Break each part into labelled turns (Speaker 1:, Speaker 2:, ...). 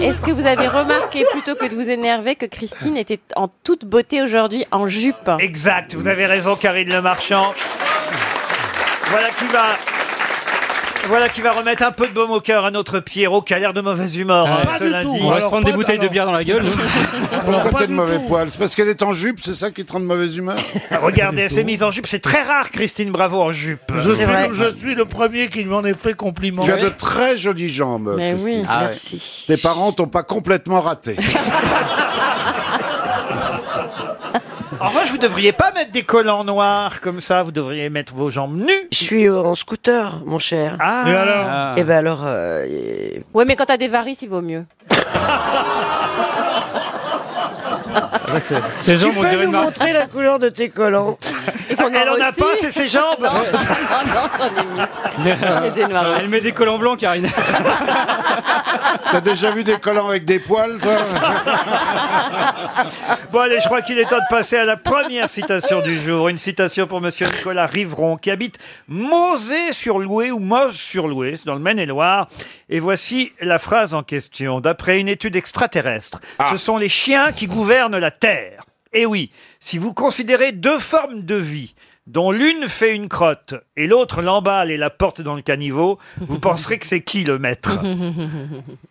Speaker 1: Est-ce que vous avez remarqué, plutôt que de vous énerver, que Christine était en toute beauté aujourd'hui en jupe
Speaker 2: Exact, vous avez raison, Karine Le Marchand. Voilà qui va. Voilà qui va remettre un peu de baume au cœur à notre Pierrot qui a l'air de mauvaise humeur
Speaker 3: Ah,
Speaker 2: hein, ce lundi.
Speaker 3: On va se prendre des bouteilles de bière dans la gueule.
Speaker 4: Pourquoi t'es de mauvais poil C'est parce qu'elle est en jupe, c'est ça qui te rend de mauvaise humeur
Speaker 2: Ah, Regardez, elle s'est mise en jupe. C'est très rare, Christine Bravo en jupe.
Speaker 5: Je suis, le, je suis le premier qui lui en ait fait compliment.
Speaker 4: Tu as de très jolies jambes,
Speaker 1: Mais oui,
Speaker 4: Christine.
Speaker 1: Ah ouais. merci.
Speaker 4: Tes parents t'ont pas complètement raté.
Speaker 2: En revanche, vous devriez pas mettre des collants noirs comme ça. Vous devriez mettre vos jambes nues.
Speaker 6: Je suis euh, en scooter, mon cher.
Speaker 2: Ah.
Speaker 5: Et alors
Speaker 7: Eh
Speaker 6: Et ben alors, euh, et-
Speaker 1: Ouais, mais quand t'as des varices, il vaut mieux.
Speaker 6: Ah,
Speaker 3: Ces gens
Speaker 6: tu
Speaker 3: m'ont
Speaker 6: peux
Speaker 3: dirait
Speaker 6: nous
Speaker 3: une marque.
Speaker 6: montrer la couleur de tes collants
Speaker 1: Ils sont
Speaker 2: Elle en a pas, c'est ses jambes.
Speaker 1: Oh non, j'en ai mis. J'en ai des noirs
Speaker 3: Elle met des collants blancs, Karine.
Speaker 4: T'as déjà vu des collants avec des poils, toi
Speaker 2: Bon, allez, je crois qu'il est temps de passer à la première citation du jour. Une citation pour monsieur Nicolas Riveron, qui habite Mosée-sur-Loué ou Moz-sur-Loué, c'est dans le Maine-et-Loire. Et voici la phrase en question. D'après une étude extraterrestre,
Speaker 4: Ah.
Speaker 2: ce sont les chiens qui gouvernent la Terre. Et oui, si vous considérez deux formes de vie, dont l'une fait une crotte et l'autre l'emballe et la porte dans le caniveau, vous penserez que c'est qui le maître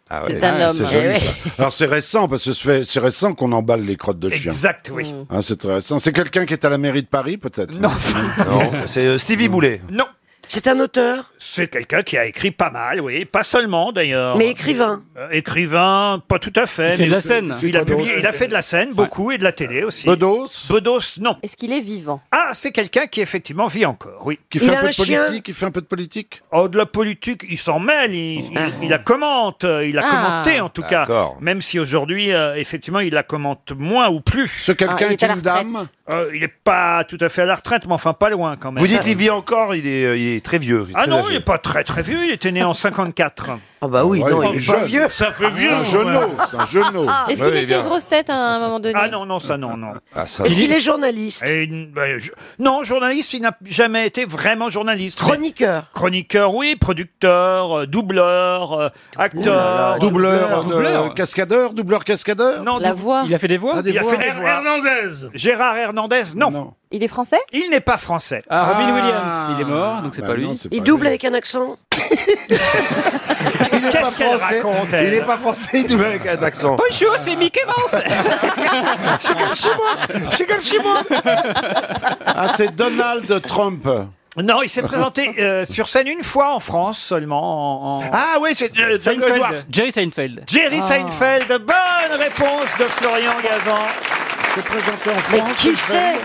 Speaker 4: Ah
Speaker 1: C'est un homme.
Speaker 4: c'est joli, ça. Alors c'est récent, parce que ce fait- c'est récent qu'on emballe les crottes de chiens.
Speaker 2: Exact, oui.
Speaker 1: Mm.
Speaker 4: Hein, c'est très récent. C'est quelqu'un qui est à la mairie de Paris, peut-être
Speaker 2: Non,
Speaker 8: C'est euh, Stevie Boulet.
Speaker 2: non.
Speaker 6: C'est un auteur,
Speaker 2: C'est quelqu'un qui a écrit pas mal, oui, pas seulement d'ailleurs.
Speaker 6: mais écrivain.
Speaker 2: Euh, écrivain, pas tout à fait.
Speaker 3: Il fait
Speaker 2: mais
Speaker 3: de la scène.
Speaker 2: Il a, publié- il a fait de la scène beaucoup et de la télé aussi.
Speaker 4: Bedos,
Speaker 2: Bedos, non.
Speaker 1: Est-ce qu'il est vivant
Speaker 2: Ah, c'est quelqu'un qui effectivement vit encore, oui.
Speaker 4: qui
Speaker 6: Il
Speaker 4: fait
Speaker 6: a
Speaker 4: un peu
Speaker 6: un
Speaker 4: de
Speaker 6: chien.
Speaker 4: politique, qui fait un peu de politique.
Speaker 2: Oh, de la politique, il s'en mêle, il,
Speaker 6: Ah.
Speaker 2: il- il la commente, euh, il la
Speaker 1: Ah.
Speaker 2: commenté en tout cas.
Speaker 8: D'accord.
Speaker 2: Même si aujourd'hui, euh, effectivement, il la commente moins ou plus.
Speaker 4: Ce quelqu'un
Speaker 1: Ah, il
Speaker 4: est,
Speaker 1: est à la
Speaker 4: une
Speaker 1: retraite.
Speaker 4: dame.
Speaker 2: Euh, il est pas tout à fait à la retraite, mais enfin pas loin quand même.
Speaker 8: Vous dites qu'il vit encore, il est, euh, il est très vieux.
Speaker 2: ah
Speaker 8: très
Speaker 2: non,
Speaker 8: âgé.
Speaker 2: il est pas très très vieux, il était né en 54.
Speaker 6: Ah bah oui,
Speaker 4: Ouais,
Speaker 6: non, il est pas
Speaker 4: jeune.
Speaker 6: vieux.
Speaker 5: Ça fait
Speaker 4: C'est
Speaker 5: vieux.
Speaker 4: un
Speaker 5: ouais.
Speaker 4: genou, c'est un genou.
Speaker 1: Ah. Est-ce
Speaker 8: Ouais,
Speaker 1: qu'il
Speaker 8: il est
Speaker 1: était
Speaker 8: bien.
Speaker 1: grosse tête hein, à un moment donné
Speaker 2: Ah non, non, ça non, non.
Speaker 8: Ah, ça,
Speaker 6: Est-ce qu'il est journaliste
Speaker 2: Et, ben, je- Non, journaliste, il n'a jamais été vraiment journaliste. mais-
Speaker 6: Chroniqueur
Speaker 2: Chroniqueur, oui, producteur, euh, doubleur, euh, acteur.
Speaker 4: Doubleur,
Speaker 3: Doubleur.
Speaker 4: euh, cascadeur, doubleur cascadeur.
Speaker 2: Non,
Speaker 1: La
Speaker 2: dou-
Speaker 1: voix.
Speaker 3: Il a fait des voix
Speaker 4: Ah, des
Speaker 2: il a
Speaker 4: voix.
Speaker 2: fait des
Speaker 5: Her-
Speaker 2: voix.
Speaker 5: Hernandez.
Speaker 2: Gérard Hernandez, non,
Speaker 1: Il est français
Speaker 2: il n'est pas français.
Speaker 3: Ah, Robin
Speaker 4: Ah.
Speaker 3: Williams, il est mort, donc c'est
Speaker 4: Bah
Speaker 3: pas lui.
Speaker 4: non, c'est
Speaker 6: Il
Speaker 4: pas
Speaker 6: double
Speaker 4: lui.
Speaker 6: avec un accent
Speaker 4: Il n'est pas
Speaker 2: Qu'est-ce qu'elle
Speaker 4: français.
Speaker 2: raconte,
Speaker 4: Il
Speaker 2: elle
Speaker 4: n'est pas français, il double avec un accent.
Speaker 3: Bonjour, c'est Mickey Mouse
Speaker 4: Ah, c'est Donald Trump.
Speaker 2: Non, il s'est présenté euh, sur scène une fois en France seulement. en- en-
Speaker 8: Ah oui, c'est euh, Django Edwards.
Speaker 3: Seinfeld. Jerry Seinfeld.
Speaker 1: Ah.
Speaker 2: Jerry Seinfeld, bonne réponse de Florian Gazan.
Speaker 4: C'est présenté en
Speaker 1: Mais
Speaker 4: France.
Speaker 1: qui c'est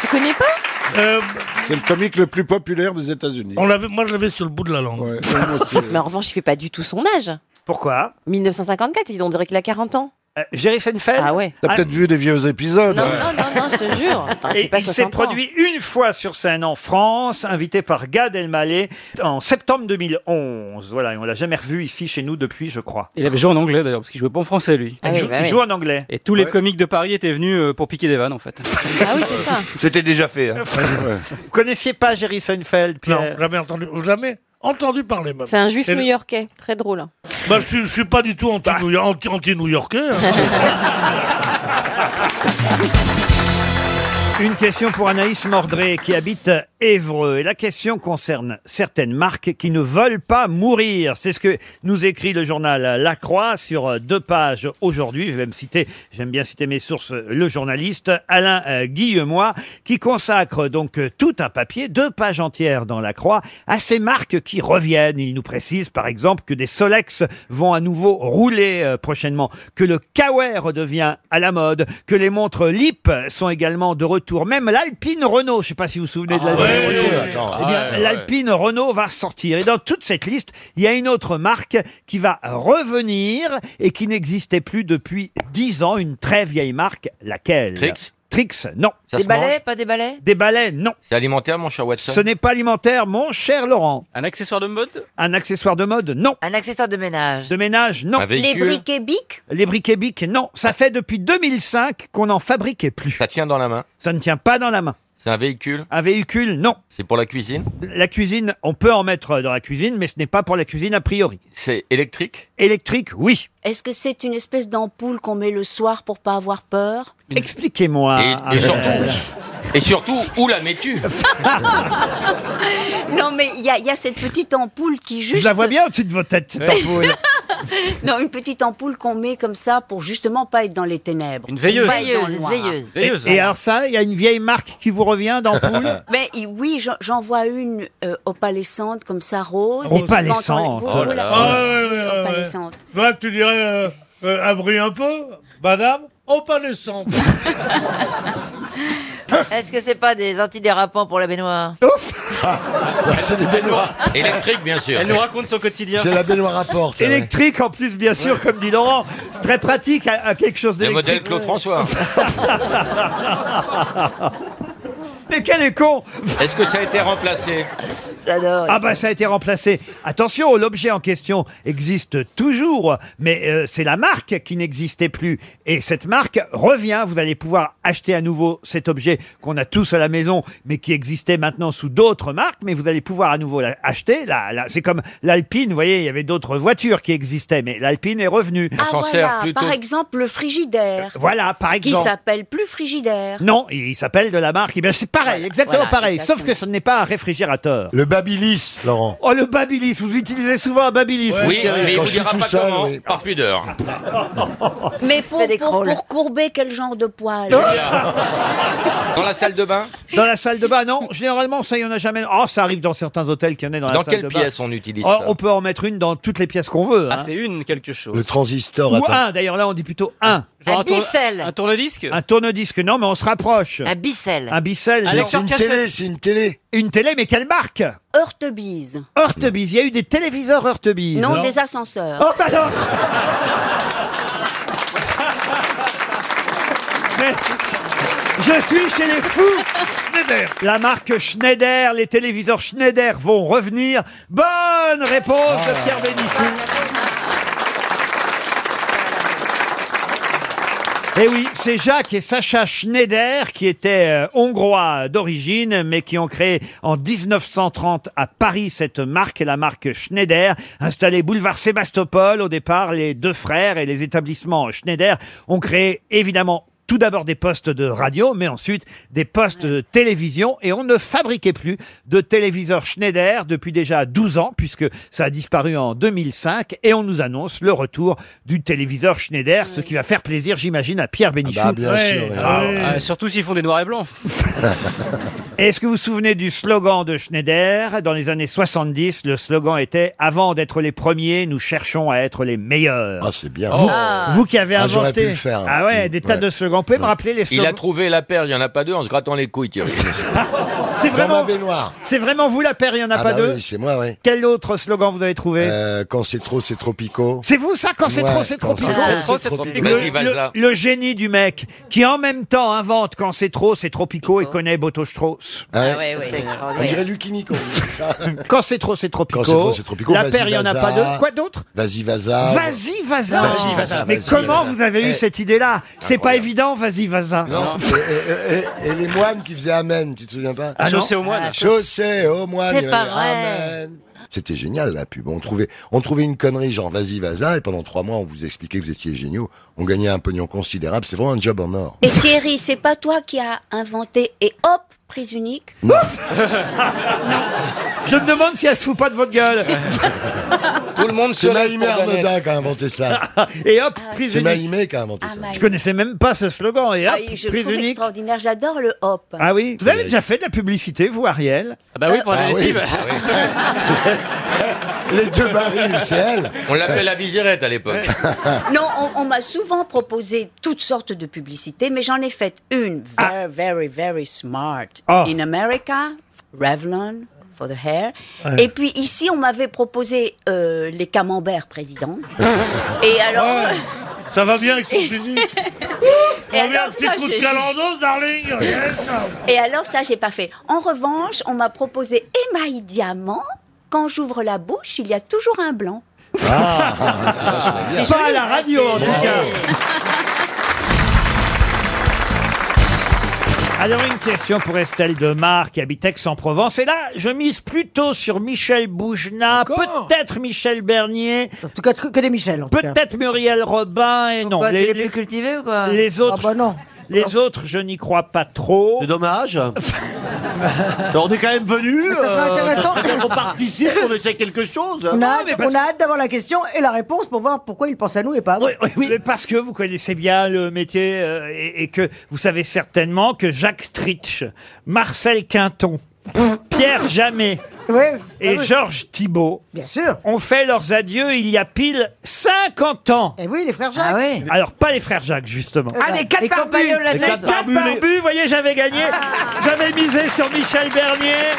Speaker 1: Tu connais pas
Speaker 5: Euh,
Speaker 4: C'est le comique le plus populaire des États-Unis.
Speaker 5: on l'avait, moi, je l'avais sur le bout de la langue.
Speaker 4: Ouais, ouais, moi aussi.
Speaker 1: Mais en revanche, il fait pas du tout son âge.
Speaker 2: Pourquoi
Speaker 1: 1954, il- on dirait qu'il a 40 ans.
Speaker 2: Euh, Jerry Seinfeld
Speaker 1: Ah ouais. Ah.
Speaker 4: T'as peut-être vu des vieux épisodes. hein.
Speaker 1: Non, non, non, non, je te jure. Attends, il fait
Speaker 2: Et
Speaker 1: pas
Speaker 2: il s'est
Speaker 1: 60 ans.
Speaker 2: produit une fois sur scène en France, invité par Gad Elmaleh en septembre 2011. Voilà, et on l'a jamais revu ici chez nous depuis, je crois.
Speaker 3: Il avait joué en anglais d'ailleurs, parce qu'il jouait pas en français lui.
Speaker 1: Ah
Speaker 2: il
Speaker 1: oui,
Speaker 2: joue,
Speaker 1: bah
Speaker 2: il
Speaker 1: oui.
Speaker 2: joue en anglais.
Speaker 3: Et tous les comiques de Paris étaient venus euh, pour piquer des vannes en fait.
Speaker 1: Ah oui, c'est ça.
Speaker 8: C'était déjà fait. hein.
Speaker 2: Vous connaissiez pas Jerry Seinfeld,
Speaker 5: Non,
Speaker 2: Pierre
Speaker 5: jamais entendu, jamais entendu parler même.
Speaker 1: C'est un juif
Speaker 5: Et le-
Speaker 1: new-yorkais. Très drôle. hein.
Speaker 5: Bah, je, suis- je suis pas du tout anti-New- anti- anti-new-yorkais. hein.
Speaker 2: Une question pour Anaïs Mordré qui habite Évreux. Et la question concerne certaines marques qui ne veulent pas mourir. C'est ce que nous écrit le journal La Croix sur euh, deux pages aujourd'hui. Je vais me citer, j'aime bien citer mes sources, euh, le journaliste Alain euh, Guillemois qui consacre donc euh, tout un papier, deux pages entières dans La Croix, à ces marques qui reviennent. Il nous précise par exemple que des Solex vont à nouveau rouler euh, prochainement, que le Kawaii redevient à la mode, que les montres Lip sont également de retour, même l'Alpine Renault, je sais pas si vous vous souvenez de l'Alpine
Speaker 5: Ah ouais,
Speaker 2: Renault.
Speaker 5: ouais, Ah ouais.
Speaker 4: Attends.
Speaker 2: Eh bien, l'Alpine Renault va ressortir. Et dans toute cette liste, il y a une autre marque qui va revenir et qui n'existait plus depuis 10 ans, une très vieille marque, laquelle
Speaker 9: Trix
Speaker 2: Trix, non.
Speaker 9: Ça
Speaker 10: Des
Speaker 9: se mange
Speaker 10: balais, pas des balais
Speaker 2: Des balais, non.
Speaker 9: C'est alimentaire, mon cher Watson
Speaker 2: Ce n'est pas alimentaire, mon cher Laurent.
Speaker 3: Un accessoire de mode
Speaker 2: Un accessoire de mode, non.
Speaker 10: Un accessoire de ménage.
Speaker 2: De ménage, non.
Speaker 9: Un véhicule
Speaker 10: bic
Speaker 2: Les briquets bic, non. Ça fait depuis 2005 qu'on n'en fabriquait plus.
Speaker 9: Ça tient dans la main.
Speaker 2: Ça ne tient pas dans la main.
Speaker 9: C'est un véhicule
Speaker 2: Un véhicule, non.
Speaker 9: C'est pour la cuisine
Speaker 2: La cuisine, on peut en mettre dans la cuisine, mais ce n'est pas pour la cuisine a priori.
Speaker 9: C'est électrique
Speaker 2: Électrique, oui.
Speaker 11: Est-ce que c'est une espèce d'ampoule qu'on met le soir pour pas avoir peur
Speaker 3: Une-
Speaker 2: Expliquez-moi. Ah,
Speaker 9: et, et
Speaker 2: Ariel.
Speaker 9: surtout, et surtout, où la mets-tu
Speaker 11: Non, mais il y a, il y a cette petite ampoule qui juste.
Speaker 2: Je la vois bien au-dessus de vos têtes, cette ampoule.
Speaker 11: Non, une petite ampoule qu'on met comme ça pour justement pas être dans les ténèbres.
Speaker 3: Une veilleuse.
Speaker 11: Pas être dans le
Speaker 10: Veilleuse,
Speaker 11: noir.
Speaker 10: veilleuse.
Speaker 2: Et,
Speaker 3: Veilleuse.
Speaker 2: et alors ça, il y a une vieille marque qui vous revient d'ampoule
Speaker 11: Mais i- oui, j'en- j'en vois une euh, opalescente comme ça, rose. et
Speaker 2: Oh, Opalescente.
Speaker 11: puis quand on-
Speaker 9: Oh là là.
Speaker 5: Ah, ouais, ouais, ouais, ouais.
Speaker 11: Opalescente.
Speaker 5: Là, tu dirais, euh, euh, un bruit un peu, madame, oh, pas les sangs.
Speaker 10: Est-ce que c'est pas des antidérapants pour la baignoire
Speaker 4: C'est des baignoires.
Speaker 9: Électrique, bien sûr.
Speaker 3: Elle nous raconte son quotidien.
Speaker 4: C'est la baignoire à porte. ouais.
Speaker 2: Électrique en plus, bien sûr, comme dit Laurent. C'est très pratique à, à quelque chose
Speaker 9: Le modèle
Speaker 2: d'électrique.
Speaker 9: Claude François.
Speaker 2: Mais quel est con
Speaker 9: Est-ce que ça a été remplacé
Speaker 10: J'adore.
Speaker 2: Ah bah ça a été remplacé. Attention, l'objet en question existe toujours, mais euh, c'est la marque qui n'existait plus. Et cette marque revient, vous allez pouvoir acheter à nouveau cet objet qu'on a tous à la maison, mais qui existait maintenant sous d'autres marques, mais vous allez pouvoir à nouveau l'acheter. Là, là, c'est comme l'Alpine, vous voyez, il y avait d'autres voitures qui existaient, mais l'Alpine est revenue.
Speaker 11: Ah
Speaker 9: s'en
Speaker 11: voilà,
Speaker 9: sert plutôt.
Speaker 11: par exemple le frigidaire,
Speaker 2: Voilà, par
Speaker 11: qui
Speaker 2: exemple.
Speaker 11: s'appelle plus frigidaire.
Speaker 2: Non, il s'appelle de la marque. Eh bien, c'est pareil,
Speaker 10: Voilà,
Speaker 2: exactement
Speaker 10: voilà,
Speaker 2: pareil,
Speaker 10: exactement.
Speaker 2: sauf que ce n'est pas un réfrigérateur.
Speaker 4: Le babyliss, Laurent.
Speaker 2: Oh, le Babyliss, vous utilisez souvent un Babyliss. vous,
Speaker 9: Oui,
Speaker 4: ouais,
Speaker 9: mais il
Speaker 4: quand
Speaker 9: ne
Speaker 4: je suis
Speaker 9: dira
Speaker 4: tout
Speaker 9: pas
Speaker 4: seul,
Speaker 9: comment,
Speaker 4: oui.
Speaker 9: par pudeur.
Speaker 11: Mais pour,
Speaker 10: fait des
Speaker 11: pour,
Speaker 10: crolls.
Speaker 11: pour courber quel genre de poil
Speaker 9: Dans la salle de bain
Speaker 2: Dans la salle de bain, non. Généralement, ça, il n'y en a jamais. Oh, ça arrive dans certains hôtels qu'il y en ait dans, la
Speaker 9: Dans
Speaker 2: salle
Speaker 9: quelle
Speaker 2: de bain.
Speaker 9: pièce on utilise
Speaker 2: Oh,
Speaker 9: ça
Speaker 2: on peut en mettre une dans toutes les pièces qu'on veut.
Speaker 3: Ah,
Speaker 2: hein.
Speaker 3: c'est une quelque chose.
Speaker 4: Le transistor.
Speaker 2: Ou
Speaker 4: attends.
Speaker 2: un, d'ailleurs, là, on dit plutôt un.
Speaker 10: Un
Speaker 3: un, tourne-
Speaker 10: bicelle.
Speaker 3: un tourne-disque
Speaker 4: Ah,
Speaker 2: Un tourne-disque, non, mais on se rapproche.
Speaker 10: Un bicelle.
Speaker 2: Un bicelle,
Speaker 3: Alex-
Speaker 2: non.
Speaker 4: C'est une
Speaker 3: Cassette.
Speaker 4: télé, c'est une télé.
Speaker 2: Une télé, mais quelle marque
Speaker 11: Heurtebise.
Speaker 2: Hurtebise. Il y a eu des téléviseurs Hurtebise.
Speaker 11: Non, des ascenseurs.
Speaker 2: Oh, bah non Mais Je suis chez les fous
Speaker 5: Schneider.
Speaker 2: La marque Schneider, les téléviseurs Schneider vont revenir. Bonne réponse de Pierre Bénichou. Et Eh oui, c'est Jacques et Sacha Schneider qui étaient euh, hongrois d'origine, mais qui ont créé en 1930 à Paris cette marque, la marque Schneider, installée boulevard Sébastopol. Au départ, les deux frères et les établissements Schneider ont créé évidemment tout d'abord des postes de radio, mais ensuite des postes de télévision. Et on ne fabriquait plus de téléviseurs Schneider depuis déjà 12 ans, puisque ça a disparu en 2005. Et on nous annonce le retour du téléviseur Schneider, ce qui va faire plaisir, j'imagine, à Pierre Bénichou.
Speaker 4: Bah, bien
Speaker 5: Ouais.
Speaker 4: sûr. ouais.
Speaker 5: Ah, ouais.
Speaker 3: Ah, Surtout s'ils font des noirs et blancs.
Speaker 2: Est-ce que vous vous souvenez du slogan de Schneider Dans les années 70, le slogan était « Avant d'être les premiers, nous cherchons à être les meilleurs
Speaker 4: Ah, c'est bien.
Speaker 10: Ah.
Speaker 2: Vous qui avez
Speaker 4: Ah, j'aurais
Speaker 2: inventé...
Speaker 4: pu le faire.
Speaker 2: Ah ouais, des tas
Speaker 4: Ouais.
Speaker 2: de slogans. Vous pouvez me rappeler les
Speaker 9: Il a
Speaker 2: slogans
Speaker 9: trouvé la paire, il n'y en a pas deux, en se grattant les couilles, Thierry.
Speaker 2: C'est
Speaker 4: Dans ma
Speaker 2: vraiment,
Speaker 4: baignoire.
Speaker 2: c'est vraiment vous la paire, il n'y en a
Speaker 4: Ah
Speaker 2: pas
Speaker 4: bah
Speaker 2: deux
Speaker 4: oui, c'est moi, oui.
Speaker 2: Quel autre slogan vous avez trouvé
Speaker 4: Euh, quand c'est trop, c'est tropico.
Speaker 2: C'est vous ça Quand c'est
Speaker 4: Ouais,
Speaker 2: trop, c'est trop.
Speaker 4: quand
Speaker 2: piquant.
Speaker 4: c'est
Speaker 3: trop,
Speaker 4: trop,
Speaker 3: c'est
Speaker 4: c'est
Speaker 3: trop
Speaker 4: tropico.
Speaker 3: piquant.
Speaker 2: Le,
Speaker 9: Vas-y, Valza.
Speaker 2: le- le génie du mec qui en même temps invente quand c'est trop, c'est trop pico et connaît Boto Strauss.
Speaker 10: Ah
Speaker 4: Hein
Speaker 10: ouais, ouais.
Speaker 4: On
Speaker 10: extraordinaire.
Speaker 4: dirait Lucini quand on dit ça.
Speaker 2: Quand c'est trop, c'est trop
Speaker 4: Quand c'est
Speaker 2: pico.
Speaker 4: trop, c'est trop pico.
Speaker 2: La
Speaker 4: Vas-y,
Speaker 2: paire, il n'y en a
Speaker 4: Vaza.
Speaker 2: pas deux. Quoi d'autre
Speaker 4: Vas-y, Vaza.
Speaker 2: Ah, Vas-y, Vaza.
Speaker 4: Vas-y, Vaza,
Speaker 2: Mais
Speaker 4: vas-y,
Speaker 2: comment
Speaker 4: Vaza.
Speaker 2: vous avez eu
Speaker 4: Eh.
Speaker 2: cette idée-là C'est pas évident, vas-y, Vaza.
Speaker 4: Non. Et, et- et- et les moines qui faisaient Amen, tu te souviens pas
Speaker 2: Ah non
Speaker 3: Chaussée aux moines.
Speaker 4: Chaussée aux moines.
Speaker 10: C'est
Speaker 4: il y
Speaker 10: pas
Speaker 4: avait
Speaker 12: Ah,
Speaker 10: vrai.
Speaker 4: Amen. C'était génial la pub. On trouvait, on trouvait une connerie genre vas-y vas-y et pendant trois mois on vous expliquait que vous étiez géniaux. On gagnait un pognon considérable. C'est vraiment un job en or.
Speaker 11: Et Thierry, c'est pas toi qui as inventé et hop, prise unique
Speaker 2: Je me demande si elle se fout pas de votre gueule.
Speaker 9: Tout le monde se
Speaker 4: C'est
Speaker 9: lève
Speaker 4: Maïmé
Speaker 9: pour donner.
Speaker 4: Arnaudin qui a inventé ça.
Speaker 2: Et hop,
Speaker 11: Ah,
Speaker 2: prise
Speaker 4: C'est
Speaker 2: unique.
Speaker 4: Maïmé qui a inventé ça.
Speaker 11: Maïmé.
Speaker 2: Je connaissais même pas ce slogan. Et
Speaker 11: Ah,
Speaker 2: hop,
Speaker 11: et Je
Speaker 2: prise
Speaker 11: trouve
Speaker 2: unique.
Speaker 11: extraordinaire, j'adore le hop.
Speaker 2: Ah oui Vous avez déjà fait de la publicité, vous, Ariel
Speaker 3: Ah bah oui, pour la
Speaker 4: Ah oui.
Speaker 3: lessive.
Speaker 4: Les deux barils, c'est elle.
Speaker 9: On l'appelait la vigérette à l'époque.
Speaker 11: Non, on, on m'a souvent proposé toutes sortes de publicités, mais j'en ai fait une. Very, very, very smart.
Speaker 2: Ah.
Speaker 11: In America, Revlon for the hair. Et puis ici, on m'avait proposé euh, les camemberts, président. Et alors, euh,
Speaker 5: Ça va bien avec son physique.
Speaker 11: et
Speaker 5: On
Speaker 2: Ah,
Speaker 5: vient un
Speaker 11: alors ça,
Speaker 5: petit coup de
Speaker 11: j'ai-
Speaker 5: calandos, darling.
Speaker 11: et alors ça, j'ai pas fait. En revanche, on m'a proposé émail diamant. Quand j'ouvre la bouche, il y a toujours un blanc.
Speaker 1: Ah,
Speaker 2: Pas à la radio, en tout cas. Alors une question pour Estelle Demar qui habite Aix-en-Provence. Et là, je mise plutôt sur Michel Boujna, peut-être Michel Bernier. En tout cas, que des Michel. Peut-être Muriel Robin et non.
Speaker 10: Quoi,
Speaker 2: les-
Speaker 10: tu l'es
Speaker 2: les-
Speaker 10: plus cultivé ou quoi
Speaker 2: les autres, les autres, je n'y crois pas trop. C'est dommage. on est quand même euh, venu.
Speaker 7: Ça serait intéressant.
Speaker 13: on essaie quelque chose.
Speaker 7: On a, hâte-
Speaker 2: parce
Speaker 7: on a hâte d'avoir la question et la réponse pour voir pourquoi il pense à nous et pas à vous.
Speaker 2: Mais parce que vous connaissez bien le métier euh, et, et que vous savez certainement que Jacques Tritsch, Marcel Quinton, Pierre Jamet et
Speaker 7: Ah oui.
Speaker 2: Georges Thibault
Speaker 7: Bien sûr.
Speaker 2: ont fait leurs adieux il y a pile 50 ans.
Speaker 7: Et Eh oui, les frères Jacques.
Speaker 2: Alors pas les frères Jacques justement.
Speaker 7: Ah, les quatre barbus.
Speaker 2: Les quatre barbus, vous voyez, j'avais gagné.
Speaker 7: Ah.
Speaker 2: J'avais misé sur Michel Bernier.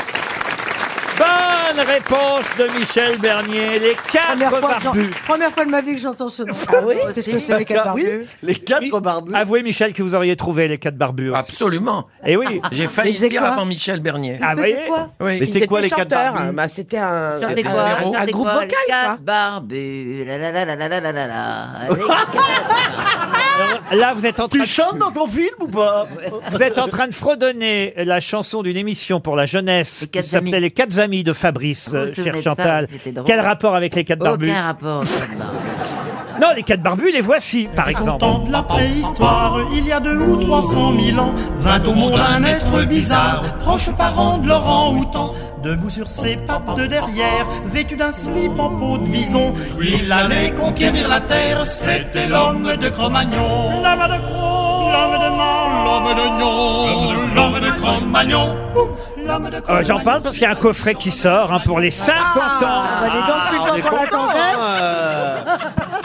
Speaker 2: Bonne réponse de Michel Bernier. Les quatre
Speaker 7: Première fois, que j'en-
Speaker 2: barbus.
Speaker 7: première fois de ma vie que j'entends ce nom. Ah oui Qu'est-ce que c'est les quatre
Speaker 2: Ah oui,
Speaker 7: barbus
Speaker 2: Les quatre barbus. Avouez, Michel, que vous auriez trouvé les quatre barbus. Absolument. Et oui.
Speaker 12: J'ai failli le dire avant Michel Bernier.
Speaker 2: Ah, vous voyez
Speaker 12: Oui.
Speaker 2: Mais c'est quoi les quatre barbus
Speaker 6: bah, C'était un,
Speaker 10: Faire des
Speaker 6: un-
Speaker 10: quoi
Speaker 6: un-
Speaker 10: Faire
Speaker 6: un
Speaker 10: des
Speaker 6: groupe
Speaker 10: quoi
Speaker 6: vocal.
Speaker 10: Les
Speaker 6: quoi.
Speaker 10: quatre barbus, la la la la la la la la la.
Speaker 2: Là, vous êtes en train de...
Speaker 13: dans ton film ou pas
Speaker 2: Vous êtes en train de fredonner la chanson d'une émission pour la jeunesse qui s'appelait Les Quatre Amis de Fabrice,
Speaker 10: Vous vous
Speaker 2: euh,
Speaker 10: souvenez de
Speaker 2: cher
Speaker 10: ça,
Speaker 2: Chantal.
Speaker 10: mais c'était drôle.
Speaker 2: Quel rapport avec les quatre barbus
Speaker 10: Aucun rapport.
Speaker 2: Non, les quatre barbus, les voici, par exemple.
Speaker 14: Temps de la préhistoire, il y a deux ou trois cent mille ans, vint au monde un être bizarre, proche parent de Laurent Houtan. Debout sur ses pattes de derrière, vêtu d'un slip en peau de bison, il allait conquérir la terre, c'était l'homme de Cro-Magnon. L'homme de Cro, l'homme de Mans, l'homme de Nyon, l'homme de Cro-Magnon.
Speaker 2: Euh, J'en parle parce qu'il y a un coffret qui sort hein, pour les 50
Speaker 13: Ah,
Speaker 2: ans.
Speaker 13: bah, dis donc, plus
Speaker 2: on
Speaker 13: le temps
Speaker 2: est
Speaker 13: qu'on
Speaker 2: content,
Speaker 13: l'attendait.
Speaker 2: hein.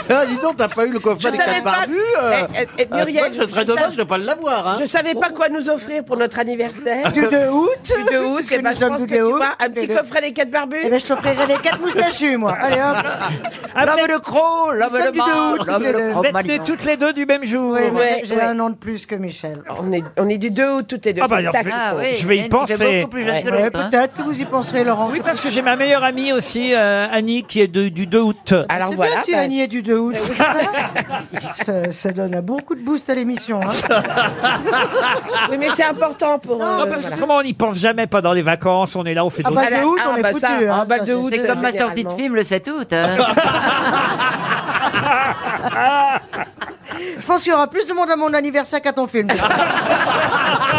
Speaker 13: Ah, dis donc, t'as pas eu le coffret
Speaker 15: Je
Speaker 13: des
Speaker 15: savais
Speaker 13: quatre
Speaker 15: pas.
Speaker 13: barbus
Speaker 2: euh.
Speaker 15: Eh, eh,
Speaker 2: Ah,
Speaker 15: eh, Muriel,
Speaker 13: je serais
Speaker 15: je
Speaker 13: dommage
Speaker 15: savais-
Speaker 13: de pas l'avoir. Hein.
Speaker 15: Je savais pas quoi nous offrir pour notre anniversaire.
Speaker 7: Du 2 août.
Speaker 15: Du 2 août,
Speaker 7: Parce
Speaker 15: eh ben,
Speaker 7: que nous
Speaker 15: je
Speaker 7: sommes
Speaker 15: pense
Speaker 7: du
Speaker 15: que
Speaker 7: 2
Speaker 15: tu
Speaker 7: août.
Speaker 15: vois, un
Speaker 7: Et
Speaker 15: petit
Speaker 7: le-
Speaker 15: coffret des quatre barbus.
Speaker 7: Eh ben, je t'offrirai les quatre moustachus, moi. Allez hop.
Speaker 15: L'homme de croc, l'homme
Speaker 7: Nous sommes
Speaker 15: de
Speaker 7: du 2
Speaker 15: mort,
Speaker 7: août,
Speaker 15: l'homme
Speaker 7: tous les
Speaker 15: de
Speaker 7: deux.
Speaker 15: croc.
Speaker 7: Vous êtes nées
Speaker 2: toutes les deux du même jour.
Speaker 7: Ouais, moi,
Speaker 15: Ouais,
Speaker 7: J'ai
Speaker 15: ouais.
Speaker 7: un an de plus que Michel.
Speaker 15: On est, on est du 2 août toutes les deux.
Speaker 2: Ah bah,
Speaker 15: c'est
Speaker 2: alors,
Speaker 15: ça
Speaker 2: je vais-
Speaker 15: qu'il faut.
Speaker 2: je vais y penser.
Speaker 7: Ouais, Peut-être que vous y penserez, Laurent.
Speaker 2: Oui, parce que j'ai ma meilleure amie aussi, euh, Annie, qui est de- du 2 août.
Speaker 15: Alors bah,
Speaker 7: C'est bien si
Speaker 10: bah,
Speaker 7: Annie est du 2 août. ça, ça donne un bon coup de boost à l'émission.
Speaker 15: Ah, bah,
Speaker 7: hein.
Speaker 15: Oui, mais c'est important pour.
Speaker 7: Ah,
Speaker 15: euh,
Speaker 7: bah,
Speaker 2: Non, parce que
Speaker 15: voilà.
Speaker 2: autrement, on n'y pense jamais pendant les vacances, on est là, on fait
Speaker 15: Ah
Speaker 2: d'autres
Speaker 15: bah, le août,
Speaker 2: choses.
Speaker 15: on Ah est bah, foutu,
Speaker 7: euh,
Speaker 15: ça, hein, ah bah, ça, de août,
Speaker 10: C'est comme ma sortie de
Speaker 15: généralement.
Speaker 10: film le 7 août. hein.
Speaker 7: Je pense qu'il y aura plus de monde à mon anniversaire qu'à ton film.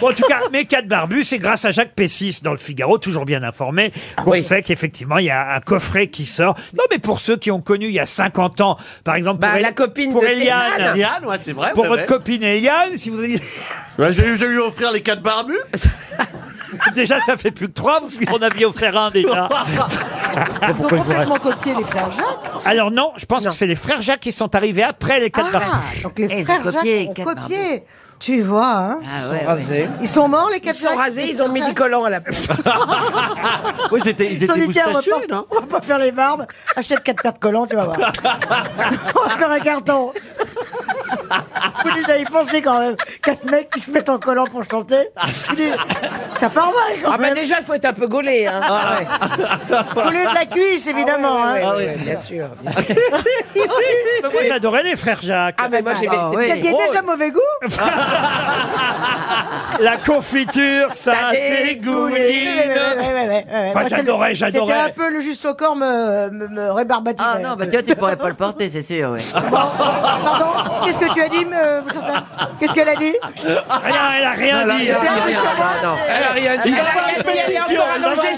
Speaker 2: Bon, en tout cas, mes quatre barbus, c'est grâce à Jacques Pessis dans le Figaro, toujours bien informé,
Speaker 13: Ah
Speaker 2: qu'on sait qu'effectivement, il y a un coffret qui sort. Non, mais pour ceux qui ont connu il y a 50 ans, par exemple, pour, El-
Speaker 13: Bah, la copine
Speaker 2: pour
Speaker 13: de
Speaker 2: Eliane.
Speaker 13: Stéphane. Eliane, ouais, c'est vrai,
Speaker 2: Pour
Speaker 13: ouais,
Speaker 2: votre
Speaker 13: ouais.
Speaker 2: copine Eliane, si vous avez...
Speaker 13: je, vais, je vais lui offrir les quatre barbus.
Speaker 2: déjà, ça fait plus que trois, vous en aviez offert un déjà.
Speaker 7: Ils ont complètement copié les frères
Speaker 10: Ah,
Speaker 7: Jacques.
Speaker 2: Alors non, je pense que c'est les frères Jacques qui sont arrivés après les quatre barbus.
Speaker 7: Ah, donc les
Speaker 10: Eh, ils ont
Speaker 7: frères Jacques
Speaker 10: copié les
Speaker 7: ont
Speaker 10: quatre
Speaker 7: copié. Tu vois, hein
Speaker 10: Ah
Speaker 13: ouais, rasés. ouais.
Speaker 7: Ils sont morts, les quatre
Speaker 15: Ils sont
Speaker 7: Jacques
Speaker 15: rasés, ils ont mis du collant à la place.
Speaker 13: Oui, c'était, ils
Speaker 7: Ils ont
Speaker 13: étaient
Speaker 7: dit, tiens, on va,
Speaker 13: moustachus,
Speaker 7: pas,
Speaker 13: non
Speaker 7: on va pas faire les barbes, achète quatre paires de collants, tu vas voir. on va faire un carton. Vous dites, y penser quand même. Quatre mecs qui se mettent en collant pour chanter. Tu dis, ça part mal quand
Speaker 15: Ah bah
Speaker 7: même.
Speaker 15: déjà, il faut être un peu gaulé. Hein. Ah,
Speaker 7: Coller de la cuisse, évidemment.
Speaker 15: ouais, ouais,
Speaker 7: hein.
Speaker 15: ouais, ouais, bien sûr.
Speaker 2: Mais moi, j'adorais les frères Jacques.
Speaker 15: Ah, mais moi, j'ai
Speaker 7: Ah, Vous aviez déjà mauvais goût
Speaker 2: La confiture, ça, dégouline. Enfin,
Speaker 7: Moi,
Speaker 2: j'adorais,
Speaker 7: c'était-
Speaker 2: j'adorais.
Speaker 7: C'était un peu le juste au corps me, me, me rébarbatinait.
Speaker 10: Ah non, bah toi tu pourrais pas le porter, c'est sûr. ouais.
Speaker 7: Pardon Qu'est-ce que tu as dit, me- Chantal Qu'est-ce qu'elle a dit
Speaker 2: Rien, elle a rien
Speaker 7: Non, elle a
Speaker 2: dit.
Speaker 7: rien dit, Elle a rien
Speaker 13: Elle a rien
Speaker 7: dit. non.
Speaker 13: dit.
Speaker 2: Il va pas à la pétition.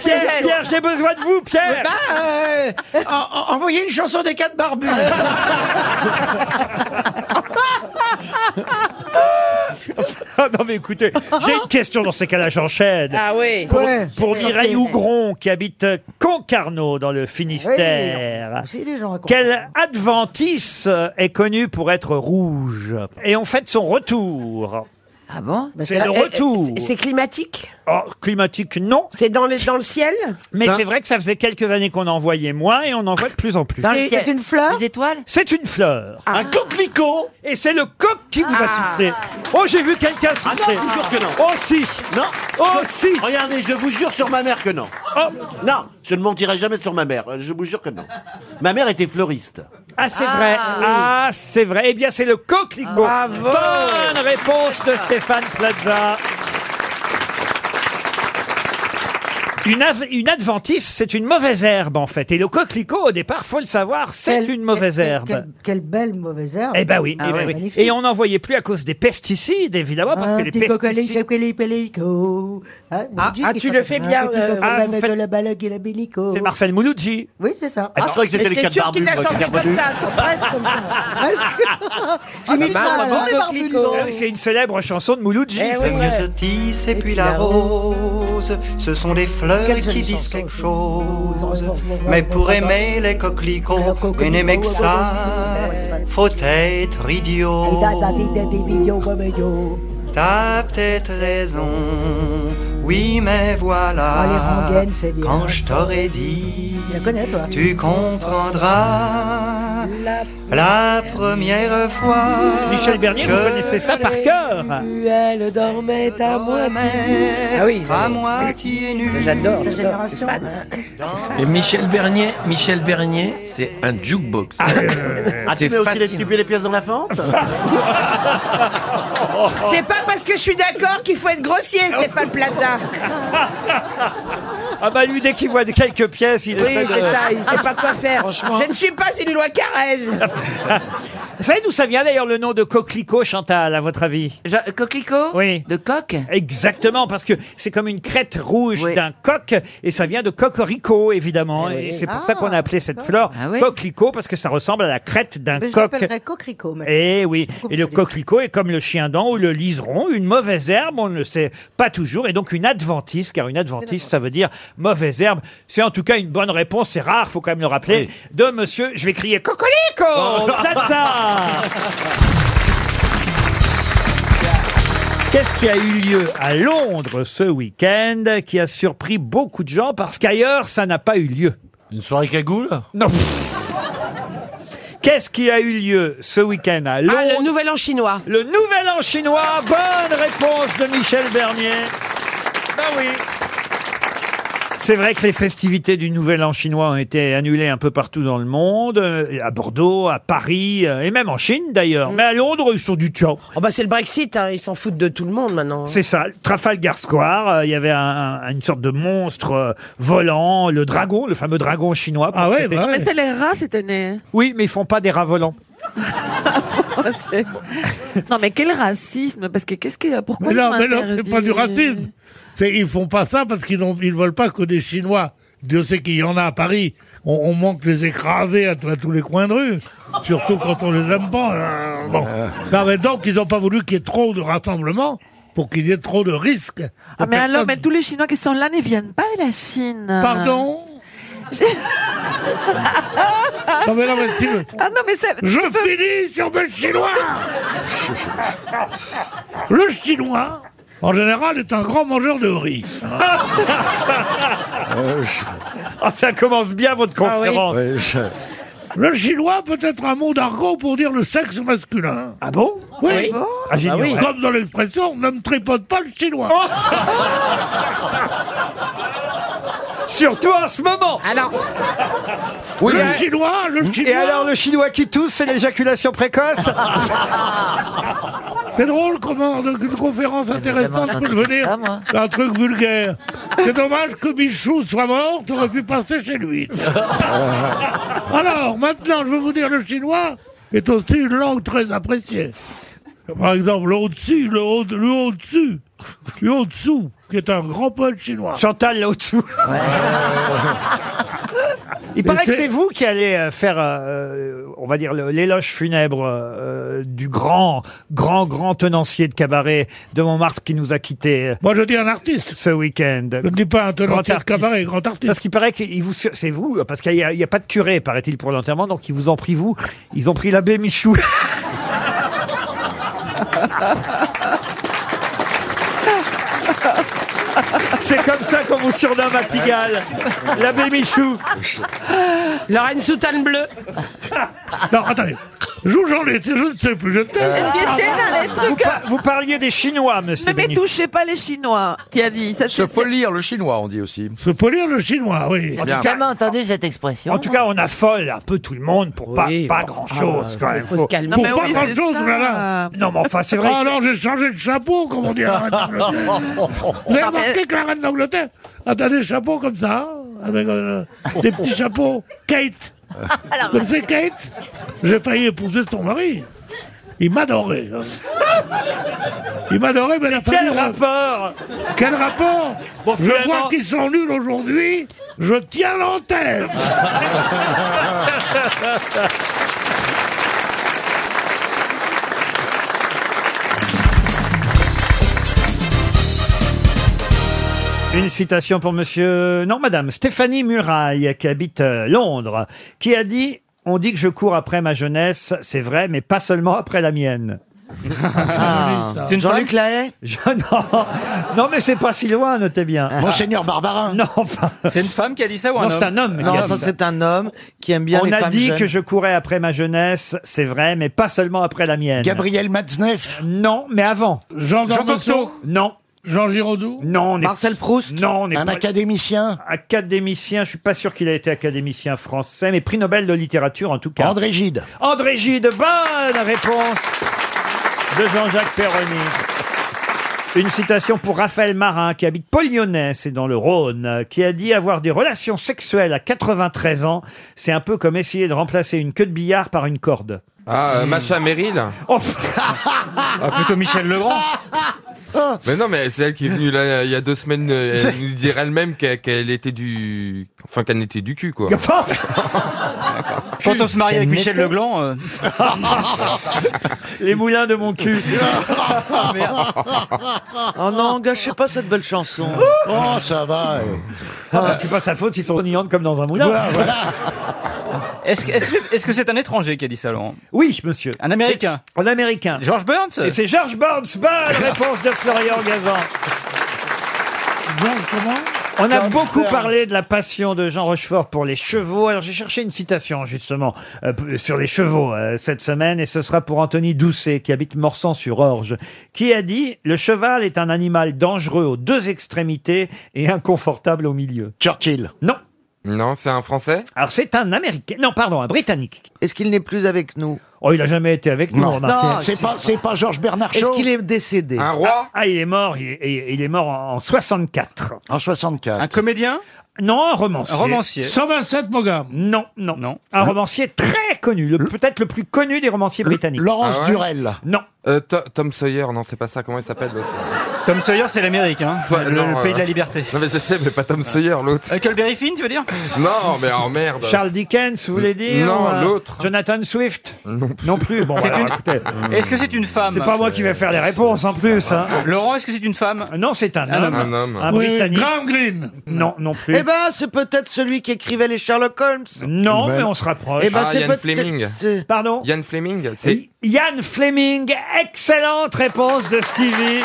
Speaker 2: Pierre, Pierre, j'ai besoin de vous, Pierre.
Speaker 13: Bah, euh, en- en- envoyez une chanson des quatre barbus.
Speaker 2: Ah non mais écoutez, j'ai une question dans ces cas-là, j'enchaîne.
Speaker 15: Ah oui.
Speaker 2: Pour,
Speaker 15: Ouais.
Speaker 2: pour
Speaker 15: Ouais.
Speaker 2: Mireille Ougron qui habite Concarneau dans le Finistère.
Speaker 7: Oui, aussi, les gens racontent.
Speaker 2: Quel adventice est connu pour être rouge Et on fête son retour.
Speaker 10: Ah bon
Speaker 2: C'est le retour.
Speaker 15: eh, C'est- C'est climatique
Speaker 2: Oh, climatique, non.
Speaker 15: C'est dans, les- dans le ciel
Speaker 2: Mais c'est vrai que ça faisait quelques années qu'on en voyait moins et on en voit de plus en plus.
Speaker 10: Dans le ciel. C'est une
Speaker 7: fleur
Speaker 10: Des étoiles
Speaker 2: C'est une fleur.
Speaker 15: Ah.
Speaker 2: Un coquelicot. Et c'est le coq qui vous a soufflé. Oh, j'ai vu quelqu'un souffler.
Speaker 13: non, je vous jure que non.
Speaker 2: Oh si.
Speaker 13: Non.
Speaker 2: Oh si.
Speaker 13: Regardez, je vous jure sur ma mère que non.
Speaker 2: Oh.
Speaker 16: Non, je ne mentirai jamais sur ma mère. Euh, Je vous jure que non. Ma mère était fleuriste.
Speaker 2: Ah, c'est vrai. Ah, c'est vrai. Eh bien, c'est le coquelicot. Bonne réponse de Stéphane Plaza. Une, av- une adventice, c'est une mauvaise herbe en fait. Et le coquelicot, au départ, faut le savoir, c'est une mauvaise
Speaker 7: Quelle-
Speaker 2: herbe.
Speaker 7: Quelle, quelle belle mauvaise herbe.
Speaker 2: Bah.
Speaker 7: Ah
Speaker 2: Eh ben oui, eh ben oui. et on n'en voyait plus à cause des pesticides, évidemment, parce que les
Speaker 7: Ah, petit
Speaker 2: pesticides.
Speaker 7: coquelicot, coquelicot. Hein, vous
Speaker 15: Ah,
Speaker 7: dites
Speaker 15: ah,
Speaker 7: qu'il
Speaker 15: tu
Speaker 7: faut-
Speaker 15: le fais bien,
Speaker 7: Un petit
Speaker 15: euh,
Speaker 7: coquelicot,
Speaker 2: ah, vous
Speaker 7: mettre
Speaker 2: faites-
Speaker 7: de la balague et la bellico.
Speaker 2: C'est Marcel Mouloudji.
Speaker 7: Oui, c'est ça.
Speaker 2: Ah, je croyais que c'était
Speaker 15: Mais
Speaker 2: les
Speaker 15: j'étais
Speaker 2: quatre
Speaker 15: sûre qu'il
Speaker 2: barbus,
Speaker 15: l'a
Speaker 2: moi, qui
Speaker 15: chanté
Speaker 2: étaient
Speaker 15: comme ça,
Speaker 2: barbus.
Speaker 7: Presque comme ça. Presque. J'imite
Speaker 2: Ah,
Speaker 7: pas,
Speaker 2: bah,
Speaker 7: là, les
Speaker 2: bon,
Speaker 7: barbus, non.
Speaker 2: Ah oui, C'est une célèbre chanson de Mouloudji.
Speaker 7: Eh oui,
Speaker 2: ça.
Speaker 7: ouais.
Speaker 17: Métis et puis la rose, ce sont les fleurs qui disent quelque chose. Mais pour
Speaker 7: Ah, bah.
Speaker 17: aimer les coquelicots et n'aimer que ça, faut être idiot. T'as peut-être raison, oui mais
Speaker 7: Ah, les
Speaker 17: voilà,
Speaker 7: rengaines, c'est bien.
Speaker 17: quand je t'aurais dit,
Speaker 7: Tu la connais, toi
Speaker 17: tu comprendras la première fois.
Speaker 2: Michel Bernier, vous connaissez ça par cœur.
Speaker 17: Elle dormait à moitié,
Speaker 12: Ah oui,
Speaker 17: à
Speaker 12: oui.
Speaker 17: moitié nue.
Speaker 12: J'adore.
Speaker 7: Sa génération.
Speaker 12: Et Michel Bernier, Michel Bernier, c'est un jukebox.
Speaker 16: Ah, tu
Speaker 12: c'est
Speaker 16: mets aussi les,
Speaker 12: fascinant.
Speaker 16: tu mets les pièces dans la fente
Speaker 15: C'est pas parce que je suis d'accord qu'il faut être grossier, Stéphane Plaza.
Speaker 2: Ah bah lui, dès qu'il voit quelques pièces, il
Speaker 15: Oui,
Speaker 2: essaie
Speaker 15: c'est
Speaker 2: de...
Speaker 15: ça, il sait pas quoi faire. Je ne suis pas une loi Carrez.
Speaker 2: Vous savez d'où ça vient d'ailleurs le nom de coquelicot, Chantal, à votre avis Coquelicot Oui.
Speaker 10: De coq
Speaker 2: Exactement, parce que c'est comme une crête rouge d'un coq, et ça vient de cocorico, évidemment.
Speaker 7: Eh
Speaker 2: Et c'est pour
Speaker 7: Ah,
Speaker 2: ça qu'on a appelé cette fleur coquelicot, parce que ça ressemble à la crête d'un
Speaker 7: Mais Je
Speaker 2: coq.
Speaker 7: l'appellerais coquelicot, maintenant.
Speaker 2: Eh oui, et le coquelicot est comme le chien dent ou le liseron, une mauvaise herbe, on ne le sait pas toujours, et donc une adventice, car une adventice, ça veut dire mauvaise herbe. C'est en tout cas une bonne réponse, c'est rare, faut quand même le rappeler, de monsieur, je vais crier
Speaker 5: Oh,
Speaker 2: Cocolico
Speaker 18: Oh.
Speaker 2: Plaza Qu'est-ce qui a eu lieu à Londres ce week-end qui a surpris beaucoup de gens parce qu'ailleurs ça n'a pas eu lieu Une soirée cagoule Non. Qu'est-ce qui a eu lieu ce week-end à Londres
Speaker 15: Ah, le nouvel an chinois.
Speaker 2: Le nouvel an chinois, bonne réponse de Michel Bernier. Ben oui. C'est vrai que les festivités du Nouvel An chinois ont été annulées un peu partout dans le monde, euh, à Bordeaux, à Paris, euh, et même en Chine
Speaker 15: Mm.
Speaker 2: d'ailleurs. Mais à Londres, ils sont du tiens.
Speaker 15: Oh bah c'est le Brexit, hein, ils s'en foutent de tout le monde maintenant. hein.
Speaker 2: C'est ça, Trafalgar Square, euh, il y avait un- un- une sorte de monstre euh, volant, le dragon, le fameux dragon chinois. Ah ouais,
Speaker 19: Mais c'est les hein. rats cette année.
Speaker 2: Oui, mais ils font pas des rats volants.
Speaker 19: Ah, C'est- non, mais quel racisme Parce que qu'est-ce qu'il y a Pourquoi
Speaker 5: Mais
Speaker 19: ils
Speaker 5: non, mais non,
Speaker 19: m'interdisent
Speaker 5: c'est pas du racisme. C'est, ils font pas ça parce qu'ils n'ont- ils veulent pas que des Chinois. Dieu sait qu'il y en a à Paris. On, on manque les écraser à, à tous les coins de rue. Surtout quand on les aime pas. Euh, bon. Non, mais donc, ils ont pas voulu qu'il y ait trop de rassemblements pour qu'il y ait trop de risques.
Speaker 19: Ah, mais
Speaker 5: Personne-
Speaker 19: alors, mais tous les Chinois qui sont là ne viennent pas de la Chine.
Speaker 5: Pardon Non, mais non, mais si-
Speaker 19: Ah non, mais c'est...
Speaker 5: Je finis sur le chinois Le chinois, en général, est un grand mangeur de riz.
Speaker 2: Ah, ça commence bien votre
Speaker 5: Ah oui.
Speaker 2: conférence.
Speaker 5: Le chinois peut être un mot d'argot pour dire le sexe masculin.
Speaker 2: Ah bon
Speaker 5: Oui.
Speaker 2: Ah bon Ah, j'ignorais. Ah oui.
Speaker 5: Comme dans l'expression, ne me tripote pas le chinois.
Speaker 2: Surtout en ce moment.
Speaker 15: Alors.
Speaker 2: Oui,
Speaker 5: le
Speaker 2: mais-
Speaker 5: chinois, le chinois.
Speaker 2: Et alors le chinois qui tousse, c'est l'éjaculation précoce
Speaker 5: C'est drôle comment donc, une conférence intéressante peut devenir un truc vulgaire. C'est dommage que Michou soit mort, t'aurais pu passer chez lui. Alors, maintenant, je vais vous dire, le chinois est aussi une langue très appréciée. Par exemple, le haut-dessus, le haut- le haut-dessus, le haut-dessous, qui est un grand poète chinois.
Speaker 2: Chantal, le haut-dessous. Il
Speaker 5: Et
Speaker 2: paraît que
Speaker 5: c'est-
Speaker 2: c'est vous qui allez euh, faire, euh, on va dire, le- l'éloge funèbre euh, du grand, grand, grand tenancier de cabaret de Montmartre qui nous a quittés. euh,
Speaker 5: Moi, je dis un artiste.
Speaker 2: Ce week-end. Je ne
Speaker 5: dis pas un tenancier
Speaker 2: Grand
Speaker 5: de
Speaker 2: artiste.
Speaker 5: cabaret, grand artiste.
Speaker 2: Parce qu'il paraît que vous, sur- c'est vous, parce qu'il n'y a, il y a pas de curé, paraît-il, pour l'enterrement, donc ils vous ont pris vous. Ils ont pris l'abbé Michou. C'est comme ça qu'on vous surnomme à Pigalle. L'abbé Michou.
Speaker 15: Lorraine soutane bleue.
Speaker 5: Non, attendez. Joue jean luc je ne sais plus, je t'aime.
Speaker 19: Euh,
Speaker 2: vous, par- vous parliez des Chinois, monsieur.
Speaker 19: hein. Ne mais
Speaker 2: Bénichou.
Speaker 19: touchez pas les Chinois, qui a dit.
Speaker 2: Se
Speaker 19: Ça, c'est- c'est-
Speaker 12: Polir le chinois, on dit aussi.
Speaker 5: Se polir le chinois, oui.
Speaker 12: Bien.
Speaker 10: J'ai jamais entendu cette expression.
Speaker 2: En tout cas, on affole un peu tout le monde pour pas, pas grand-chose,
Speaker 10: ah,
Speaker 2: quand
Speaker 10: il
Speaker 2: même.
Speaker 10: faut se calmer.
Speaker 5: Non, mais oui, c'est ça.
Speaker 2: Non, mais enfin, c'est vrai.
Speaker 5: Ah non, j'ai changé de chapeau, comme on dit à la reine d'Angleterre. Vous avez remarqué que la reine d'Angleterre a des chapeaux comme ça, hein, avec euh, des petits chapeaux. Kate. Vous connaissez Kate J'ai failli épouser son mari. Il m'adorait. hein. Il m'adorait, mais la famille... Quel
Speaker 2: rapport
Speaker 5: Quel rapport
Speaker 2: Bon,
Speaker 5: Je
Speaker 2: finalement-
Speaker 5: vois qu'ils sont nuls aujourd'hui, je tiens l'antenne
Speaker 2: Une citation pour monsieur, non madame, Stéphanie Muraille, qui habite euh, Londres, qui a dit « On dit que je cours après ma jeunesse, c'est vrai, mais pas seulement après la mienne.
Speaker 13: Ah. C'est une Jean-Luc
Speaker 2: Lahaye non. non, mais c'est pas si loin, notez bien.
Speaker 20: Monseigneur
Speaker 2: Barbarin Non, enfin...
Speaker 3: C'est une femme qui a dit ça ou un
Speaker 2: Non,
Speaker 3: homme
Speaker 2: c'est un homme qui a
Speaker 20: Non,
Speaker 2: dit
Speaker 20: ça
Speaker 2: ça.
Speaker 20: c'est un homme qui aime bien
Speaker 2: On
Speaker 20: les
Speaker 2: a
Speaker 20: femmes
Speaker 2: dit
Speaker 20: jeunes.
Speaker 2: que je courais après ma jeunesse, c'est vrai, mais pas seulement après la mienne.
Speaker 20: Gabriel
Speaker 2: Matzneff Non, mais avant.
Speaker 5: Jean Dormeson
Speaker 2: Non.
Speaker 5: Jean Giraudoux
Speaker 2: Non. On est-
Speaker 20: Marcel Proust
Speaker 2: Non, on est
Speaker 20: Un
Speaker 2: pas-
Speaker 20: académicien
Speaker 2: Académicien, je suis pas sûr qu'il a été académicien français, mais prix Nobel de littérature en tout cas.
Speaker 20: André Gide.
Speaker 2: André Gide, bonne réponse de Jean-Jacques Perroni. Une citation pour Raphaël Marin, qui habite Polionais, c'est dans le Rhône, euh, qui a dit avoir des relations sexuelles à 93 ans, c'est un peu comme essayer de remplacer une queue de billard par une corde.
Speaker 9: Ah, euh, Macha Meryl Ah,
Speaker 2: Oh,
Speaker 9: Plutôt Michel Legrand Mais non, mais c'est elle qui est venue là il y a deux semaines euh, elle nous dire elle-même qu'elle qu'elle était du. Enfin, qu'elle n'était du cul, quoi.
Speaker 3: Quand on se marie avec
Speaker 9: Quel
Speaker 3: Michel
Speaker 9: métier.
Speaker 3: Legland. euh,
Speaker 2: Les moulins de mon cul.
Speaker 20: Oh non, gâchez pas cette belle chanson. Oh, ça va.
Speaker 2: Ah bah, c'est pas sa faute s'ils sont niantes comme dans un moulin.
Speaker 3: Est-ce que est-ce que c'est est-ce que c'est un étranger qui a dit ça, Laurent
Speaker 2: Oui, monsieur.
Speaker 3: Un américain.
Speaker 2: Un américain.
Speaker 3: George Burns
Speaker 2: Et c'est George Burns, bonne réponse de Florian Gazan. On a beaucoup parlé de la passion de Jean Rochefort pour les chevaux. Alors j'ai cherché une citation justement euh, p- sur les chevaux euh, cette semaine et ce sera pour Anthony Doucet qui habite Morsan-sur-Orge qui a dit « Le cheval est un animal dangereux aux deux extrémités et inconfortable au milieu ». Churchill Non.
Speaker 9: Non, c'est un français
Speaker 2: Alors c'est un américain, non pardon, un britannique. Est-ce qu'il n'est plus avec nous Oh, il a jamais été avec nous,
Speaker 20: Non.
Speaker 2: remarquez.
Speaker 20: Non, c'est pas- c'est pas Georges Bernard Shaw. Est-ce qu'il est décédé Un roi
Speaker 2: ah, ah, il est mort, il est, il est mort en 64.
Speaker 20: En 64.
Speaker 3: Un comédien
Speaker 2: Non, un romancier.
Speaker 3: Un romancier.
Speaker 5: 127 Mogam.
Speaker 2: Non, non. non. Un romancier très connu, le- peut-être le plus connu des romanciers britanniques.
Speaker 9: Ah ouais
Speaker 2: Non.
Speaker 9: Euh, To- Tom Sawyer, non, c'est pas ça, comment il s'appelle l'autre
Speaker 3: Tom Sawyer, c'est l'Amérique, hein.
Speaker 9: Soit-
Speaker 3: le
Speaker 9: non,
Speaker 3: le pays
Speaker 9: euh,
Speaker 3: de la liberté.
Speaker 9: Non, mais je sais, mais pas Tom Sawyer, l'autre.
Speaker 3: Huckleberry Finn, tu veux dire
Speaker 9: Non, mais en merde.
Speaker 2: Charles Dickens, vous voulez dire
Speaker 9: Non,
Speaker 2: ou, euh,
Speaker 9: l'autre.
Speaker 2: Jonathan Swift Non plus. Bon,
Speaker 3: C'est
Speaker 2: alors,
Speaker 3: une-
Speaker 2: écoutez.
Speaker 3: Est-ce que c'est une femme
Speaker 2: C'est pas moi qui vais faire les réponses en plus. hein.
Speaker 3: Laurent, est-ce que c'est une femme
Speaker 2: Euh, Non, c'est un,
Speaker 3: Un
Speaker 2: homme.
Speaker 3: homme. Un homme.
Speaker 2: Un
Speaker 3: Oui,
Speaker 2: britannique.
Speaker 5: Graham Greene.
Speaker 2: Non, non plus.
Speaker 20: Eh ben, c'est peut-être celui qui écrivait les Sherlock Holmes.
Speaker 2: Non, mais on se rapproche.
Speaker 20: Eh ben,
Speaker 9: ah,
Speaker 20: c'est
Speaker 9: Ian
Speaker 20: peut-être-
Speaker 9: Fleming.
Speaker 20: c'est-
Speaker 2: Pardon
Speaker 9: Ian Fleming, c'est.
Speaker 2: Yann Fleming, excellente réponse de Stevie.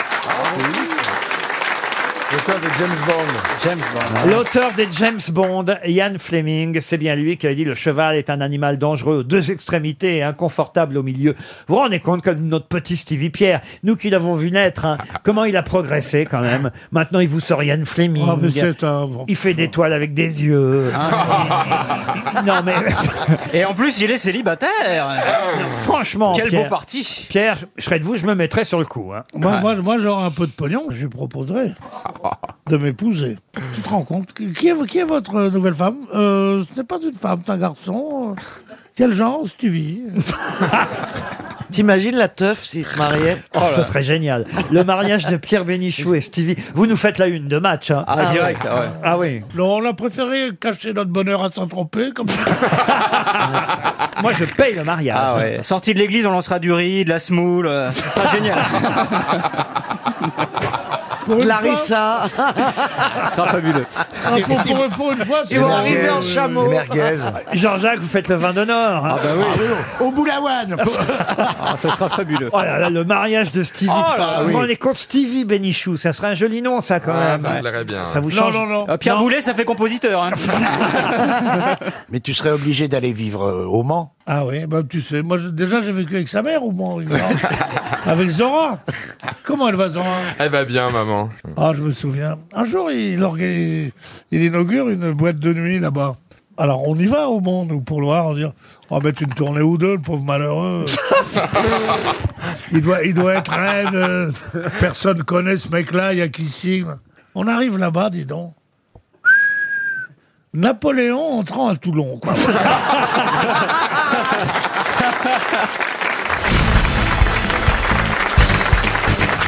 Speaker 20: L'auteur de James Bond. James
Speaker 5: Ah.
Speaker 20: Bond.
Speaker 2: L'auteur des James Bond, Ian Fleming, c'est bien lui qui a dit le cheval est un animal dangereux aux deux extrémités et inconfortable au milieu. Vous vous rendez compte comme notre petit Stevie Pierre, nous qui l'avons vu naître, hein, comment il a progressé quand même. Maintenant il vous sort Ian Fleming.
Speaker 5: Ah, mais c'est un Ah.
Speaker 2: Il fait des toiles avec des yeux. non mais
Speaker 3: Et en plus, il est célibataire.
Speaker 2: franchement,
Speaker 3: Quel
Speaker 2: Pierre,
Speaker 3: beau parti.
Speaker 2: Pierre, je serais de vous, je me mettrais sur le coup. hein.
Speaker 5: Moi, moi, moi j'aurais un peu de pognon, je lui proposerais de m'épouser. Tu te rends compte Qui qui est, qui est votre euh, nouvelle femme Euh, Ce n'est pas une femme, c'est un garçon. Euh, Quel genre, Stevie
Speaker 20: T'imagines la teuf s'il se mariait
Speaker 2: Oh, ça serait génial. Le mariage de Pierre Bénichou et Stevie. Vous nous faites la une de match. hein.
Speaker 5: Ah, direct,
Speaker 3: ah ouais.
Speaker 2: Ah oui.
Speaker 5: Non, on a préféré cacher notre bonheur à s'en tromper, comme ça.
Speaker 2: Moi, je paye le mariage.
Speaker 3: Ah ouais. Sorti de l'église, on lancera du riz, de la semoule. euh, Ce sera génial.
Speaker 20: Larissa.
Speaker 3: Ce sera fabuleux.
Speaker 5: Ah, pour, pour- pour une fois, c'est
Speaker 20: Ils vont
Speaker 5: vrai.
Speaker 20: arriver en chameau.
Speaker 2: Jean-Jacques, vous faites le vin d'honneur. hein.
Speaker 3: Ah bah oui.
Speaker 20: Au boulawan.
Speaker 3: Ah, ce sera fabuleux.
Speaker 2: Oh là là, le mariage de Stevie.
Speaker 3: Oh là,
Speaker 2: vous
Speaker 3: oui.
Speaker 2: vous rendez compte, Stevie Bénichou, ça serait un joli nom, ça, quand
Speaker 9: Ah,
Speaker 2: même.
Speaker 9: ça me plairait bien.
Speaker 2: Ça vous
Speaker 3: Non,
Speaker 2: change.
Speaker 3: non, non. Euh, Pierre Boulet, ça fait compositeur. hein.
Speaker 20: Mais tu serais obligé d'aller vivre euh, au Mans.
Speaker 5: Ah oui, bah tu sais, moi je- déjà j'ai vécu avec sa mère ou moi Avec Zora Comment elle va Zora
Speaker 9: Elle va bien, maman.
Speaker 5: Ah, je me souviens. Un jour, il, orga- il inaugure une boîte de nuit là-bas. Alors, on y va au monde, ou pour Loire, on dit On va mettre une tournée ou deux, le pauvre malheureux. il, doit, il doit être raide. euh, Personne connaît ce mec-là, il y a qu'ici. On arrive là-bas, dis donc. Napoléon entrant à Toulon, quoi.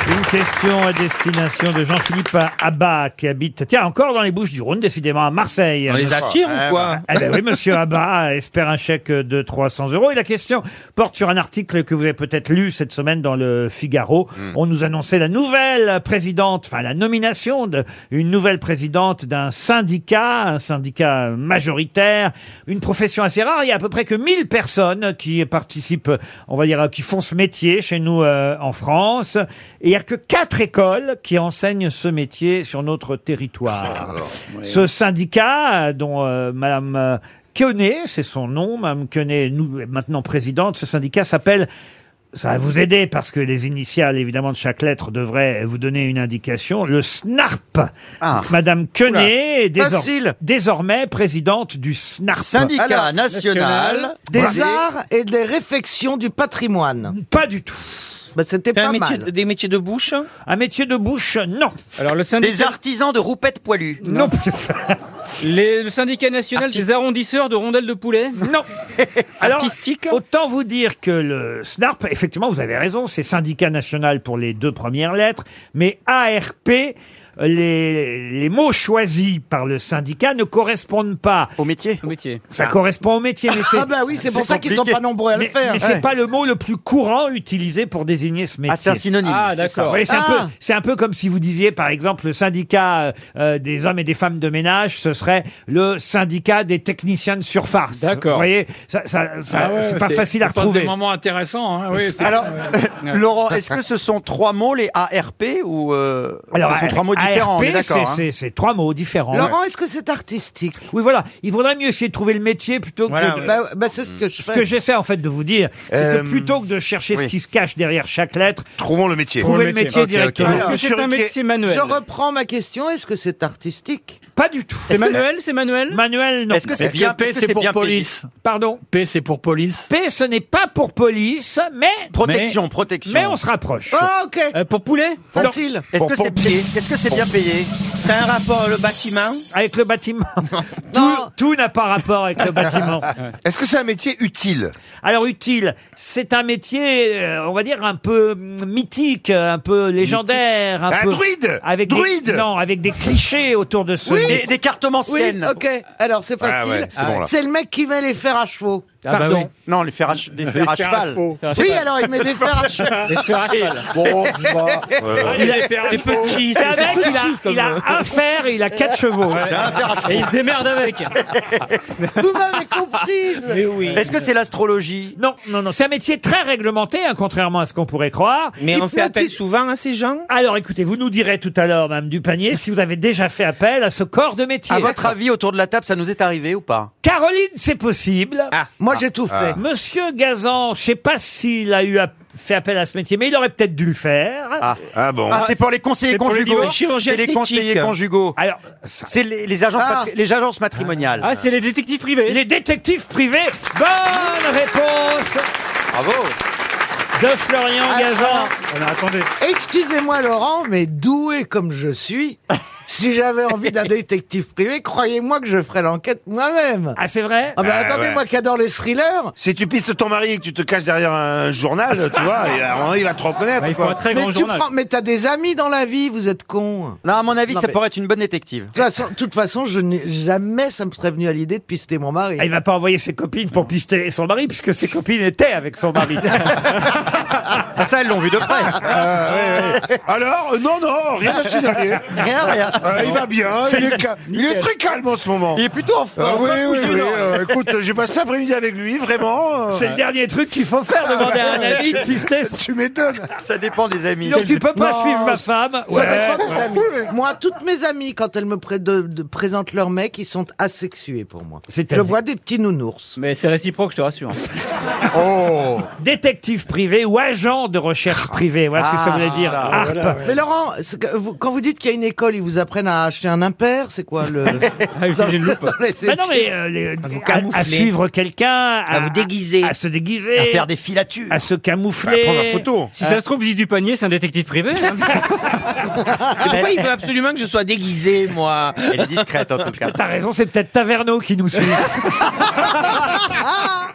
Speaker 2: Une question à destination de Jean-Philippe Abba qui habite, tiens, encore dans les Bouches du Rhône, décidément à Marseille.
Speaker 6: On les attire ou quoi
Speaker 2: Eh ben oui, monsieur Abba espère un chèque de 300 euros. Et la question porte sur un article que vous avez peut-être lu cette semaine dans le Figaro. On nous annonçait la nouvelle présidente, enfin la nomination d'une nouvelle présidente d'un syndicat, un syndicat majoritaire, une profession assez rare. Il y a à peu près que 1000 personnes qui participent, on va dire, qui font ce métier chez nous euh, en France. Et il n'y a que quatre écoles qui enseignent ce métier sur notre territoire. Ce syndicat euh, dont euh, Madame euh, Quenet, c'est son nom, Madame Quenet, nous, est maintenant présidente, ce syndicat s'appelle. Ça va vous aider parce que les initiales, évidemment, de chaque lettre devraient vous donner une indication. Le SNARP. Donc, Madame Quenet est désor-
Speaker 6: Facile.
Speaker 2: désormais présidente du SNARP.
Speaker 6: Syndicat national des
Speaker 2: Voilà.
Speaker 6: arts et des réfections du patrimoine.
Speaker 2: Pas du tout.
Speaker 6: Bah, c'était
Speaker 21: C'est un
Speaker 6: pas
Speaker 21: métier-
Speaker 6: mal.
Speaker 21: des métiers de bouche
Speaker 2: Un métier de bouche, non.
Speaker 21: Alors le syndicat...
Speaker 6: Des
Speaker 21: artisans de roupettes poilues
Speaker 2: Non.
Speaker 21: Les- le syndicat national des arrondisseurs de rondelles de poulet
Speaker 2: Non. Artistique Autant vous dire que le SNARP, effectivement, vous avez raison, c'est syndicat national pour les deux premières lettres, mais ARP, les, les mots choisis par le syndicat ne correspondent pas. Au métier
Speaker 21: Au métier.
Speaker 2: Ça
Speaker 6: Ah.
Speaker 2: correspond au métier, mais c'est...
Speaker 6: Ah bah oui, c'est pour ça qu'ils sont pas nombreux à le
Speaker 2: Mais-
Speaker 6: faire.
Speaker 2: Mais c'est
Speaker 6: Ouais.
Speaker 2: pas le mot le plus courant utilisé pour désigner ce métier.
Speaker 6: c'est un synonyme. Ah,
Speaker 2: C'est ça.
Speaker 6: d'accord.
Speaker 2: Oui, C'est un,
Speaker 6: Ah.
Speaker 2: peu- c'est un peu comme si vous disiez, par exemple, le syndicat euh, euh, des hommes et des femmes de ménage, ce serait le syndicat des techniciens de surface.
Speaker 18: D'accord.
Speaker 2: Vous voyez, ça, ça- ça-
Speaker 18: Ah ouais,
Speaker 2: c'est pas facile à
Speaker 18: on passe
Speaker 2: retrouver. euh,
Speaker 18: des moments intéressants. hein, oui, c'est-
Speaker 3: Alors,
Speaker 18: Ouais.
Speaker 3: Laurent, est-ce que ce sont trois mots, les ARP, ou euh, ce sont trois mots
Speaker 2: ARP,
Speaker 3: différents on est
Speaker 2: c'est-
Speaker 3: d'accord, hein.
Speaker 2: c'est c'est trois mots différents.
Speaker 6: Laurent, est-ce que c'est artistique
Speaker 2: Oui, voilà. Il vaudrait mieux essayer de trouver le métier plutôt
Speaker 6: Voilà,
Speaker 2: que. de-
Speaker 6: bah, bah, c'est ce que
Speaker 2: Ce
Speaker 6: je fais.
Speaker 2: que j'essaie en fait de vous dire, c'est
Speaker 6: Euh,
Speaker 2: que plutôt que de chercher ce
Speaker 6: oui.
Speaker 2: qui se cache derrière chaque lettre, trouvons le métier. Trouvez le métier,
Speaker 3: Ok, ok.
Speaker 2: directement.
Speaker 3: Alors, Est-ce que c'est un Ruquier- métier manuel
Speaker 6: Je reprends ma question, est-ce que c'est artistique
Speaker 2: Pas du tout.
Speaker 21: C'est manuel, c'est manuel
Speaker 2: Manuel, Euh, non.
Speaker 6: Est-ce que c'est bien-
Speaker 18: P,
Speaker 6: est-ce que
Speaker 18: c'est
Speaker 6: c'est
Speaker 18: pour
Speaker 6: bien payé
Speaker 18: police.
Speaker 2: Pardon
Speaker 18: P, c'est pour police.
Speaker 2: P, ce n'est pas pour police, mais.
Speaker 3: Protection, Mais- protection.
Speaker 2: Mais on se rapproche.
Speaker 6: Ah, ok.
Speaker 21: pour poulet
Speaker 3: Facile. Est-ce que c'est bien, est-ce que c'est bien payé
Speaker 2: C'est un rapport le bâtiment Avec le bâtiment. tout tout n'a pas rapport avec le bâtiment.
Speaker 3: Est-ce que c'est un métier utile
Speaker 2: Alors utile, c'est un métier, euh, on va dire un peu mm, mythique, euh, un peu légendaire, un,
Speaker 3: Un
Speaker 2: peu
Speaker 3: Ah, druide
Speaker 2: avec des-
Speaker 3: Druide
Speaker 2: non, avec des clichés autour de ce.
Speaker 6: Oui.
Speaker 2: métier.
Speaker 6: Oui, ok, alors c'est
Speaker 3: Ah
Speaker 6: facile.
Speaker 3: ouais, c'est bon, là.
Speaker 6: c'est le mec qui met les fers à chevaux.
Speaker 2: Ah bah
Speaker 22: Bah
Speaker 3: Pardon Non, les fers à, ch- des fers à cheval.
Speaker 6: Oui, alors il met des fers à cheval. Bon, je vois.
Speaker 2: Il a- C'est euh. un mec, il a, il a un fer et il a quatre chevaux.
Speaker 21: Et il se démerde avec.
Speaker 6: Vous m'avez comprise
Speaker 3: Est-ce que c'est l'astrologie
Speaker 2: Non, non, non. C'est un métier très réglementé, hein, contrairement à ce qu'on pourrait croire.
Speaker 6: Mais on fait appel Hypnotiste.
Speaker 2: souvent à ces gens Alors écoutez, vous nous direz tout à l'heure, Madame Dupanier, si vous avez déjà fait appel à ce corps de métier.
Speaker 3: À votre avis, autour de la table, ça nous est arrivé ou pas Ah.
Speaker 2: Caroline, c'est possible.
Speaker 3: moi, j'ai tout fait.
Speaker 2: Monsieur Gazan, je sais pas s'il a eu app- fait appel à ce métier, mais il aurait peut-être dû le faire.
Speaker 3: Ah, bon. Ah, c'est pour les conseillers conjugaux. C'est les conseillers conjugaux.
Speaker 2: Alors,
Speaker 3: c'est les, les agences,
Speaker 2: Ah.
Speaker 3: patri- les agences matrimoniales.
Speaker 21: Ah, c'est les détectives privés.
Speaker 2: Les détectives privés. Bonne réponse
Speaker 3: Bravo.
Speaker 2: de Florian
Speaker 6: Oh, Ah,
Speaker 2: Gazan.
Speaker 6: alors. Excusez-moi Laurent, mais doué comme je suis, si j'avais envie d'un détective privé, croyez-moi que je ferais l'enquête moi-même.
Speaker 2: Ah c'est vrai
Speaker 6: Ah bah
Speaker 8: Ah,
Speaker 6: attendez,
Speaker 8: ouais.
Speaker 6: moi qui adore les thrillers.
Speaker 8: Si tu pistes ton mari et que tu te caches derrière un journal, tu vois, et, à un moment, il va te reconnaître. quoi.
Speaker 6: mais tu prends- mais t'as des amis dans la vie, vous êtes con.
Speaker 3: Non, à mon avis,
Speaker 6: Non,
Speaker 3: ça
Speaker 6: mais-
Speaker 3: pourrait être une bonne
Speaker 6: De
Speaker 3: détective.
Speaker 6: toute façon, de toute façon, je n'ai jamais ça me serait venu à l'idée de pister mon mari.
Speaker 2: Ah, Il va pas envoyer ses copines pour pister son mari, puisque ses copines étaient avec son mari.
Speaker 3: Ah, ça, elles l'ont vu de près.
Speaker 8: Alors, euh, non, non, rien à signaler.
Speaker 3: Rien, rien.
Speaker 8: Euh, il va bien, il est, ca- il est très calme en ce moment.
Speaker 23: Il est plutôt en forme. hein,
Speaker 8: Ah oui,
Speaker 23: Pas
Speaker 8: oui,
Speaker 23: couché
Speaker 8: oui,
Speaker 23: dans-
Speaker 8: euh, écoute, j'ai passé l'après-midi avec lui, vraiment. euh.
Speaker 2: C'est le dernier truc qu'il faut faire, demander à un ami de tristesse.
Speaker 8: Tu m'étonnes.
Speaker 23: Ça dépend des amis.
Speaker 2: Donc tu peux pas suivre ma femme.
Speaker 23: Ouais.
Speaker 20: Ça dépend des amis. Moi, toutes mes amies, quand elles me pré- de- de- présentent leur mec, ils sont asexués pour moi. Je
Speaker 3: à
Speaker 20: vois des petits nounours.
Speaker 3: Mais c'est réciproque, je te rassure.
Speaker 2: Oh Détective privé ou agent de recherche privée, voilà ce que ça voulait dire.
Speaker 20: Ah,
Speaker 2: Harpe.
Speaker 20: voilà, ouais. Mais Laurent, c'est que vous- quand vous dites qu'il y a une école, ils vous apprennent à acheter un impair, c'est quoi le...
Speaker 2: Ah, il fait une loupe. Bah non, mais, euh, les- à- à, suivre quelqu'un, à, vous déguiser, à se déguiser,
Speaker 3: À faire
Speaker 2: des filatures, à se camoufler,
Speaker 3: Bah, prendre la photo. Si ça se trouve, Ziz du Panier, c'est un détective privé.
Speaker 24: hein. Pourquoi il veut absolument que je sois déguisé, moi
Speaker 23: Elle est discrète en tout cas.
Speaker 2: T'as raison, c'est peut-être Taverneau qui nous suit.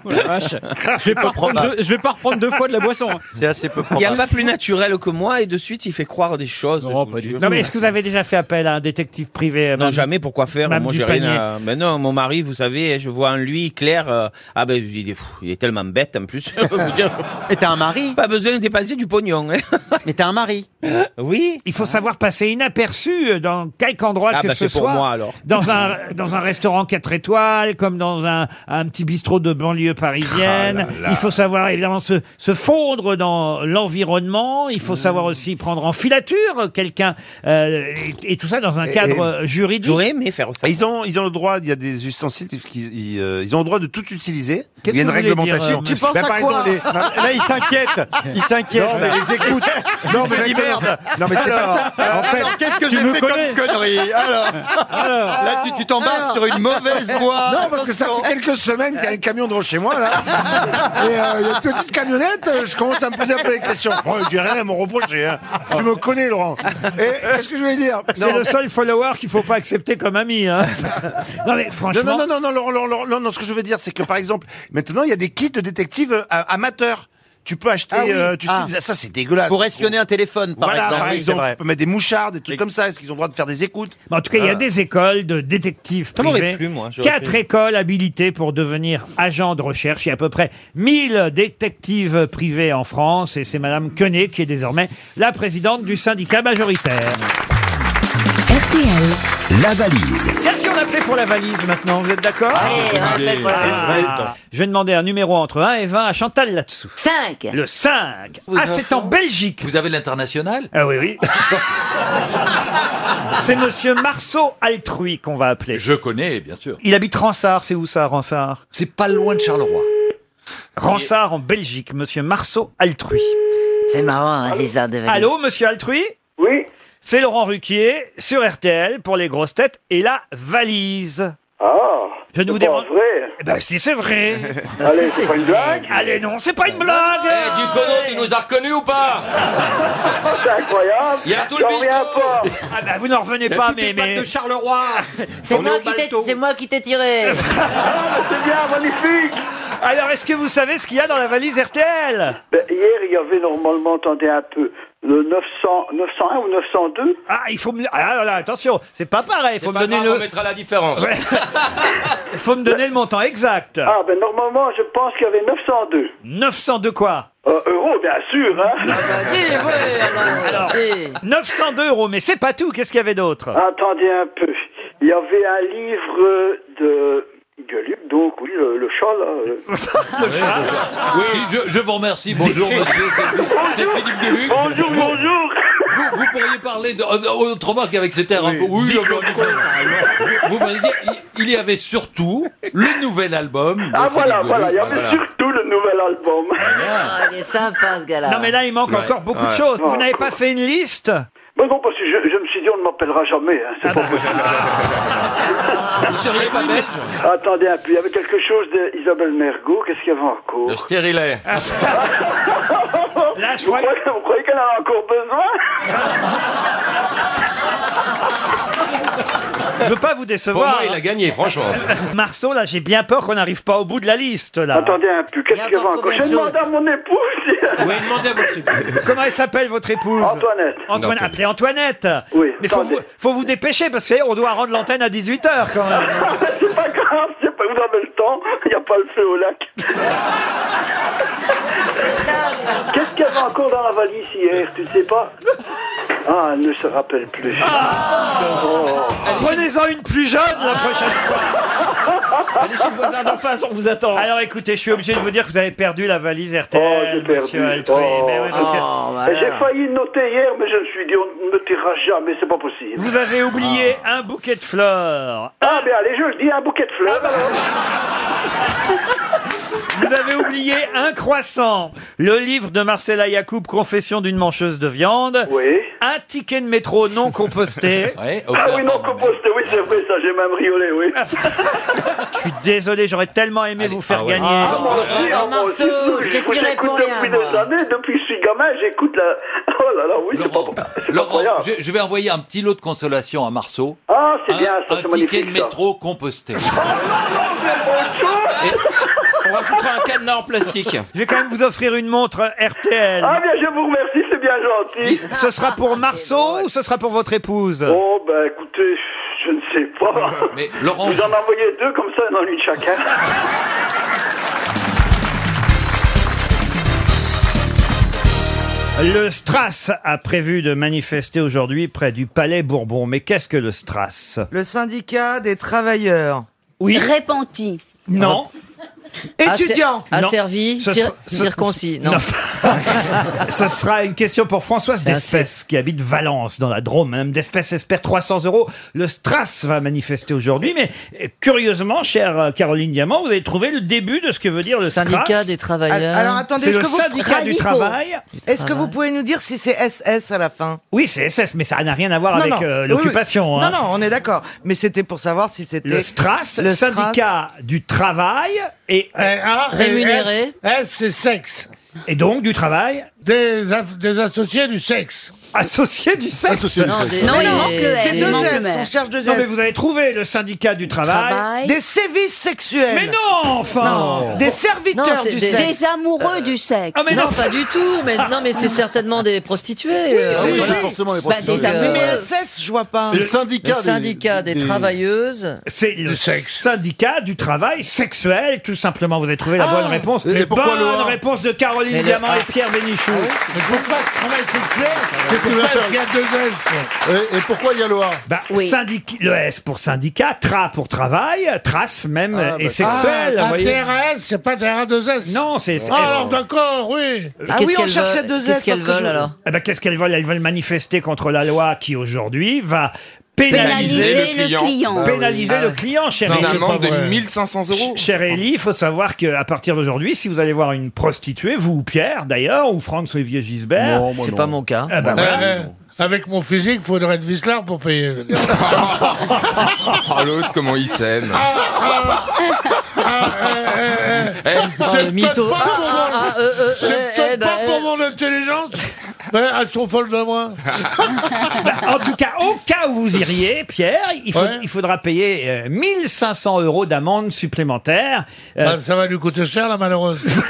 Speaker 3: Oh la vache. Je vais, pas reprendre deux, je vais pas reprendre deux fois de la boisson. hein.
Speaker 23: C'est assez peu
Speaker 3: Il
Speaker 23: probable.
Speaker 3: y a pas plus
Speaker 24: naturel que moi et de suite il fait croire des choses. Non,
Speaker 2: non mais est-ce que vous avez déjà fait appel à un détective privé euh,
Speaker 24: Non, jamais, pourquoi faire
Speaker 2: Mme
Speaker 24: Moi, j'ai
Speaker 2: Dupanier.
Speaker 24: rien à- Mais Euh, ben non, mon mari, vous savez, je vois en lui clair. euh, Ah ben, il est, fou, il est tellement bête en plus. Mais t'as un mari Pas besoin de dépenser du pognon. Mais t'as un mari Oui.
Speaker 2: Il faut savoir passer inaperçu euh, dans quelque endroit
Speaker 24: Ah,
Speaker 2: que
Speaker 24: bah,
Speaker 2: ce
Speaker 24: c'est pour
Speaker 2: soit.
Speaker 24: moi, alors.
Speaker 2: Dans un dans un restaurant 4 étoiles, comme dans un, un petit bistrot de banlieue parisienne.
Speaker 24: Ah là là.
Speaker 2: Il faut savoir évidemment se, se fondre dans l'environnement. Il
Speaker 24: Mmh.
Speaker 2: faut savoir aussi prendre en filature quelqu'un euh, et, et tout ça dans un cadre juridique.
Speaker 8: Ah, Ils ont, ils ont le droit, il y a des ustensiles qu'ils ils, euh, ils ont le droit de tout utiliser.
Speaker 2: Qu'est-ce
Speaker 8: il y a une
Speaker 2: que vous voulez dire,
Speaker 8: réglementation.
Speaker 2: euh, Tu monsieur penses à
Speaker 8: par
Speaker 2: quoi
Speaker 8: exemple, les- Là, ils s'inquiètent. Ils s'inquiètent.
Speaker 23: Non, mais les
Speaker 8: écoute.
Speaker 23: Non, mais merde.
Speaker 8: Non, mais c'est pas ça. En fait,
Speaker 23: euh, qu'est-ce que j'ai fait comme connerie Alors, là, tu tu t'embarques
Speaker 2: Ah.
Speaker 23: sur une mauvaise voie.
Speaker 8: Non, parce que ça fait quelques semaines qu'il y a un camion devant chez moi, là. Et euh, il y a une petite camionnette, euh, je commence à me poser un peu les questions. Bon, j'ai rien à me reprocher, hein. Tu me connais, Laurent. Et qu'est-ce que je voulais dire
Speaker 2: C'est
Speaker 8: Non.
Speaker 2: le seul follower qu'il faut pas accepter comme ami. hein. non mais franchement.
Speaker 8: Non, non, non, non, Laurent, Laurent, Laurent, non, non, ce que je veux dire, c'est que par exemple, maintenant, il y a des kits de détectives euh, a- amateurs. Tu peux acheter,
Speaker 23: Ah oui.
Speaker 8: euh, tu
Speaker 23: Ah.
Speaker 8: sais, ça c'est dégueulasse.
Speaker 23: Pour espionner un téléphone, par
Speaker 8: voilà,
Speaker 23: exemple.
Speaker 8: Par
Speaker 23: Oui, c'est
Speaker 8: exemple,
Speaker 23: vrai.
Speaker 8: tu peux mettre des mouchards, des trucs comme ça. Est-ce qu'ils ont le droit de faire des écoutes
Speaker 2: Mais en tout cas, il y a
Speaker 8: Ah.
Speaker 2: des écoles de détectives
Speaker 8: Ça m'aurait
Speaker 2: privés.
Speaker 8: plu, moi, j'aurais
Speaker 2: Quatre
Speaker 8: fait.
Speaker 2: écoles habilitées pour devenir agent de recherche. Il y a à peu près 1000 détectives privées en France. Et c'est Madame Quenet qui est désormais la présidente du syndicat majoritaire. RTL. La valise. Tiens, si on appelait pour la valise maintenant, vous êtes d'accord
Speaker 10: Allez, on appelle pour la valise.
Speaker 2: Ah. Je vais demander un numéro entre 1 et 20 à Chantal là-dessous.
Speaker 10: 5.
Speaker 2: Le 5. Ah, c'est en Belgique.
Speaker 25: Vous avez l'international
Speaker 2: Ah oui, oui. C'est monsieur Marceau Altrui qu'on va appeler.
Speaker 25: Je connais, Eh, bien sûr.
Speaker 2: Il habite Ransard, c'est où ça, Ransard C'est pas loin de Charleroi. Ransard en Belgique, monsieur Marceau Altrui.
Speaker 10: C'est marrant, hein, ces histoires de valise.
Speaker 2: Allô, monsieur Altrui Oui. C'est Laurent Ruquier sur RTL pour les grosses têtes et la valise.
Speaker 18: Ah
Speaker 2: Je ne vous dérange Eh Ben si c'est vrai.
Speaker 10: Bah,
Speaker 2: Allez, c'est pas une blague. Ah, Allez non, c'est pas une blague.
Speaker 25: du Ducono, Eh, tu nous as reconnus ou pas
Speaker 18: C'est incroyable
Speaker 25: Il y a tout le
Speaker 18: pas
Speaker 2: Ah bah, vous n'en revenez
Speaker 25: Et
Speaker 2: pas,
Speaker 25: toutes
Speaker 2: mais
Speaker 25: les
Speaker 2: mais.
Speaker 25: pattes de
Speaker 2: Charleroi.
Speaker 10: C'est moi, qui t'ai- c'est moi qui t'ai tiré.
Speaker 18: Ah, C'est bien, magnifique
Speaker 2: Alors, est-ce que vous savez ce qu'il y a dans la valise RTL
Speaker 18: Ben, Hier, il y avait normalement, attendez un peu, le 900, 901 ou 902
Speaker 2: Ah, il faut me. Ah là là, attention, c'est pas pareil. Faut me donner
Speaker 25: On
Speaker 2: le.
Speaker 25: mettra la différence.
Speaker 2: Il faut me donner le montant exact.
Speaker 18: Ah, ben normalement, je pense qu'il y avait 902.
Speaker 2: 902 quoi
Speaker 18: Euh, euros, bien sûr, hein
Speaker 10: Ah, bah,
Speaker 2: Alors, 902 euros, mais c'est pas tout. Qu'est-ce qu'il y avait d'autre
Speaker 18: Attendez un peu. Il y avait un livre euh, de Gueluc, donc oui, le, le chat, là. euh. le-
Speaker 25: Oui, déjà. Oui, je, je vous remercie. Bonjour, monsieur. C'est c'est Philippe Gueluc.
Speaker 18: Bonjour,
Speaker 25: Vous-
Speaker 18: bonjour.
Speaker 25: Vous, vous pourriez parler de, euh, autrement qu'avec cet air un peu. Oui, euh, vous- vous m'avez dit, il, il y avait surtout le nouvel album. de
Speaker 18: Ah, voilà,
Speaker 25: Philippe
Speaker 18: voilà, il y
Speaker 25: Gueluc.
Speaker 18: avait surtout le nouvel album.
Speaker 10: Ah, il est sympa, ce gars-là.
Speaker 2: Non, mais là, il manque
Speaker 25: Ouais.
Speaker 2: encore beaucoup de
Speaker 25: Ouais.
Speaker 2: choses. Vous
Speaker 18: Ouais.
Speaker 2: n'avez pas fait une liste
Speaker 18: Ben non, parce que je, je me suis dit, on ne m'appellera jamais, hein, c'est pas possible.
Speaker 25: Vous seriez pas belge
Speaker 18: Attendez un peu, il y avait quelque chose d'Isabelle Mergot, qu'est-ce qu'il y avait encore
Speaker 25: Le stérilet.
Speaker 2: Ah, Là, je
Speaker 18: vous, croyez... vous croyez qu'elle en a encore besoin
Speaker 2: Je veux pas vous
Speaker 25: Pour
Speaker 2: décevoir.
Speaker 25: moi, il a gagné, franchement.
Speaker 2: hein. Marceau, là, j'ai bien peur qu'on n'arrive pas au bout de la liste, là.
Speaker 18: Attendez un peu, qu'est-ce qu'il y avait encore
Speaker 10: combien
Speaker 18: J'ai
Speaker 10: de
Speaker 18: demandé à mon épouse
Speaker 25: Oui, demandez à votre épouse.
Speaker 2: Comment elle s'appelle, votre épouse
Speaker 18: Antoinette.
Speaker 2: Antoine,
Speaker 25: Antoinette.
Speaker 2: appelez Antoinette.
Speaker 18: Oui,
Speaker 2: Mais faut
Speaker 18: attendez.
Speaker 2: vous, faut vous dépêcher parce qu'on doit rendre l'antenne à 18h quand même.
Speaker 18: Ah, c'est pas grave, c'est pas... vous avez le temps, il n'y a pas le feu au lac. qu'est-ce qu'il y avait encore dans la valise hier, tu ne sais pas Ah, elle ne se rappelle plus.
Speaker 25: Ah,
Speaker 18: Oh,
Speaker 2: Ah, Prenez-en une plus jeune la prochaine fois.
Speaker 25: Allez chez le voisin d'en face, on vous attend.
Speaker 2: Alors écoutez, je suis obligé de vous dire que vous avez perdu la
Speaker 18: Oh,
Speaker 2: valise RTL, monsieur Altré. Mais oui, parce que-
Speaker 18: Et J'ai failli noter hier, mais je me suis dit, on ne tirera jamais, c'est pas possible.
Speaker 2: Vous avez oublié un bouquet de fleurs.
Speaker 18: Ah, mais allez, je le dis, un bouquet de fleurs.
Speaker 2: Vous avez oublié un croissant. Le livre de Marcella Yacoub, Confession d'une mancheuse de viande.
Speaker 18: Oui.
Speaker 2: Un ticket de métro non composté.
Speaker 18: ah oui, non, composté, oui, c'est vrai, ça, j'ai même riolé, oui.
Speaker 2: Je suis désolé, j'aurais tellement aimé vous faire gagner.
Speaker 18: Ah, moi aussi, ah, moi aussi,
Speaker 26: Marceau, je t'ai
Speaker 18: j'écoute-
Speaker 26: tiré pour
Speaker 18: j'écoute
Speaker 26: rien,
Speaker 18: depuis des années, depuis que je suis gamin, j'écoute la... Oh là là, oui, c'est pas...
Speaker 25: Laurent, je, je vais envoyer un petit lot de consolation à Marceau.
Speaker 18: Ah, c'est
Speaker 25: un,
Speaker 18: bien, ça, c'est
Speaker 25: Un ticket
Speaker 18: magnifique,
Speaker 25: de
Speaker 18: ça.
Speaker 25: métro composté.
Speaker 18: Et
Speaker 25: on rajoutera un cadenas en plastique.
Speaker 2: Je vais quand même vous offrir une montre RTL.
Speaker 18: Ah bien, je vous remercie, c'est bien gentil.
Speaker 2: Ce sera pour Marceau ou ce sera pour votre épouse euh,
Speaker 18: Oh, ben écoutez, je ne sais pas.
Speaker 25: Mais Laurent,
Speaker 18: Vous en envoyez deux comme ça, dans une chacun.
Speaker 2: Le Stras a prévu de manifester aujourd'hui près du Palais Bourbon. Mais qu'est-ce que le Stras
Speaker 6: Le syndicat des travailleurs.
Speaker 2: Oui.
Speaker 6: Répanti.
Speaker 2: Non.
Speaker 6: Étudiant.
Speaker 2: Non. Ce sera- ce- Ce sera une question pour Françoise Despès, qui habite Valence, dans la Drôme. Madame Despès espère 300 euros. Le Stras va manifester aujourd'hui, mais euh, curieusement, chère euh, Caroline Diamant, vous avez trouvé le début de ce que veut dire le Stras.
Speaker 6: Al- Alors Ah, attendez,
Speaker 2: c'est
Speaker 6: est-ce
Speaker 2: le
Speaker 6: que vous
Speaker 2: syndicat du
Speaker 6: Radicaux.
Speaker 2: travail.
Speaker 6: Est-ce que vous pouvez nous dire si c'est SS à la fin
Speaker 2: Oui, c'est SS, mais ça n'a rien à voir
Speaker 6: Non,
Speaker 2: avec
Speaker 6: non.
Speaker 2: euh,
Speaker 6: Oui, oui.
Speaker 2: l'occupation. hein.
Speaker 6: Non, non, on est d'accord. Mais c'était pour savoir si c'était
Speaker 2: Le Stras,
Speaker 6: le Stras.
Speaker 2: syndicat du travail et
Speaker 6: Rémunéré.
Speaker 5: S, S, c'est sexe.
Speaker 2: Et donc du travail
Speaker 5: Des, aff- des associés du sexe.
Speaker 2: Associés du sexe
Speaker 6: c'est deux S, on cherche deux S.
Speaker 2: Non, mais vous avez trouvé le syndicat du travail.
Speaker 6: Des sévices sexuels.
Speaker 2: Mais non, enfin
Speaker 6: Non. Des serviteurs
Speaker 7: Non, c'est
Speaker 6: du
Speaker 7: des-
Speaker 6: sexe.
Speaker 7: des amoureux
Speaker 6: du sexe.
Speaker 7: Ah, non, pas du tout. Mais non, mais c'est certainement des prostituées. euh,
Speaker 6: c'est-
Speaker 7: voilà.
Speaker 6: oui. forcément les
Speaker 7: Bah, des
Speaker 6: prostituées.
Speaker 7: amoureux.
Speaker 6: Mais SS, je vois pas.
Speaker 7: Le syndicat des- des- travailleuses.
Speaker 2: C'est le syndicat du travail sexuel, tout simplement. Vous avez trouvé la bonne réponse. Et
Speaker 5: Ah. pourquoi
Speaker 2: bonne
Speaker 5: Laura
Speaker 2: réponse de Caroline
Speaker 5: Mais le-
Speaker 2: Diamant
Speaker 5: ah.
Speaker 2: et Pierre Bénichou.
Speaker 5: Mais pourquoi le travail sexuel
Speaker 2: Qu'est-ce que
Speaker 5: Pourquoi
Speaker 2: vous
Speaker 5: il y a deux S Et, pourquoi il y a le A
Speaker 2: Bah, syndic- le S pour syndicat, tra pour travail, trace même et sexuel. vous
Speaker 5: Ah,
Speaker 2: voyez.
Speaker 5: TRS, c'est pas TRA2S.
Speaker 2: Non, c'est.
Speaker 5: Ah, alors d'accord, Ah oui.
Speaker 2: Eh ben, Qu'est-ce qu'elles veulent Elles veulent manifester contre la loi qui aujourd'hui va pénaliser,
Speaker 9: Pénaliser le client. Ah oui.
Speaker 2: Pénaliser
Speaker 9: Ah
Speaker 2: le
Speaker 9: oui.
Speaker 2: client, cher
Speaker 9: Une
Speaker 2: Élie.
Speaker 9: amende de 1500 euros.
Speaker 2: Ch- Cher Élie, il faut savoir qu'à partir d'aujourd'hui, si vous allez voir une prostituée, vous ou Pierre d'ailleurs, ou Franck Olivier Gisbert, Eh ben
Speaker 5: Non, moi, C'est non. pas mon
Speaker 2: cas.
Speaker 5: Euh, euh, avec mon physique, faudrait être Vislar pour payer.
Speaker 9: Ah, l'autre, comment il s'aime. Eh,
Speaker 6: Oh,
Speaker 5: C'est peut-être pas, pour,
Speaker 7: Ah,
Speaker 5: mon...
Speaker 7: ah, euh, euh,
Speaker 5: c'est
Speaker 7: euh,
Speaker 5: peut-être
Speaker 7: eh
Speaker 5: pas
Speaker 7: ben,
Speaker 5: pour
Speaker 7: euh.
Speaker 5: mon intelligence, mais elles sont folles de moi.
Speaker 2: Ah bah, en tout cas, au cas où vous iriez, Pierre, il, faut-
Speaker 5: Ouais.
Speaker 2: il faudra payer euh, 1500 euros d'amende supplémentaire. euh,
Speaker 5: Bah, ça va lui coûter cher, la malheureuse.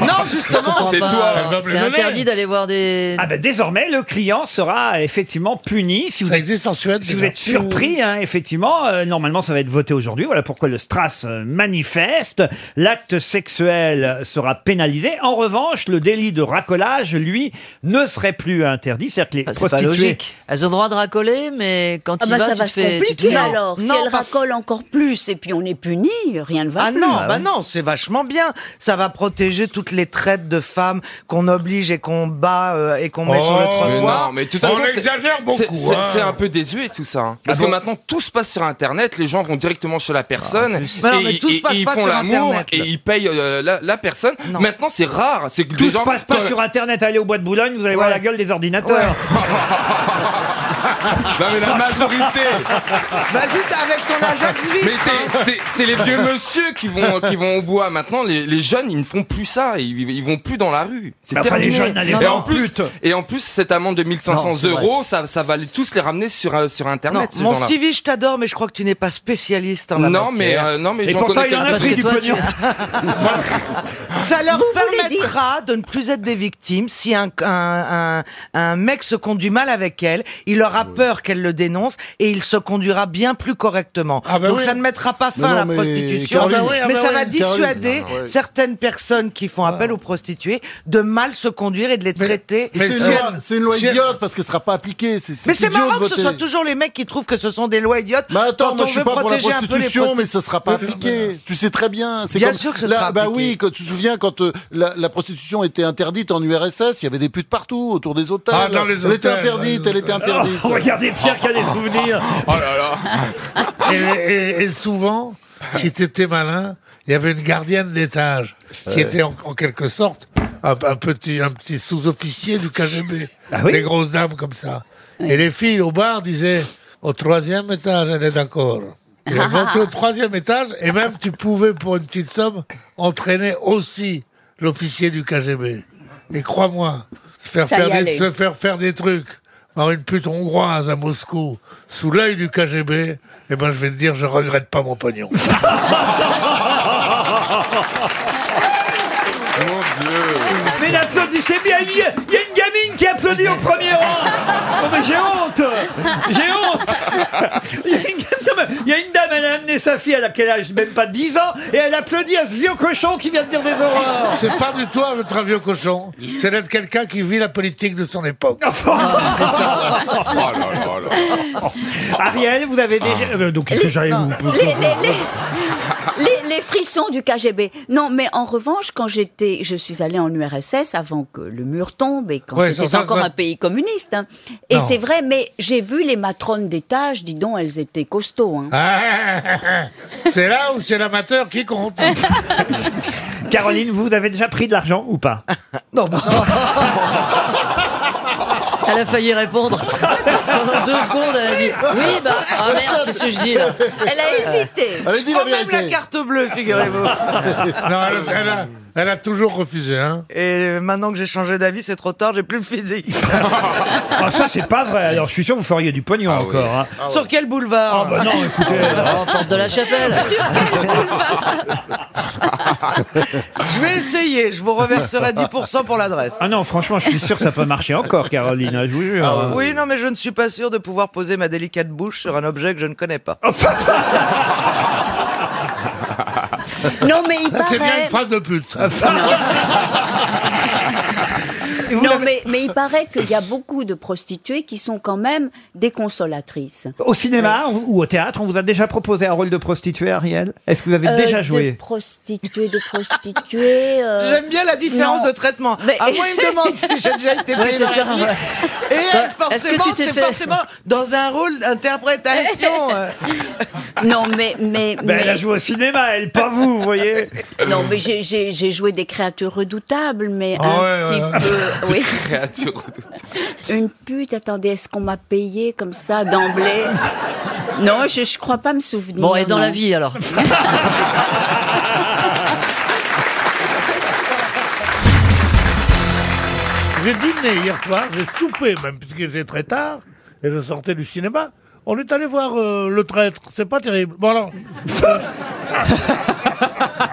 Speaker 7: Non, justement,
Speaker 5: c'est toi, hein. elle va me
Speaker 7: C'est
Speaker 5: les donner. bah,
Speaker 7: interdit d'aller voir des.
Speaker 2: Ah ben, désormais, le client sera effectivement puni. Si vous
Speaker 5: existe en Suède.
Speaker 2: Si vous êtes surpris, hein, effectivement, euh, normalement, ça va être voté aujourd'hui. Voilà pourquoi le Stras euh, manifeste. L'acte sexuel sera pénalisé. En revanche, le délit de racolage, lui, ne serait plus interdit. C'est-à-dire que les
Speaker 7: C'est pas
Speaker 2: prostituées-
Speaker 7: logique. Elles ont le droit de racoler, mais quand
Speaker 11: Ah
Speaker 7: il
Speaker 11: bah
Speaker 7: va,
Speaker 11: ça
Speaker 7: tu
Speaker 11: va
Speaker 7: te
Speaker 11: se
Speaker 7: fais, tu te
Speaker 11: compliquer
Speaker 7: fais-
Speaker 11: alors. si elle racole encore plus et puis on est puni, rien ne va
Speaker 6: Ah
Speaker 11: plus.
Speaker 6: non, bah non, c'est vachement bien. Ça va protéger toutes les traites de femmes qu'on oblige et qu'on bat euh, et qu'on
Speaker 2: Oh,
Speaker 6: met sur
Speaker 9: Oh,
Speaker 6: le
Speaker 9: Mais
Speaker 6: trottoir.
Speaker 9: non, mais de toute façon, c'est- c'est- C'est
Speaker 6: hein.
Speaker 9: c'est un peu désuet tout ça. hein. Parce
Speaker 6: Ah bon
Speaker 9: que maintenant tout se passe sur Internet, les gens vont directement chez la personne
Speaker 6: Mais non, mais
Speaker 9: ils-
Speaker 6: tout se passe
Speaker 9: ils
Speaker 6: pas
Speaker 9: font
Speaker 6: sur
Speaker 9: l'amour
Speaker 6: Internet,
Speaker 9: et
Speaker 6: là.
Speaker 9: ils payent euh, la, la personne. Maintenant c'est rare, c'est que
Speaker 2: Tout
Speaker 9: des
Speaker 2: se
Speaker 9: gens-
Speaker 2: passe pas sur Internet. Allez au bois de Boulogne, vous allez voir la gueule des ordinateurs.
Speaker 9: Non, mais la majorité.
Speaker 6: Vas-y, avec ton Ajax vite.
Speaker 9: Mais c'est- c'est- c'est les vieux monsieur qui vont qui vont au bois maintenant. Les, les jeunes ils ne font plus ça, ils, ils vont plus dans la rue. C'est
Speaker 2: Mais Bah, enfin,
Speaker 9: terminé.
Speaker 2: les jeunes, allez
Speaker 9: et
Speaker 2: voir
Speaker 9: en
Speaker 2: en
Speaker 9: plus
Speaker 2: pute.
Speaker 9: et en plus cette amende de 1500
Speaker 6: Non, c'est vrai.
Speaker 9: euros, ça ça va les- tous les ramener sur euh, sur
Speaker 6: Non,
Speaker 9: Internet. ces
Speaker 6: mon
Speaker 9: gens-là.
Speaker 6: Stevie, je t'adore, mais je crois que tu n'es pas spécialiste en la
Speaker 9: Non, mais,
Speaker 6: matière.
Speaker 9: euh, non, mais Et j'en pourtant, connais il en a quelques- pris du pognon.
Speaker 6: Ça leur permettra de ne plus être des victimes si un, un, un, un mec se conduit mal avec elle. Il aura peur qu'elle le dénonce et il se conduira bien plus correctement.
Speaker 7: bah
Speaker 6: Donc
Speaker 7: oui.
Speaker 6: ça ne mettra pas
Speaker 7: Mais
Speaker 6: fin à
Speaker 7: non,
Speaker 6: la
Speaker 7: mais
Speaker 6: prostitution,
Speaker 7: Caroline. Ah bah oui, ah
Speaker 6: mais
Speaker 7: bah
Speaker 6: ça
Speaker 7: oui,
Speaker 6: va dissuader
Speaker 7: Caroline. Ah ouais.
Speaker 6: certaines personnes qui font appel aux prostituées de mal se conduire et de les traiter.
Speaker 16: Mais c'est une,
Speaker 6: euh,
Speaker 16: loi- c'est une loi idiote parce qu'elle ne sera pas appliquée. C'est,
Speaker 6: mais c'est
Speaker 16: idiot
Speaker 6: marrant
Speaker 16: de
Speaker 6: que ce
Speaker 16: voter.
Speaker 6: soit toujours les mecs qui trouvent que ce sont des lois idiotes. Mais
Speaker 16: Attends, moi,
Speaker 6: on
Speaker 16: je suis
Speaker 6: veut
Speaker 16: pas pour la
Speaker 6: protéger un peu les
Speaker 16: prostitution, mais
Speaker 6: prostituées.
Speaker 16: ça sera pas appliqué. Tu sais très bien. C'est
Speaker 6: Bien
Speaker 16: comme-
Speaker 6: sûr que ce
Speaker 16: là,
Speaker 6: sera
Speaker 16: Bah
Speaker 6: appliqué.
Speaker 16: oui, quand tu te souviens, quand euh, la, la prostitution était interdite en URSS, il y avait des putes partout autour des hôtels.
Speaker 5: Ah, dans les
Speaker 16: elle était
Speaker 5: hôtels,
Speaker 16: interdite,
Speaker 5: dans les
Speaker 16: elle était
Speaker 5: hôtels.
Speaker 16: interdite.
Speaker 5: Oh, regardez Pierre qui a des souvenirs.
Speaker 16: Oh là là.
Speaker 5: Et, et- et souvent, si t'étais malin, il y avait une gardienne d'étage qui
Speaker 19: Ouais.
Speaker 5: était en, en quelque sorte un, un petit, un petit sous-officier du KGB.
Speaker 19: Ah oui
Speaker 5: des grosses dames comme ça. Et les filles au bar disaient au troisième étage, elle est d'accord. Il est monté au troisième étage et même tu pouvais pour une petite somme entraîner aussi l'officier du KGB. Et crois-moi, se faire,
Speaker 19: Ça y
Speaker 5: faire des,
Speaker 19: allait.
Speaker 5: se faire faire des trucs par une pute hongroise à Moscou sous l'œil du KGB, eh ben je vais te dire, je regrette pas mon pognon.
Speaker 2: Mais l'applaudissez bien, il y, a, il y a une gamine qui applaudit au premier rang Oh mais j'ai honte J'ai honte Il y, a une... non, mais il y a une dame, elle a amené sa fille, elle a quel âge Même pas 10 ans, et elle applaudit à ce vieux cochon qui vient de dire des horreurs
Speaker 5: C'est pas du tout votre vieux cochon, c'est d'être quelqu'un qui vit la politique de son époque. C'est ça.
Speaker 2: Ariel, vous avez déjà...
Speaker 9: Ah.
Speaker 2: Euh, donc qu'est-ce que j'allais vous...
Speaker 11: Les, les- les- les- les frissons du KGB. Non, mais en revanche, quand j'étais, je suis allée en URSS avant que le mur tombe et quand
Speaker 27: Ouais,
Speaker 11: c'était
Speaker 27: ça, ça,
Speaker 11: encore
Speaker 27: ça.
Speaker 11: un pays communiste. hein. Et
Speaker 27: Non.
Speaker 11: c'est vrai, mais j'ai vu les matrones d'étage, dis donc, elles étaient costauds. hein.
Speaker 5: Ah, c'est là où c'est l'amateur qui compte.
Speaker 2: Caroline, vous avez déjà pris de l'argent ou pas
Speaker 6: Non,
Speaker 1: Elle a failli répondre. Pendant deux secondes, elle a dit Oui, bah, ah merde, qu'est-ce que je dis là
Speaker 11: Elle a hésité.
Speaker 16: Allez, dis la vérité. Ah,
Speaker 6: carte bleue, figurez-vous.
Speaker 5: Non, elle, elle a, elle a toujours refusé. Hein.
Speaker 6: Et maintenant que j'ai changé d'avis, c'est trop tard, j'ai plus le physique.
Speaker 2: Ah ça c'est pas vrai, alors je suis sûr que vous feriez du pognon encore. hein.
Speaker 6: Sur quel boulevard
Speaker 2: Ah bah non, écoutez...
Speaker 16: euh,
Speaker 1: Oh, porte de la chapelle
Speaker 6: Je vais essayer, je vous reverserai 10% pour l'adresse.
Speaker 2: Ah non, franchement, je suis sûr que ça peut marcher encore, Caroline, hein, je vous jure.
Speaker 6: Ah Oui, non, mais je ne suis pas sûr de pouvoir poser ma délicate bouche sur un objet que je ne connais pas.
Speaker 11: Non, mais il
Speaker 5: Ça, C'est bien
Speaker 11: paraît-
Speaker 5: une phrase de pute. ça.
Speaker 11: Non, mais, mais il paraît qu'il y a beaucoup de prostituées qui sont quand même des consolatrices.
Speaker 2: Au cinéma on- ou au théâtre, on vous a déjà proposé un rôle de prostituée, Ariel Est-ce que vous avez
Speaker 11: Euh,
Speaker 2: déjà
Speaker 11: de
Speaker 2: joué
Speaker 11: prostituées, de prostituées. euh,
Speaker 6: J'aime bien la différence
Speaker 11: non.
Speaker 6: de traitement. À moi, il me demande si j'ai déjà été
Speaker 11: Ouais,
Speaker 6: payé
Speaker 11: c'est
Speaker 6: dans
Speaker 11: ça,
Speaker 6: la vie.
Speaker 11: ouais.
Speaker 6: Et elle,
Speaker 11: Est-ce que
Speaker 6: forcément,
Speaker 11: tu t'es
Speaker 6: c'est
Speaker 11: fait-
Speaker 6: forcément dans un rôle d'interprétation. euh.
Speaker 11: Non, mais. mais,
Speaker 2: Ben, Elle a
Speaker 11: mais-
Speaker 2: joué au cinéma, elle, pas vous, vous voyez
Speaker 11: Non, mais j'ai- j'ai j'ai joué des créatures redoutables, mais
Speaker 2: Ah
Speaker 11: un
Speaker 2: ouais, ouais,
Speaker 11: petit peu. oui.
Speaker 9: Créature redoutable.
Speaker 11: Une pute, attendez, est-ce qu'on m'a payé comme ça d'emblée Non, je, je crois pas me souvenir.
Speaker 1: Bon, et dans
Speaker 11: non.
Speaker 1: la vie alors
Speaker 5: J'ai dîné hier soir, j'ai soupé même, puisqu'il était très tard, et je sortais du cinéma. On est allé voir euh, Le Traître, c'est pas terrible. Bon alors... euh,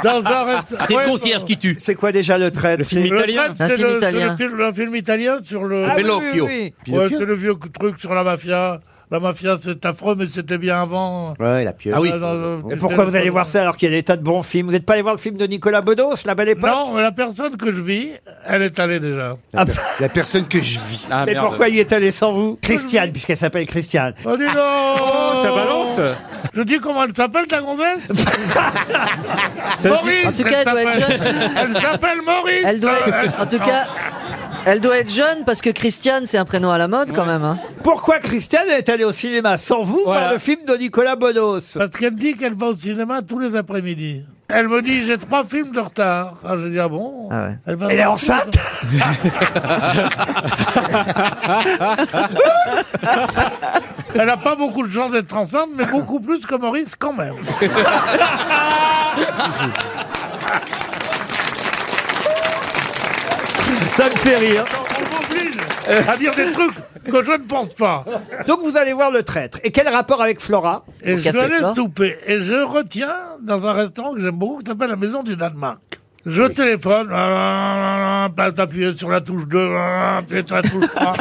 Speaker 5: Dans un resta- Ouais, bon.
Speaker 2: qui tue. C'est quoi déjà le trait Le film
Speaker 5: Le Traître, c'est le- c'est le film- un film italien sur le...
Speaker 2: Ah oui, Bellocchio. oui, oui.
Speaker 5: Ouais,
Speaker 2: Pinocchio.
Speaker 5: c'est le vieux truc sur la mafia. La mafia, c'est affreux, mais c'était bien avant.
Speaker 2: Ouais, la
Speaker 5: pieuvre. Ah oui. Euh,
Speaker 2: Et pourquoi vous allez voir ça alors qu'il y a des tas de bons films Vous n'êtes pas allé voir le film de Nicolas Bedos, La Belle Époque
Speaker 5: Non, la personne que je vis, elle est allée déjà.
Speaker 2: La personne que je vis.
Speaker 5: Ah,
Speaker 2: Mais
Speaker 5: merde.
Speaker 2: pourquoi il est allé sans vous Christiane, puisqu'elle s'appelle Christiane.
Speaker 5: Oh, dis donc
Speaker 2: Oh, ça balance.
Speaker 5: Je dis comment elle s'appelle ta gonzesse
Speaker 1: se dit- En
Speaker 5: Maurice
Speaker 1: tout cas, elle doit être
Speaker 5: s'appelle.
Speaker 1: jeune.
Speaker 5: Elle s'appelle Maurice
Speaker 1: Elle doit être- en tout
Speaker 5: Non.
Speaker 1: cas, elle doit être jeune parce que Christiane, c'est un prénom à la mode quand même. hein.
Speaker 2: Pourquoi Christiane est allée au cinéma sans vous voir le film de Nicolas Bedos
Speaker 5: Parce qu'elle dit qu'elle va au cinéma tous les après-midi. Elle me dit j'ai trois films de retard. Ah, je dis ah bon
Speaker 1: Ah ouais.
Speaker 5: va-
Speaker 2: Elle est enceinte
Speaker 5: Elle n'a pas beaucoup de chance d'être enceinte, mais beaucoup plus que Maurice quand même.
Speaker 2: Ça me fait rire. Euh.
Speaker 5: On m'oblige à dire des trucs que je ne pense pas.
Speaker 2: Donc vous allez voir le traître. Et quel rapport avec Flora
Speaker 5: Et je vais aller souper. Et je retiens dans un restaurant que j'aime beaucoup, qui s'appelle la Maison du Danemark. Je téléphone, ah, t'appuies ah, sur la touche ah, 2, appuyez sur la touche 3.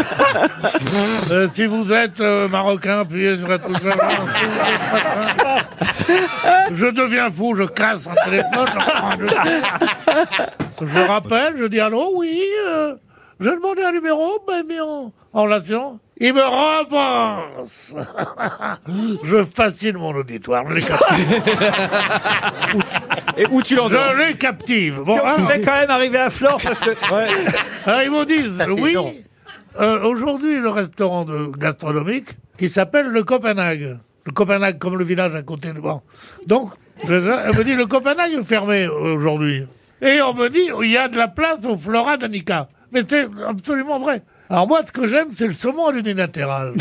Speaker 5: Euh, si vous êtes euh, marocain, appuyez sur la touche 1. je deviens fou, je casse un téléphone. je prends le- Je rappelle, je dis allô, oui, euh, je demandais un numéro, mais mis en, en relation. Il me repense Je fascine mon auditoire, je les captive. Et où tu
Speaker 2: l'endors
Speaker 5: Je les captive.
Speaker 2: Si on pouvait quand même arriver à Flore, parce que...
Speaker 5: Alors, Ah, ils vous disent,
Speaker 2: Ça fait
Speaker 5: oui,
Speaker 2: long.
Speaker 5: euh, aujourd'hui, le restaurant de- gastronomique qui s'appelle le Copenhague. Le Copenhague, comme le village à côté de moi. Donc, je- elle me dit, le Copenhague est fermé aujourd'hui. Et on me dit, il y a de la place au Flora Danica. Mais c'est absolument vrai. Alors moi, ce que j'aime, c'est le saumon à l'unilatéral.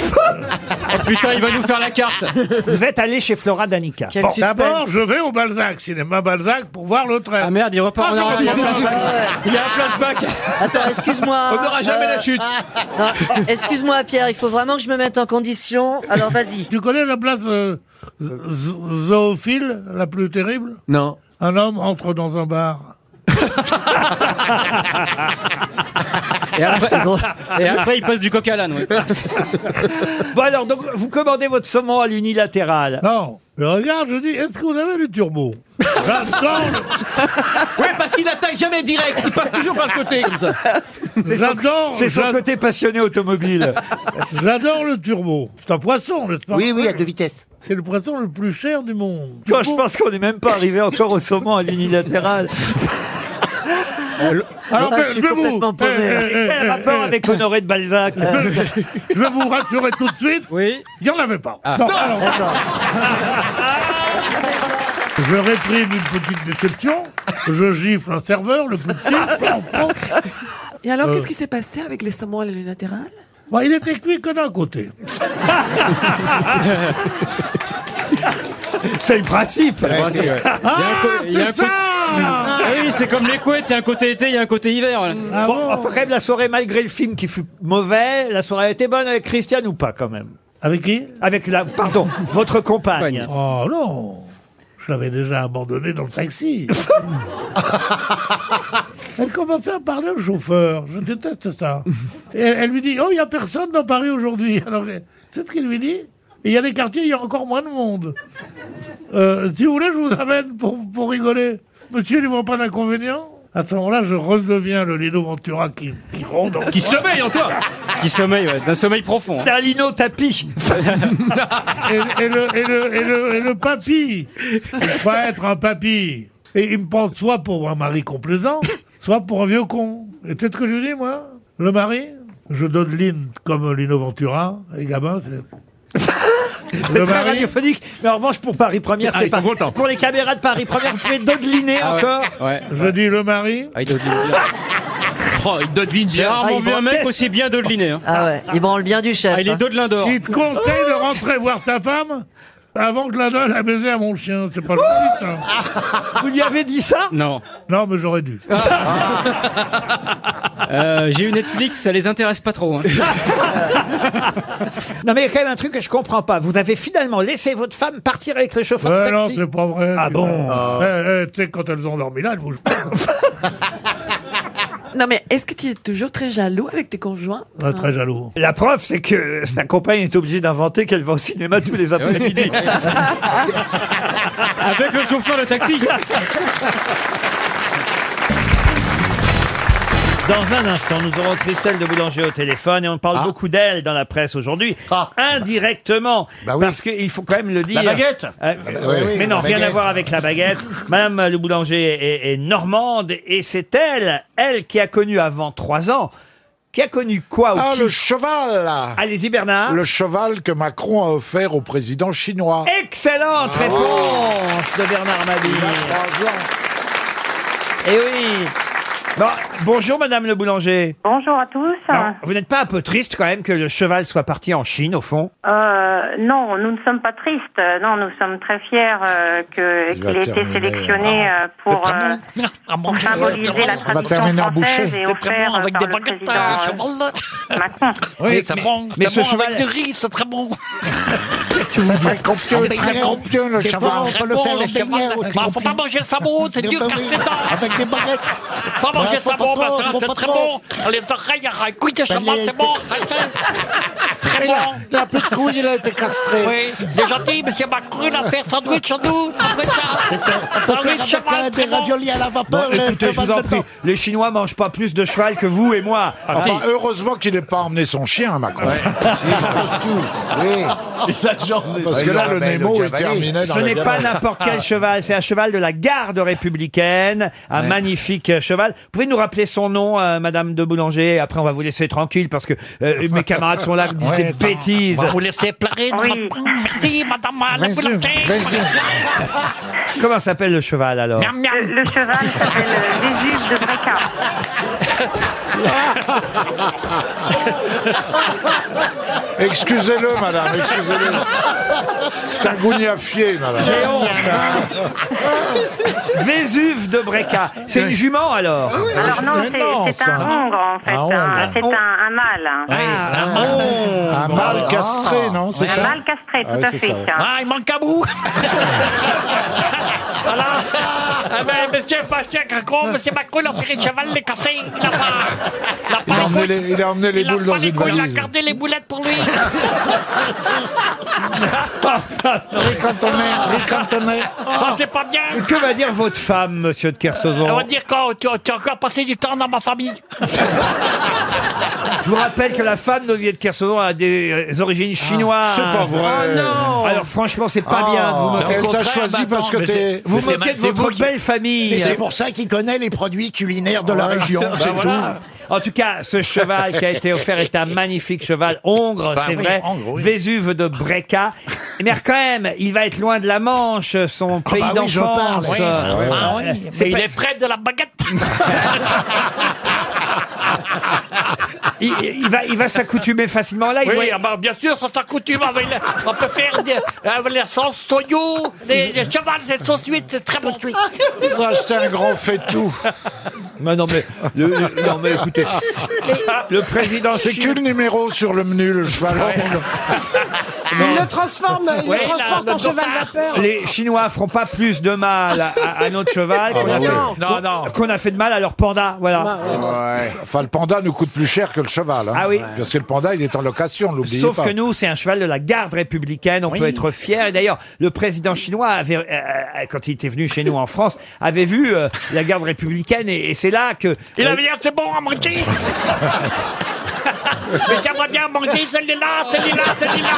Speaker 2: putain, il va nous faire la carte Vous êtes allé chez Flora Danica.
Speaker 5: Bon, D'abord, je vais au Balzac, cinéma Balzac, pour voir le train. Ah merde, il repart
Speaker 11: en arrière, il y a un flashback. Il y a un
Speaker 5: flashback.
Speaker 11: Attends, excuse-moi. euh, non, excuse-moi, Pierre, il faut vraiment que je me mette en condition. Alors vas-y.
Speaker 5: Tu connais la place euh, z- z- zoophile la plus terrible
Speaker 23: Non.
Speaker 5: Un homme entre dans un bar.
Speaker 3: Et après,
Speaker 2: c'est drôle.
Speaker 3: et après, il passe du coq à l'âne. ouais.
Speaker 2: Bon alors, donc, vous commandez votre saumon à l'unilatéral.
Speaker 5: Non, je regarde, je dis, est-ce que vous avez le turbo J'adore
Speaker 23: Oui, parce qu'il attaque jamais direct, il passe toujours par le côté comme ça.
Speaker 5: le- J'adore
Speaker 2: C'est son
Speaker 5: j'ad-
Speaker 2: côté passionné automobile.
Speaker 5: j'adore le turbo. C'est un poisson, n'est-ce pas
Speaker 2: Oui, oui, à
Speaker 5: deux vitesses. C'est le poisson le plus cher du monde.
Speaker 2: Quand je pense qu'on n'est même pas arrivé encore au saumon à l'unilatéral.
Speaker 5: Alors, Ah, je vais vous- euh, euh,
Speaker 2: Eh, Quel
Speaker 5: euh,
Speaker 2: rapport
Speaker 5: euh,
Speaker 2: avec Honoré de Balzac
Speaker 5: Je vais vous rassurer tout de suite. Oui. Il n'y en avait pas.
Speaker 3: Ah.
Speaker 5: Non, alors- Je réprime une petite déception. Je gifle un serveur, le plus petit.
Speaker 19: Et alors,
Speaker 5: Euh.
Speaker 19: qu'est-ce qui s'est passé avec les saumons à l'unilatéral
Speaker 5: Bon, il était cuit que d'un côté.
Speaker 2: C'est le principe.
Speaker 3: Ah, il y a un
Speaker 5: c'est
Speaker 3: co-
Speaker 5: ça
Speaker 3: Ah oui, c'est comme les couettes, il y a un côté été, il y a un côté hiver. là.
Speaker 5: Ah
Speaker 2: bon, enfin, quand même, la soirée, malgré le film qui fut mauvais, la soirée a été bonne avec Christiane ou pas, quand même
Speaker 5: Avec qui
Speaker 2: Avec la... Pardon, votre compagne.
Speaker 5: Oh non Je l'avais déjà abandonné dans le taxi. elle commençait à parler au chauffeur. Je déteste ça. Et elle, elle lui dit Oh, il n'y a personne dans Paris aujourd'hui. Alors, euh, c'est ce qu'il lui dit Il y a des quartiers, il y a encore moins de monde. Euh, si vous voulez, je vous amène pour, pour rigoler. Monsieur, il ne voit pas d'inconvénient À ce moment-là, je redeviens le Lino Ventura qui, qui ronde en
Speaker 3: Qui sommeille encore Qui sommeille, ouais, d'un sommeil profond. hein.
Speaker 2: Dalino tapis.
Speaker 5: et, et le, et, le, et, le, et le papy. Il faut pas être un papy. Et il me prend soit pour un mari complaisant, soit pour un vieux con. Et tu sais ce que je lui dis, moi Le mari Je donne l'îne comme Lino Ventura. Et gamin, c'est...
Speaker 2: C'est très radiophonique, mais en revanche pour Paris Première,
Speaker 5: Ah,
Speaker 2: c'est
Speaker 5: ils sont
Speaker 2: pas
Speaker 5: contents.
Speaker 2: Pour les caméras de Paris Première, vous pouvez dodeliner
Speaker 5: Ah ouais,
Speaker 2: hein, encore.
Speaker 5: Je dis le mari.
Speaker 3: Oh, il dodeline J'ai rarement vu un mec aussi bien dodeliné. Hein.
Speaker 11: Ah ouais, il branle bien du chef.
Speaker 3: Ah, il est
Speaker 11: hein.
Speaker 3: dodelin d'or.
Speaker 5: Qui te conseille de rentrer voir ta femme avant que la donne à baiser à mon chien. C'est pas le but, hein.
Speaker 2: Vous lui avez dit ça Ah,
Speaker 3: Non.
Speaker 5: Non, mais j'aurais dû.
Speaker 3: Euh, J'ai eu Netflix, ça les intéresse pas trop. hein.
Speaker 2: Non mais il y a quand même un truc que je comprends pas. Vous avez finalement laissé votre femme partir avec le chauffeur
Speaker 5: Ouais,
Speaker 2: de
Speaker 5: non,
Speaker 2: taxi.
Speaker 5: c'est pas vrai.
Speaker 2: Ah bon
Speaker 5: Eh, eh, Tu sais, quand elles ont dormi là, elles bougent pas.
Speaker 19: Non, mais est-ce que tu es toujours très jaloux avec tes conjoints
Speaker 5: Ah, très jaloux.
Speaker 2: La preuve, c'est que sa compagne est obligée d'inventer qu'elle va au cinéma tous les après-midi.
Speaker 3: Avec le chauffeur de taxi.
Speaker 2: Dans un instant, nous aurons Christelle de Boulanger au téléphone et on
Speaker 23: Ah.
Speaker 2: parle beaucoup d'elle dans la presse aujourd'hui, indirectement,
Speaker 23: Bah,
Speaker 2: parce qu'il faut quand même le dire.
Speaker 23: baguette Ah
Speaker 2: Euh,
Speaker 23: bah
Speaker 2: euh,
Speaker 23: oui,
Speaker 2: Mais
Speaker 23: la
Speaker 2: non, rien à
Speaker 23: baguette.
Speaker 2: voir avec la baguette. Madame euh, le Boulanger est, est normande et c'est elle, elle qui a connu avant trois ans, qui a connu quoi ou
Speaker 7: Ah,
Speaker 2: qui
Speaker 7: le cheval là.
Speaker 2: Allez-y Bernard.
Speaker 7: Le cheval que Macron a offert au président chinois.
Speaker 2: Excellente réponse de Bernard Mabille. Et oui. Eh Bon, Bonjour Madame le Boulanger.
Speaker 18: Bonjour à tous.
Speaker 2: Non, vous n'êtes pas un peu triste quand même que le cheval soit parti en Chine au fond
Speaker 18: Euh, non, nous ne sommes pas tristes. Euh, Non, nous sommes très fiers euh, que-
Speaker 2: Il
Speaker 18: qu'il
Speaker 2: va
Speaker 18: ait été
Speaker 2: terminer,
Speaker 18: sélectionné euh, pour,
Speaker 2: C'est très
Speaker 18: euh, pour symboliser
Speaker 2: On
Speaker 18: la
Speaker 2: va
Speaker 18: tradition
Speaker 2: terminer en
Speaker 18: française
Speaker 2: bouchée.
Speaker 18: et
Speaker 2: C'est
Speaker 18: offert euh, par le président euh, Macron.
Speaker 2: Oui, Mais- ça mais- prend- mais ça ce prend avec cheval-
Speaker 18: de riz, c'est très bon.
Speaker 2: Qu'est-ce que vous dites Ah,
Speaker 18: copieux,
Speaker 2: Avec
Speaker 18: très
Speaker 2: des-
Speaker 18: copieux, le
Speaker 2: des bons,
Speaker 18: cheval. Très bon, le
Speaker 2: cheval.
Speaker 18: beignet, Bah, faut pas manger le sabot, c'est dur, casse les dents.
Speaker 2: bah Avec des baguettes.
Speaker 18: Pas manger
Speaker 2: Ouais,
Speaker 18: le
Speaker 2: faut pas
Speaker 18: sabot,
Speaker 2: trop,
Speaker 18: bah, ça,
Speaker 2: faut
Speaker 18: c'est
Speaker 2: pas
Speaker 18: très
Speaker 2: trop.
Speaker 18: bon. Les oreilles, arrête, couille de
Speaker 2: Bah,
Speaker 18: cheval,
Speaker 2: les-
Speaker 18: c'est bon. arrêtez. Très bon.
Speaker 2: La petite couille, elle a été castrée.
Speaker 18: Oui, les gentils, monsieur Macron, il a fait un sandwich sans doute. Après ça, sandwich cheval, très bon.
Speaker 2: Bon, écoutez, je vous en prie, les Chinois mangent pas plus de cheval que vous et moi.
Speaker 4: Enfin, heureusement qu'il n'ait pas emmené son chien, Macron. Parce que là, le Nemo, il terminait dans
Speaker 2: Ce
Speaker 4: la
Speaker 2: n'est pas
Speaker 4: galère.
Speaker 2: n'importe quel cheval, c'est un cheval de la garde républicaine, un
Speaker 4: Ouais.
Speaker 2: magnifique euh, cheval. Pouvez nous rappeler son nom, euh, Madame de Boulanger Après, on va vous laisser tranquille parce que euh, mes camarades sont là, qui disent des bêtises.
Speaker 18: Bah, Vous laissez pleurer. Oui. Merci, madame la
Speaker 2: Bien sûr,
Speaker 18: boulangère.
Speaker 2: Comment s'appelle le cheval alors
Speaker 18: Le, le cheval s'appelle euh, Vésuve de Bréca. Oh.
Speaker 4: Excusez-le, madame, excusez-le. C'est un gougnafier, madame.
Speaker 2: J'ai Vésuve de Bréca. C'est une jument alors
Speaker 18: Alors non,
Speaker 2: Mais non,
Speaker 18: c'est- c'est
Speaker 2: ça. Ah.
Speaker 18: un
Speaker 7: hein.
Speaker 18: hongre en fait.
Speaker 2: Un hongre.
Speaker 18: un- C'est un, un mâle. Ah,
Speaker 4: Un mâle castré, non C'est
Speaker 18: un
Speaker 4: ça
Speaker 18: mâle castré, tout
Speaker 4: Ah oui,
Speaker 18: à
Speaker 4: c'est
Speaker 18: fait.
Speaker 4: ça, ouais.
Speaker 18: il manque à bout. Alors, eh ben, monsieur Bastien Cacron, monsieur Macron, il a fait les cheval les casser. Il a pas,
Speaker 4: Il a emmené les, il a emmené les boules dans
Speaker 18: pas les
Speaker 4: une
Speaker 18: couilles, il a
Speaker 4: valise.
Speaker 18: gardé les boulettes pour lui.
Speaker 4: Oh,
Speaker 18: Ça, c'est pas bien.
Speaker 2: Que va dire votre femme, monsieur de Kersauzon
Speaker 4: Ah,
Speaker 18: On va dire quoi tu, as- tu as encore passé du temps dans ma famille.
Speaker 7: Ah
Speaker 2: Je vous rappelle que la femme d'Olivier de Kersauzon a des euh, origines chinoises.
Speaker 4: Ah, c'est pas vrai. Oh non.
Speaker 2: Alors franchement, c'est pas
Speaker 4: Oh.
Speaker 2: bien de vous moquer.
Speaker 4: Elle t'a choisi parce que t'es-
Speaker 2: Vous
Speaker 4: mais c'est
Speaker 2: moquez
Speaker 4: mal-
Speaker 2: de
Speaker 4: c'est
Speaker 2: votre
Speaker 4: vous qui-
Speaker 2: belle famille.
Speaker 7: Mais c'est pour ça qu'il connaît les produits culinaires
Speaker 12: Ah,
Speaker 7: de la région,
Speaker 12: Ben
Speaker 2: Bah
Speaker 7: c'est
Speaker 2: voilà.
Speaker 7: tout.
Speaker 2: En tout cas, ce cheval qui a été offert est un magnifique cheval hongre,
Speaker 7: Bah
Speaker 2: c'est
Speaker 7: oui,
Speaker 2: vrai.
Speaker 7: hongre, oui.
Speaker 2: Vésuve de Brecca. Mais quand même, il va être loin de la Manche, son pays
Speaker 7: bah oui, je
Speaker 2: d'enfance.
Speaker 7: parle. Oui, ah oui, ah oui.
Speaker 2: Euh,
Speaker 18: Mais
Speaker 2: pas-
Speaker 18: il est près de la baguette.
Speaker 2: il, il va, il va s'accoutumer facilement. Là, il
Speaker 18: oui,
Speaker 2: doit-
Speaker 18: ah bah, bien sûr, ça s'accoutume. Avec le- on peut faire des, avec les sauces soyo, les, les chevals, les sauces huîtres, c'est très bon.
Speaker 4: Ils ont acheté un grand faitout.
Speaker 2: Mais non, mais, le, le- non, mais écoutez, le président.
Speaker 4: C'est que le numéro sur le menu, le cheval.
Speaker 7: Il le transforme, il
Speaker 18: Ouais,
Speaker 7: le transporte
Speaker 18: la- le
Speaker 7: en cheval
Speaker 18: dossard.
Speaker 7: vapeur.
Speaker 2: Les Chinois feront pas plus de mal à, à- à notre cheval
Speaker 4: Ah
Speaker 2: qu'on
Speaker 4: bah
Speaker 2: a,
Speaker 4: oui.
Speaker 2: fait-
Speaker 4: Non, Bah,
Speaker 2: qu'on- qu'on a fait de mal à leur panda. Voilà.
Speaker 4: Enfin, le panda nous coûte plus cher que le cheval. hein.
Speaker 2: Ah oui.
Speaker 4: Parce que le panda, il est en location, n'oubliez pas.
Speaker 2: Sauf que nous, c'est un cheval de la garde républicaine, on peut être fier. Et d'ailleurs, le président chinois, avait, euh, euh, quand il était venu chez nous en France, avait vu euh, la garde républicaine, et, et c'est là que...
Speaker 18: Il
Speaker 2: euh,
Speaker 18: avait dit, ah, c'est bon à manger. Mais j'aimerais bien manger celle-là, celle-là, celle-là.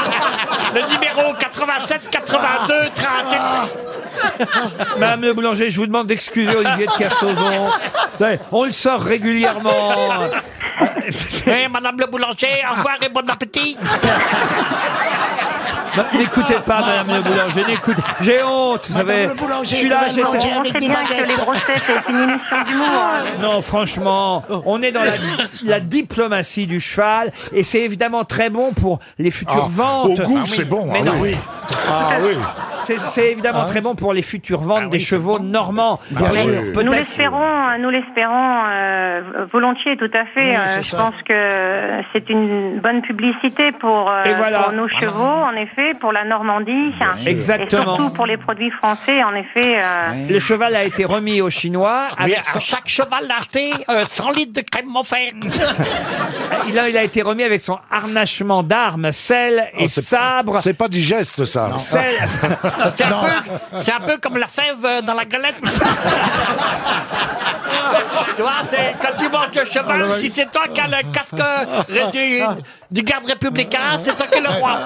Speaker 18: Le numéro 87, 82,
Speaker 7: Ah.
Speaker 18: 38.
Speaker 2: Madame le boulanger, je vous demande d'excuser Olivier de Kersauzon. Vous savez, On le sort régulièrement.
Speaker 18: Oui, Eh, madame le boulanger, au revoir et bon appétit.
Speaker 2: Non, N'écoutez pas, Madame le boulanger, n'écoutez... J'ai honte, vous savez. je suis là, j'essaie...
Speaker 18: grossettes, c'est une émission d'humour.
Speaker 2: Non, franchement, on est dans la, la diplomatie du cheval et c'est évidemment très bon pour les futures
Speaker 4: Ah,
Speaker 2: ventes.
Speaker 4: au goût, c'est bon,
Speaker 2: Mais
Speaker 4: ah
Speaker 2: non.
Speaker 4: oui. Ah oui. Ah.
Speaker 2: C'est- C'est évidemment très bon pour les futures ventes
Speaker 18: Ah
Speaker 2: des chevaux normands.
Speaker 4: Bien
Speaker 2: Mais
Speaker 4: sûr.
Speaker 2: peut-être-
Speaker 18: Nous l'espérons, euh, nous l'espérons euh, volontiers, tout à fait.
Speaker 2: Oui,
Speaker 18: Euh,
Speaker 2: c'est
Speaker 18: je
Speaker 2: ça.
Speaker 18: pense que c'est une bonne publicité pour, euh,
Speaker 2: Et voilà.
Speaker 18: pour nos chevaux, en effet, pour la Normandie.
Speaker 2: sûr. Exactement.
Speaker 18: Et surtout pour les produits français, en effet. euh.
Speaker 2: Le cheval a été remis aux Chinois.
Speaker 18: Oui, ah,
Speaker 2: avec
Speaker 18: à
Speaker 2: son-
Speaker 18: chaque cheval d'arté, 100 euh, litres de crème offerte. ah,
Speaker 2: il, a, il a été remis avec son harnachement d'armes, selle et
Speaker 4: Oh, c'est-
Speaker 2: sabre.
Speaker 4: C'est pas digeste, ça.
Speaker 2: Selle-
Speaker 18: C'est un, peu- c'est un peu comme la fève euh, dans la galette. tu vois, c'est quand tu manges le cheval, si c'est toi qui as le casque euh, du, du garde républicain, c'est toi qui es le roi.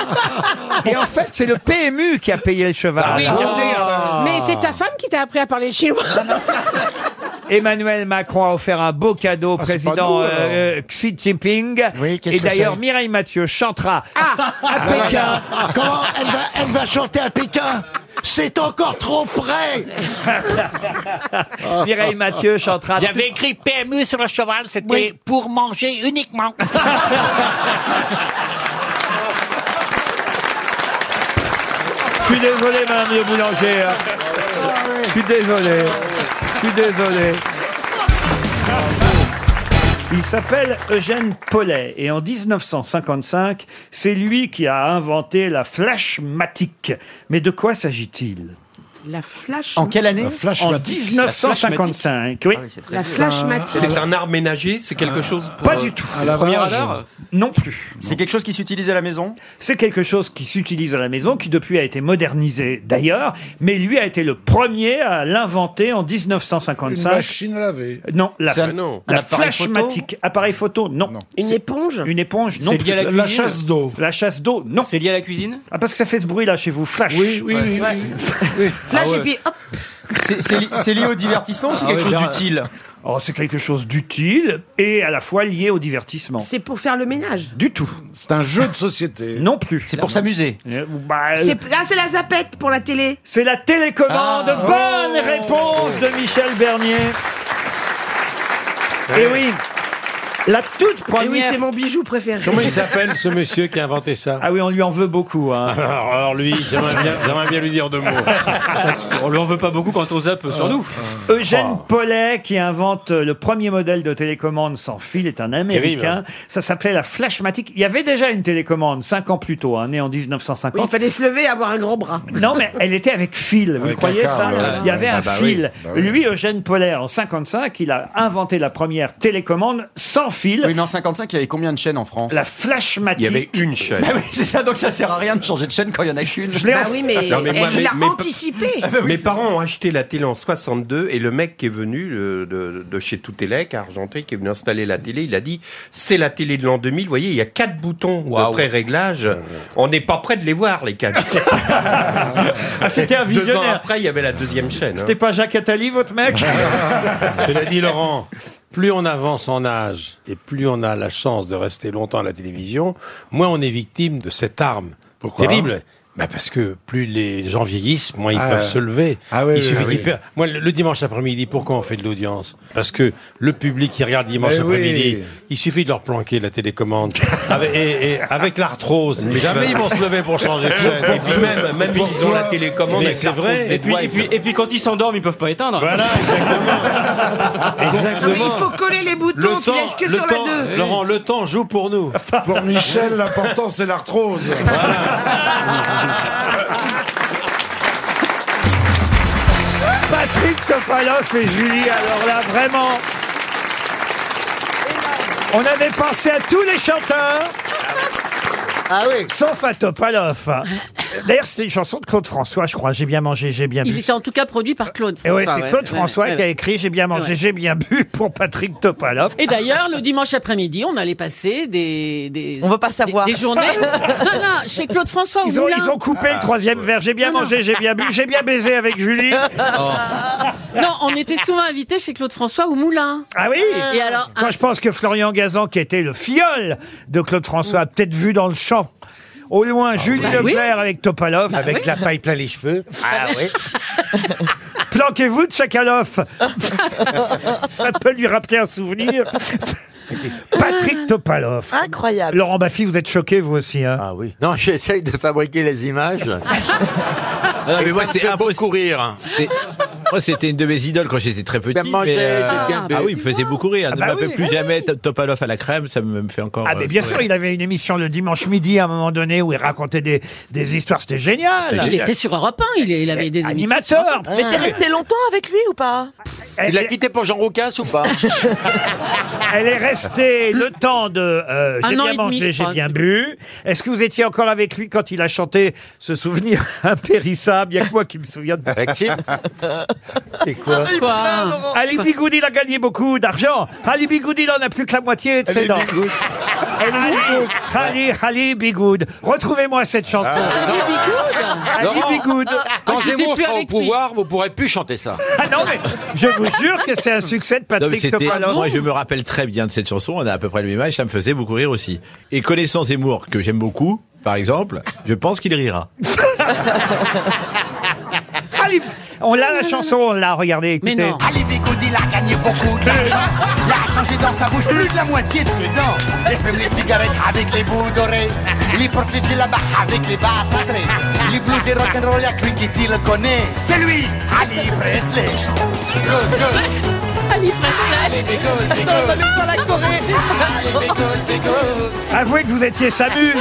Speaker 2: Et en fait, c'est le PMU qui a payé le cheval.
Speaker 18: Ah oui, bien sûr.
Speaker 7: Ah, Mais c'est ta femme qui t'a appris à parler chinois.
Speaker 2: Emmanuel Macron a offert un beau cadeau au
Speaker 4: Ah, c'est pas
Speaker 2: président
Speaker 4: nous, alors.
Speaker 2: euh, Xi Jinping.
Speaker 4: qu'est-ce
Speaker 2: Et
Speaker 4: que
Speaker 2: d'ailleurs,
Speaker 4: c'est
Speaker 2: Mireille Mathieu chantera
Speaker 3: Ah,
Speaker 2: Ah,
Speaker 4: à Pékin. Comment elle va, elle va chanter à Pékin C'est encore trop près
Speaker 2: Mireille Mathieu chantera.
Speaker 18: J'avais écrit PMU sur le cheval, c'était pour manger uniquement.
Speaker 2: Je suis désolé, madame le boulanger. hein. Je suis désolé. Je suis désolé. Il s'appelle Eugène Paulet et en 1955, c'est lui qui a inventé la flashmatique. Mais de quoi s'agit-il
Speaker 7: La flash.
Speaker 2: En 1955, oui.
Speaker 7: La vieux. flashmatique.
Speaker 22: C'est un art ménager, c'est quelque chose pour,
Speaker 2: Ah. Pas
Speaker 22: euh,
Speaker 2: du tout.
Speaker 22: C'est le premier radar
Speaker 2: Euh, Non plus. C'est quelque chose qui s'utilise à la maison C'est quelque chose qui s'utilise à la maison, qui depuis a été modernisé d'ailleurs, mais lui a été le premier à l'inventer en 1955.
Speaker 4: Une machine à laver.
Speaker 2: Non, la,
Speaker 4: C'est un- non.
Speaker 2: la
Speaker 4: Un appareil photo
Speaker 2: flashmatique. Appareil photo, non.
Speaker 7: Une éponge
Speaker 2: Une éponge, non.
Speaker 4: C'est lié à la
Speaker 2: plus.
Speaker 4: La cuisine chasse
Speaker 2: d'eau. La chasse d'eau, non. C'est lié à la cuisine Ah, parce que ça fait ce bruit-là chez vous, flash. Oui, oui, oui. Ah
Speaker 7: Flash et puis hop.
Speaker 2: C'est,
Speaker 28: lié au divertissement ou
Speaker 2: Ah
Speaker 28: c'est quelque chose d'utile
Speaker 2: Oh, c'est quelque chose d'utile et à la fois lié au divertissement.
Speaker 7: C'est pour faire le ménage.
Speaker 2: Du tout. C'est un jeu de société. Non plus. Eh, bah, C'est pour s'amuser.
Speaker 7: C'est- Ah, c'est la zapette pour la télé.
Speaker 2: Euh,
Speaker 7: Ah.
Speaker 2: C'est la télécommande. Bonne réponse de Michel Bernier. Et oui. La toute
Speaker 7: Eh
Speaker 2: première.
Speaker 7: oui, c'est mon bijou préféré.
Speaker 19: s'appelle ce monsieur qui a inventé ça
Speaker 2: Ah oui, on lui en veut beaucoup. hein.
Speaker 19: alors, alors lui, j'aimerais bien, j'aimerais bien lui dire deux mots.
Speaker 29: On lui en veut pas beaucoup quand on zappe sur nous.
Speaker 2: Euh, Eugène Paulet, qui invente euh, le premier modèle de télécommande sans fil, est un Américain.
Speaker 29: Terrible.
Speaker 2: Ça s'appelait la Flashmatic. Il y avait déjà une télécommande cinq ans plus tôt, né en
Speaker 7: Oui,
Speaker 2: 1950.
Speaker 7: il fallait se lever et avoir un grand bras.
Speaker 2: Non, mais elle était avec fil, vous
Speaker 7: Avec
Speaker 2: le croyez
Speaker 7: un
Speaker 2: ça
Speaker 7: câble, ouais.
Speaker 2: Il y avait
Speaker 7: Ah
Speaker 2: un
Speaker 7: bah oui,
Speaker 2: fil.
Speaker 7: bah oui.
Speaker 2: Lui, Eugène Paulet, en 55, il a inventé la première télécommande sans fil.
Speaker 28: Oui, mais en 55, il y avait combien de chaînes en France
Speaker 2: La flashmatique.
Speaker 28: Il y avait une chaîne. oui, c'est ça, donc ça sert à rien de changer de chaîne quand il y en a qu'une.
Speaker 7: Je l'ai Bah en- oui, mais elle l'a
Speaker 22: pa-
Speaker 7: anticipé. Ah bah
Speaker 19: ben
Speaker 7: oui,
Speaker 22: mes
Speaker 7: c'est
Speaker 22: parents ont acheté la télé en 62 et le mec qui est venu euh, de, de chez Toutélec, à Argenteuil, qui est venu installer la télé, il a dit c'est la télé de l'an 2000. Vous voyez, il y a quatre boutons
Speaker 28: Waouh.
Speaker 22: de pré-réglage. On n'est pas près de les voir les quatre.
Speaker 2: c'était un
Speaker 22: Deux ans
Speaker 2: visionnaire.
Speaker 22: après, il y avait la deuxième chaîne. hein.
Speaker 2: C'était pas Jacques Attali, votre mec
Speaker 19: Cela dit, Laurent, plus on avance en âge et plus on a la chance de rester longtemps à la télévision, moins on est victime de cette arme terrible. Bah parce que plus les gens vieillissent, moins ils
Speaker 4: Ah,
Speaker 19: peuvent se lever.
Speaker 4: ah oui,
Speaker 19: Il
Speaker 4: oui,
Speaker 19: suffit
Speaker 4: ah oui.
Speaker 19: qu'ils perdent. Moi, le, le dimanche après-midi, pourquoi on fait de l'audience Parce que le public qui regarde dimanche
Speaker 4: Mais oui.
Speaker 19: après-midi, il suffit de leur planquer la télécommande avec, et, et avec l'arthrose. Jamais ils vont se lever pour changer de chaîne.
Speaker 22: Et puis même, même s'ils ont la télécommande,
Speaker 19: Mais
Speaker 22: avec
Speaker 19: c'est
Speaker 22: leur pouce
Speaker 19: vrai.
Speaker 22: des
Speaker 29: Et puis,
Speaker 22: doigts,
Speaker 29: et, puis, et puis quand ils s'endorment, ils peuvent pas éteindre.
Speaker 19: Voilà,
Speaker 7: Non, mais il faut coller les boutons, tu laisses que sur
Speaker 19: temps,
Speaker 7: la 2.
Speaker 19: Laurent, le temps joue pour nous.
Speaker 4: Pour Michel, l'important, c'est l'arthrose.
Speaker 2: Patrick Topalov et Julie, alors là, vraiment. On avait pensé à tous les chanteurs. Ah oui. Sauf à Topalov. D'ailleurs, c'est une chanson de Claude François, je crois. J'ai bien mangé, j'ai bien bu.
Speaker 1: Il était en tout cas produit par Claude.
Speaker 2: Et Eh ouais,
Speaker 1: François,
Speaker 2: c'est Claude
Speaker 1: ouais,
Speaker 2: François
Speaker 1: ouais,
Speaker 2: qui a
Speaker 1: ouais.
Speaker 2: écrit J'ai bien mangé,
Speaker 1: Ouais.
Speaker 2: j'ai bien bu pour Patrick Topalov.
Speaker 1: Et d'ailleurs, le dimanche après-midi, on allait passer des, des
Speaker 2: On veut pas savoir.
Speaker 1: des, des journées non, non, chez Claude François
Speaker 2: Ils
Speaker 1: au
Speaker 2: ont,
Speaker 1: Moulin.
Speaker 2: ils ont coupé le
Speaker 1: Ah.
Speaker 2: troisième verre. J'ai bien mangé, j'ai bien bu, j'ai bien baisé avec Julie.
Speaker 1: Oh. Non, on était souvent invités chez Claude François au Moulin.
Speaker 2: Ah oui
Speaker 1: Et alors,
Speaker 2: Moi, je pense que Florian Gazan, qui était le fiole de Claude François, a peut-être vu dans le champ. Au loin, Julie
Speaker 1: bah oui.
Speaker 2: Leclerc Ah avec Topalov.
Speaker 1: Avec oui. la
Speaker 2: paille plein les cheveux. Ah oui. Planquez-vous de Chakalov. Ça peut lui rappeler un souvenir.
Speaker 7: Ah.
Speaker 2: Patrick Topalov. Incroyable. Laurent Baffy, vous êtes choqué, vous aussi. Ah oui.
Speaker 3: Non, j'essaye de fabriquer les images.
Speaker 2: mais
Speaker 3: Et
Speaker 2: moi,
Speaker 3: ça
Speaker 2: c'est
Speaker 3: me fait
Speaker 2: impossible.
Speaker 3: beaucoup rire. C'est- Moi, c'était une de mes idoles quand j'étais très petit. Bien mangé, mais, j'ai bien ah, bu. oui, il me faisait beaucoup rire.
Speaker 2: Ah
Speaker 3: ne
Speaker 2: bah
Speaker 3: m'appelle
Speaker 2: oui,
Speaker 3: plus
Speaker 2: oui,
Speaker 3: jamais Top- Topalov à la crème, ça me me fait encore. euh,
Speaker 2: Ah, mais bien sûr, il avait une émission le dimanche midi à un moment donné où il racontait des, des histoires. C'était génial.
Speaker 3: C'était
Speaker 1: il était sur Europe 1, il, il avait des émissions sur
Speaker 2: Animateur.
Speaker 1: Europe
Speaker 2: Mais t'es resté
Speaker 3: longtemps avec lui ou pas
Speaker 2: Il l'a
Speaker 3: quitté pour Jean Roucas ou pas
Speaker 2: Elle est restée le temps de euh,
Speaker 3: Un
Speaker 2: J'ai
Speaker 3: an
Speaker 2: bien
Speaker 3: et demi,
Speaker 2: mangé,
Speaker 3: je
Speaker 2: j'ai
Speaker 3: crois.
Speaker 2: bien bu. Est-ce que vous étiez encore avec lui quand il a chanté ce souvenir impérissable Il n'y a que moi qui me souviens de C'est quoi, Ali Bigoudi, il a gagné beaucoup d'argent. Ali Bigoudi, il en a plus que la moitié de ses dents. Elle est bigoud. Khali, Khali Bigoud. Retrouvez-moi cette chanson.
Speaker 18: Ah.
Speaker 2: Ali Bigoud.
Speaker 30: Quand Zemmour
Speaker 2: plus
Speaker 30: sera au
Speaker 2: avec lui.
Speaker 30: pouvoir, vous pourrez plus chanter ça.
Speaker 2: Ah non, mais je vous jure que c'est un succès de
Speaker 3: Non, mais
Speaker 2: Patrick
Speaker 3: c'était-
Speaker 2: Topalov.
Speaker 3: moi, je me rappelle très bien de cette chanson. On a à peu près le même âge. Ça me faisait beaucoup rire aussi. Et connaissant Zemmour, que j'aime beaucoup, par exemple, je pense qu'il rira.
Speaker 2: Allez, on l'a la chanson, on l'a regardez, écoutez.
Speaker 12: Ali Bigoud, il a gagné beaucoup d'argent. Il a changé dans sa bouche plus de la moitié de ses dents. Il fume les cigarettes avec les bouts dorés. Il porte les djellabahs avec les bas cintrés. Les blues des rock'n'roll, y'a que lui qui t'y le connaît. C'est lui, Ali Presley. Good, good. Ali Presley.
Speaker 18: Ah,
Speaker 12: Ali Bigoud, Bigoud. pas la Corée. Ali Bigoud, Bigoud.
Speaker 2: Avouez que vous étiez sa muse.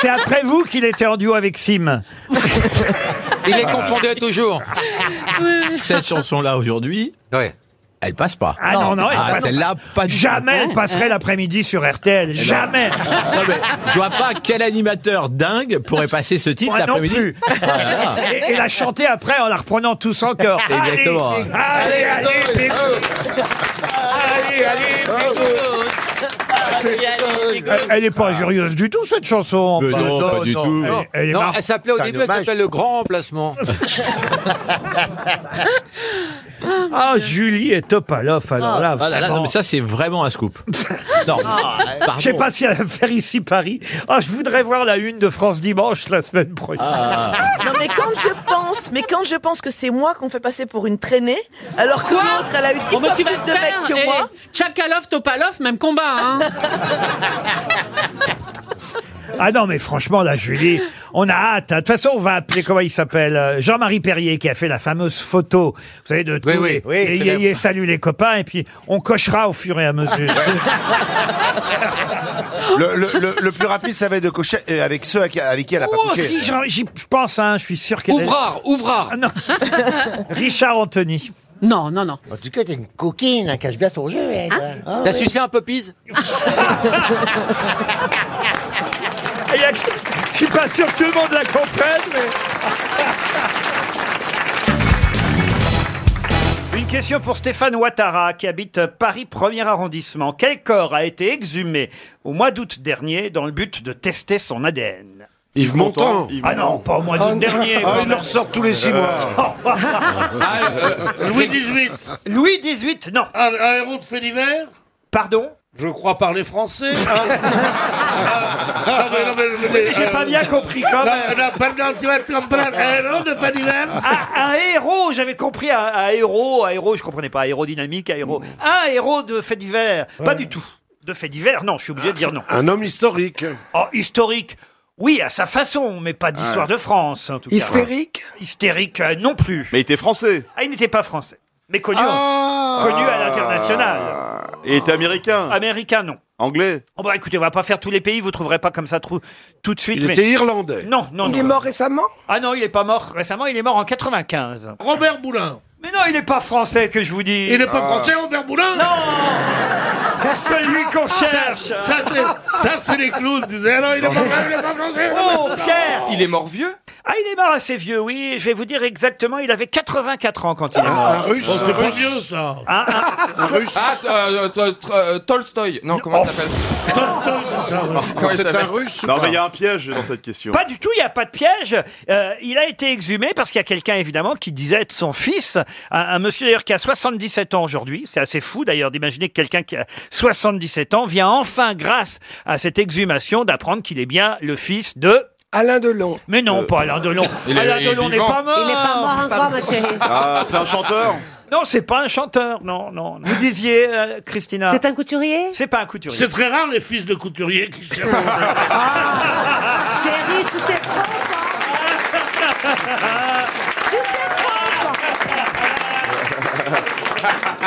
Speaker 2: C'est après vous qu'il était en duo avec Sim.
Speaker 3: Il est confondu toujours.
Speaker 5: Eh
Speaker 3: Cette chanson-là aujourd'hui, elle passe pas.
Speaker 2: Ah non, non, elle
Speaker 3: Ah,
Speaker 2: passe-
Speaker 3: celle-là, pas du
Speaker 2: Jamais
Speaker 3: tout.
Speaker 2: elle passerait l'après-midi sur RTL.
Speaker 3: Eh ben.
Speaker 2: Jamais.
Speaker 5: Ah,
Speaker 3: Non, mais je vois pas quel animateur dingue pourrait passer ce titre
Speaker 2: Moi non
Speaker 3: l'après-midi. Ah,
Speaker 2: plus.
Speaker 3: Voilà.
Speaker 2: Et, et la chanter après en la reprenant tous en chœur. Ah,
Speaker 3: Exactement.
Speaker 2: Allez, allez, allez, allez, allez,
Speaker 5: Ah,
Speaker 2: Elle- Elle n'est pas injurieuse du tout, cette chanson.
Speaker 3: Mais non, pas du tout.
Speaker 2: Elle, elle est
Speaker 3: Non,
Speaker 2: marrante.
Speaker 3: elle s'appelait au
Speaker 2: C'est un
Speaker 3: début, elle
Speaker 2: hommage.
Speaker 3: s'appelait Le Grand Remplacement.
Speaker 2: Ah, Julie et Topalov, alors là,
Speaker 3: Ah là
Speaker 2: vraiment.
Speaker 3: là,
Speaker 2: Ah,
Speaker 3: non, mais ça, c'est vraiment un scoop. non,
Speaker 2: Je sais pas si elle va faire ici Paris. Ah, je voudrais voir la une de France Dimanche la semaine prochaine.
Speaker 3: Ah.
Speaker 10: Non mais quand je pense, mais quand je pense que c'est moi qu'on fait passer pour une traînée, alors que l'autre elle a eu dix
Speaker 1: Bon, bah,
Speaker 10: fois
Speaker 1: tu
Speaker 10: plus
Speaker 1: vas
Speaker 10: de
Speaker 1: te faire,
Speaker 10: mecs que
Speaker 1: eh,
Speaker 10: moi.
Speaker 1: Tchakalov, Topalov, même combat, hein.
Speaker 2: Ah non, mais franchement, là, Julie, on a hâte. hein. De toute façon, on va appeler, comment il s'appelle euh, Jean-Marie Perrier, qui a fait la fameuse photo. Vous savez, de tous
Speaker 30: oui.
Speaker 2: les,
Speaker 30: Oui,
Speaker 2: les
Speaker 30: très bien.
Speaker 2: yéyés, salut les copains, et puis on cochera au fur et à mesure.
Speaker 18: Le, le- le- le plus rapide, ça va être de cocher euh, avec ceux avec, avec qui elle a pas
Speaker 2: Oh,
Speaker 18: couché.
Speaker 2: si, j'en- j'y- je pense, hein, je suis sûr qu'elle est-
Speaker 18: Ouvrard,
Speaker 2: Ouvrard Ah, non. Richard Anthony.
Speaker 1: Non, non, non.
Speaker 7: En tout cas, t'es une coquine, hein, cache bien son jeu. elle, hein. Ah,
Speaker 10: T'as
Speaker 7: ouais.
Speaker 10: sucé
Speaker 30: un peu pise
Speaker 2: Et y a- Je suis pas sûr que tout le monde la comprenne, mais... Une question pour Stéphane Ouattara, qui habite Paris 1er arrondissement. Quel corps a été exhumé au mois d'août dernier dans le but de tester son ADN
Speaker 18: Yves Montand.
Speaker 2: Ah non, pas au mois d'août dernier.
Speaker 18: Ah,
Speaker 2: quand
Speaker 18: ils
Speaker 2: même. Euh,
Speaker 18: le ressortent tous les six mois.
Speaker 5: Ah, euh, Louis XVIII.
Speaker 2: Louis XVIII, non.
Speaker 5: Un, un héros de fait divers
Speaker 2: Pardon
Speaker 5: Je crois parler français. hein. Ah, non, mais- non, mais- mais-
Speaker 2: J'ai pas bien compris, quand même.
Speaker 5: Non, non, pardon, tu vas te comprendre. Eh, Un héros de fait divers
Speaker 2: Ah, un héros, j'avais compris, un, un héros, un héros, je comprenais pas, aérodynamique, un héros. Un héros de fait divers, pas du tout. De fait divers, non, je suis obligé de dire non.
Speaker 18: Un homme historique.
Speaker 2: Oh, historique, oui, à sa façon, mais pas d'histoire
Speaker 18: Ouais.
Speaker 2: de France, en tout cas.
Speaker 18: Hystérique
Speaker 2: Hystérique, euh, non plus.
Speaker 4: Mais il était français.
Speaker 2: Ah, il n'était pas français, mais connu, en- connu à l'international.
Speaker 4: Il était américain.
Speaker 2: Américain, non.
Speaker 4: Anglais.
Speaker 2: Oh, bah écoutez, on va pas faire tous les pays, vous trouverez pas comme ça trou- tout de suite.
Speaker 4: Il
Speaker 2: mais-
Speaker 4: était irlandais.
Speaker 2: Non, non, non.
Speaker 10: récemment
Speaker 2: Ah non, il est pas mort récemment, il est mort en 95.
Speaker 5: Robert Boulin.
Speaker 2: Mais non, il n'est pas français que je vous dis. Ah.
Speaker 5: Il n'est pas français, Robert Boulin
Speaker 2: Non Celui qu'on cherche
Speaker 5: Ah, Ça, ça, c'est- ça, c'est les clowns qui disaient, ah non, il n'est pas français, il n'est pas français.
Speaker 2: Oh, Pierre
Speaker 5: Il est mort vieux
Speaker 2: Ah, il est mort assez vieux, oui. Je vais vous dire exactement, il avait 84 ans quand il est mort.
Speaker 5: Oh, c'est pas vieux, ça.
Speaker 2: Un
Speaker 5: russe.
Speaker 9: Ah, euh, euh, euh, Tolstoy.
Speaker 2: Oh.
Speaker 9: Non, comment il s'appelle Comment il s'appelle
Speaker 4: Non, mais il y a un piège dans cette question.
Speaker 2: Pas du tout, il n'y a pas de piège. Euh, il a été exhumé parce qu'il y a quelqu'un, évidemment, qui disait être son fils. Un, un monsieur, d'ailleurs, qui a 77 ans aujourd'hui. C'est assez fou, d'ailleurs, d'imaginer que quelqu'un qui a 77 ans vient enfin, grâce à cette exhumation, d'apprendre qu'il est bien le fils de... Alain Delon. Mais non, pas Alain Delon.
Speaker 4: Euh, Il est-
Speaker 2: Alain
Speaker 4: il est
Speaker 2: Delon n'est
Speaker 4: vivant.
Speaker 2: pas mort.
Speaker 4: Il est pas mort encore, ma
Speaker 2: chérie.
Speaker 4: Ah, c'est un chanteur
Speaker 2: Non, c'est pas un chanteur. Non, non. non. Vous disiez, euh, Christina.
Speaker 5: C'est
Speaker 2: un couturier C'est pas un couturier.
Speaker 5: C'est très rare les fils de couturiers qui cherchent.
Speaker 2: Ah.
Speaker 7: Chérie, tu t'es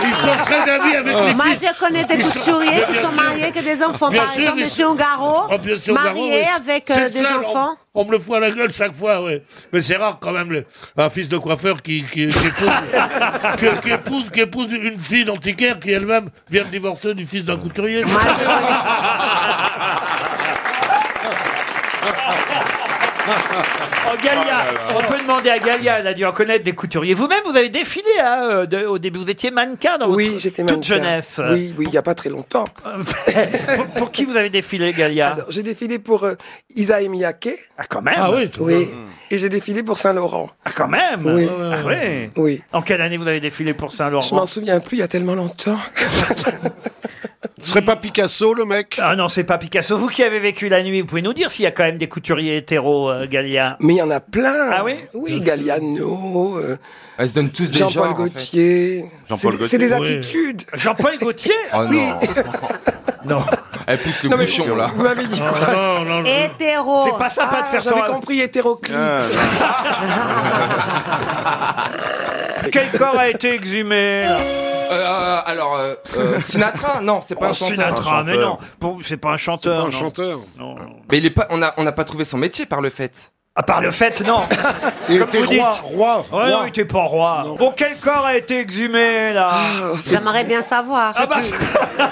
Speaker 5: Ils sont très amis avec les
Speaker 7: Moi,
Speaker 5: fils.
Speaker 7: je connais des
Speaker 5: Ils sont-
Speaker 7: couturiers
Speaker 5: Mais
Speaker 7: qui
Speaker 5: bien
Speaker 7: sont
Speaker 5: sûr.
Speaker 7: mariés que des enfants.
Speaker 5: Bien
Speaker 7: Par
Speaker 5: sûr,
Speaker 7: exemple,
Speaker 5: mais-
Speaker 7: Monsieur Ongaro,
Speaker 5: Oh, bien sûr, Garo,
Speaker 7: marié
Speaker 5: oui.
Speaker 7: avec euh,
Speaker 5: C'est
Speaker 7: des
Speaker 5: ça, on-
Speaker 7: enfants.
Speaker 5: On, me le fout à la gueule chaque fois, ouais. Mais c'est rare quand même, le- un fils de coiffeur qui, qui- qui épouse, que- qui épouse- qui épouse une fille d'antiquaire qui elle-même vient de divorcer du fils d'un couturier.
Speaker 2: Oh, Galia, on peut demander à Galia, elle a dû en connaître des couturiers. Vous-même, vous avez défilé hein, euh, de- au début, vous étiez mannequin dans votre
Speaker 4: j'étais
Speaker 2: toute
Speaker 4: mannequin.
Speaker 2: jeunesse. Eh,
Speaker 4: Oui, oui, il n'y a pas très longtemps.
Speaker 2: pour, pour qui vous avez défilé, Galia
Speaker 4: Alors, j'ai défilé pour euh, Isaï Miyake.
Speaker 2: Ah, quand même
Speaker 4: Ah oui,
Speaker 2: tout
Speaker 4: oui.
Speaker 2: bien.
Speaker 4: Et j'ai défilé pour Saint-Laurent.
Speaker 2: Ah, quand même
Speaker 4: Oui.
Speaker 2: Ah, ouais.
Speaker 4: Oui.
Speaker 2: En quelle année vous avez défilé pour
Speaker 4: Je m'en
Speaker 2: Saint-Laurent
Speaker 4: souviens plus, il y a tellement longtemps.
Speaker 2: Ce serait pas Picasso, le mec Ah non, c'est pas Picasso. Vous qui avez vécu la nuit, vous pouvez nous dire s'il y a quand même des couturiers hétéros, euh, Galia
Speaker 4: Mais il y en a plein.
Speaker 2: Ah oui
Speaker 4: Oui, Galliano, euh,
Speaker 9: Elles Ah, se donnent tous des
Speaker 4: Jean-Paul
Speaker 9: genres.
Speaker 4: Gaultier.
Speaker 9: Jean-Paul
Speaker 4: C'est des- C'est des
Speaker 9: Gaultier. Oui.
Speaker 4: attitudes.
Speaker 2: Jean-Paul Gaultier
Speaker 9: Oh
Speaker 4: Oui.
Speaker 9: non.
Speaker 2: non.
Speaker 9: Elle pousse le
Speaker 4: Non, mais
Speaker 9: bouchon,
Speaker 4: vous-
Speaker 9: là.
Speaker 4: Vous m'avez dit
Speaker 2: Oh
Speaker 4: quoi
Speaker 20: Hétéro. Ah,
Speaker 4: C'est pas sympa de faire ça. J'avais compris hétéroclite.
Speaker 3: Euh.
Speaker 2: Ah, Quel corps a été exhumé
Speaker 23: alors, euh, euh, Sinatra Non, c'est pas
Speaker 2: Oh,
Speaker 23: un chanteur.
Speaker 2: Sinatra,
Speaker 23: Un
Speaker 2: mais
Speaker 23: chanteur.
Speaker 2: non, pour- c'est pas un chanteur. non.
Speaker 23: Mais il est pas, on n'a on a pas trouvé son métier par le fait.
Speaker 2: À part Ah, le fait, non.
Speaker 23: Il
Speaker 2: Comme
Speaker 23: était
Speaker 2: vous dites.
Speaker 23: roi,
Speaker 2: roi,
Speaker 23: roi.
Speaker 2: non, il était pas roi. Bon, quel corps a été exhumé, là
Speaker 20: J'aimerais bien savoir.
Speaker 2: Ah bah,
Speaker 23: Ah,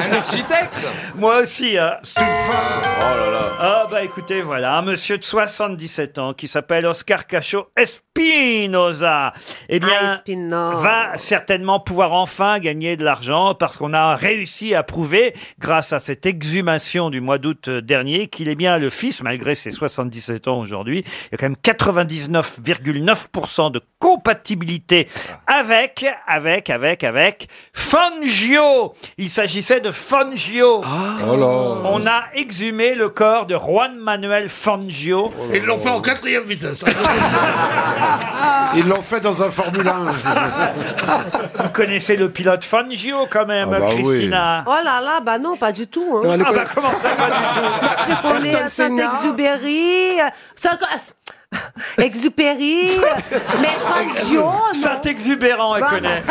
Speaker 23: Un architecte
Speaker 2: Moi aussi, C'est une femme Oh là là Ah bah écoutez, voilà, un monsieur de 77 ans qui s'appelle Oscar Cacho Espinoza. Eh bien,
Speaker 20: Ah, Espinoza.
Speaker 2: va certainement pouvoir enfin gagner de l'argent parce qu'on a réussi à prouver, grâce à cette exhumation du mois d'août euh, dernier, qu'il est bien le fils, malgré ses 77 ans aujourd'hui. Il y a quand même 99,9% de compatibilité
Speaker 5: Ah.
Speaker 2: avec, avec, avec, avec Fangio. Il s'agissait de Fangio.
Speaker 5: Oh là.
Speaker 2: On a exhumé le corps de Juan Manuel Fangio.
Speaker 5: Ils l'ont fait en quatrième vitesse. hein.
Speaker 2: Ils l'ont fait dans un Formule 1. Vous connaissez le pilote Fangio quand même,
Speaker 4: Ah bah oui.
Speaker 2: Christina.
Speaker 20: Oh là là, bah non, pas du tout. hein.
Speaker 4: Non, elle est
Speaker 2: Ah bah
Speaker 4: pas-
Speaker 2: comment ça, pas du
Speaker 20: Tu
Speaker 2: tout
Speaker 20: connais Saint-Exupéry, euh, Saint- Exupéry, euh, mais Fangio, non.
Speaker 2: Saint-Exubérant,
Speaker 20: elle Bah. connaît.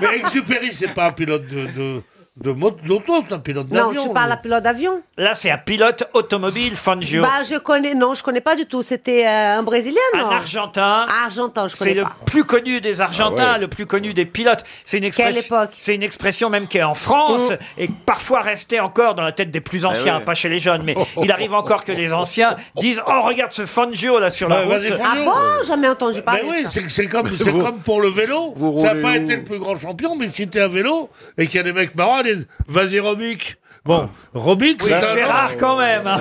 Speaker 5: Mais Exupéry, c'est pas un pilote de, de, de mot- d'auto, c'est un pilote
Speaker 20: Non,
Speaker 5: d'avion.
Speaker 20: tu parles à pilote d'avion.
Speaker 2: Là, c'est un pilote automobile, Fangio.
Speaker 20: Bah je connais, non, je connais pas du tout. C'était euh, un Brésilien, non
Speaker 2: Un Argentin.
Speaker 20: Argentin, je
Speaker 2: C'est
Speaker 20: connais
Speaker 2: le
Speaker 20: pas.
Speaker 2: plus connu des Argentins,
Speaker 5: Ah
Speaker 2: le plus connu des pilotes. C'est une
Speaker 20: Quelle
Speaker 2: expression. C'est une expression même qui est en France
Speaker 20: Mm.
Speaker 2: et parfois restée encore dans la tête des
Speaker 3: Eh
Speaker 2: plus anciens,
Speaker 5: Ah ouais.
Speaker 2: pas chez les jeunes, mais Oh, il arrive encore que les anciens disent Oh regarde ce Fangio là sur la
Speaker 5: Ouais, vas-y,
Speaker 2: route.
Speaker 5: Fangio. Ah bon
Speaker 20: Jamais entendu
Speaker 5: Mais
Speaker 20: parler.
Speaker 5: oui,
Speaker 20: ça.
Speaker 5: c'est c'est comme, c'est comme pour le vélo.
Speaker 20: vous
Speaker 5: Ça n'a
Speaker 20: roulez
Speaker 5: pas
Speaker 20: où
Speaker 5: été le plus grand champion, mais si t'es à vélo et qu'il y a des mecs marrants, ils disent Vas-y, Robic. Bon, Robic,
Speaker 2: Ah. Oui,
Speaker 5: un-
Speaker 2: c'est rare quand même. hein.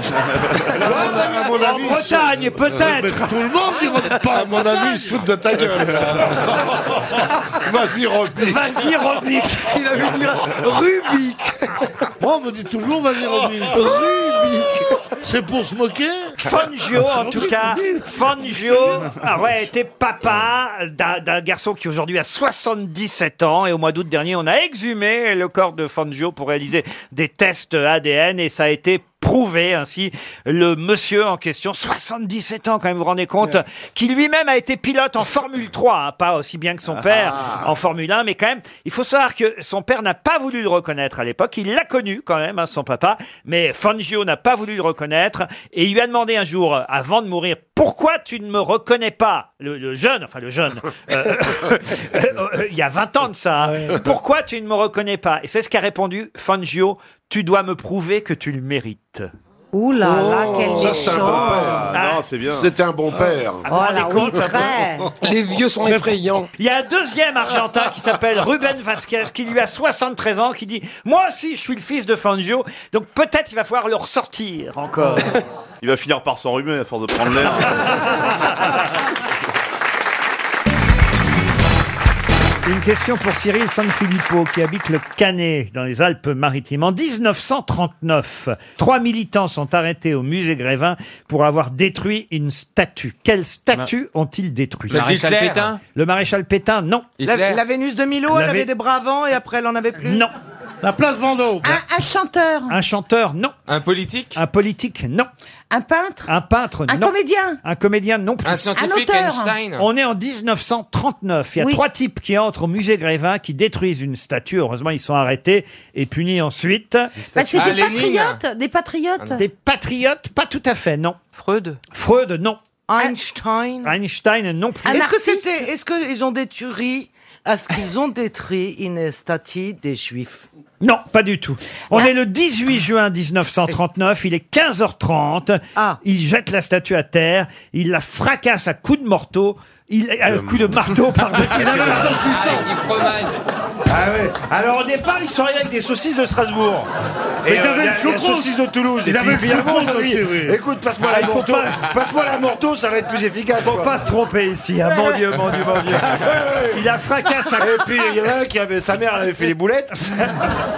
Speaker 2: en Bretagne, peut-être.
Speaker 5: Tout le monde dit pas.
Speaker 2: À mon avis, ils se foutent de ta gueule.
Speaker 5: Vas-y, Robic.
Speaker 2: Vas-y, Robic.
Speaker 5: Il a vu dire Rubik. Moi, on me dit toujours Vas-y, Robic. Rubik. C'est pour se moquer
Speaker 2: Fangio, en tout
Speaker 5: Robic,
Speaker 2: cas,
Speaker 5: on dit.
Speaker 2: Fangio aurait été papa d'un d'un garçon qui aujourd'hui a 77 ans. Et au mois d'août dernier, on a exhumé le corps de Fangio pour réaliser des tests ADN et ça a été prouvé ainsi le monsieur en question, 77 ans quand même, vous vous rendez compte, qui lui-même a été pilote en Formule 3, hein, pas aussi bien que son père en Formule 1, mais quand même, il faut savoir que son père n'a pas voulu le reconnaître à l'époque, il l'a connu quand même, hein, son papa, mais Fangio n'a pas voulu le reconnaître, et il lui a demandé un jour, euh, avant de mourir, pourquoi tu ne me reconnais pas, le, le jeune, enfin le jeune, euh, euh, euh, il y a 20 ans de ça, hein. pourquoi tu ne me reconnais pas Et c'est ce qu'a répondu Fangio, tu dois me prouver que tu le mérites.
Speaker 20: Ouh là là,
Speaker 4: Oh,
Speaker 20: quel
Speaker 24: ça, c'est un bon
Speaker 20: méchant.
Speaker 24: père. Ah, non, c'est bien.
Speaker 2: C'était
Speaker 24: un bon père.
Speaker 2: Ah, vous
Speaker 6: Oh,
Speaker 2: vous rendez compte, hein,
Speaker 4: Les vieux sont effrayants.
Speaker 2: Il y a un deuxième Argentin qui s'appelle Ruben Vasquez, qui lui a 73 ans, qui dit « Moi aussi, je suis le fils de Fangio, donc peut-être il va falloir le ressortir encore.
Speaker 23: Bah.
Speaker 24: Il va finir par s'enrhumer à force de prendre l'air.
Speaker 2: Une question pour Cyril Sanfilippo qui habite le Canet dans les Alpes-Maritimes. En 1939, trois militants sont arrêtés au musée Grévin pour avoir détruit une statue. Quelle statue ont-ils détruit
Speaker 6: Le maréchal Hitler. Pétain
Speaker 2: Le maréchal Pétain, non.
Speaker 6: La, la Vénus de Milo,
Speaker 2: La
Speaker 6: elle
Speaker 2: Vé-
Speaker 6: avait des bras avant et après elle en avait plus.
Speaker 2: Non.
Speaker 5: La place Vendôme.
Speaker 6: Un, chanteur.
Speaker 2: Un chanteur, non. Un politique Un politique, non. Un peintre Un peintre,
Speaker 6: Un
Speaker 2: non.
Speaker 6: comédien
Speaker 2: Un comédien, non. plus.
Speaker 6: Un scientifique, Un auteur Einstein
Speaker 2: On est en 1939. Il y a
Speaker 6: Oui.
Speaker 2: trois types qui entrent au musée Grévin, qui détruisent une statue. Heureusement, ils sont arrêtés et punis ensuite.
Speaker 20: Bah, c'est des patriotes, des patriotes.
Speaker 2: Des patriotes, pas tout à fait, non. Freud Freud, Euh, non.
Speaker 6: Einstein.
Speaker 2: Einstein, non plus.
Speaker 6: Est-ce que c'était, est-ce qu'ils ont détruit, est-ce qu'ils ont détruit une statue des Juifs
Speaker 2: Non, pas du tout. On est le 18 juin 1939, il est 15h30. Il jette la statue à terre, il la fracasse à coups de marteau. Il, à coup de marteau, pardon.
Speaker 3: Ah ouais. Alors au départ, ils sont arrivés avec des saucisses de Strasbourg.
Speaker 31: Mais
Speaker 3: Et
Speaker 31: ils avaient
Speaker 3: euh, il y
Speaker 31: le
Speaker 3: a- il y a
Speaker 31: choucroute.
Speaker 3: saucisses de Toulouse.
Speaker 31: Ils
Speaker 3: et puis,
Speaker 31: avaient le
Speaker 3: finalement,
Speaker 31: choucroute
Speaker 3: on a dit,
Speaker 31: aussi, oui.
Speaker 3: Écoute, passe-moi
Speaker 31: Ah, il
Speaker 3: la
Speaker 31: faut
Speaker 3: morteau.
Speaker 31: pas-
Speaker 3: Passe-moi la morteau, ça va être plus efficace.
Speaker 2: Faut
Speaker 3: quoi.
Speaker 2: pas se tromper ici, hein. mon Dieu, mon Dieu, mon Dieu. Il a fracassé.
Speaker 3: Et puis il y en a un qui avait sa mère, elle avait fait les boulettes.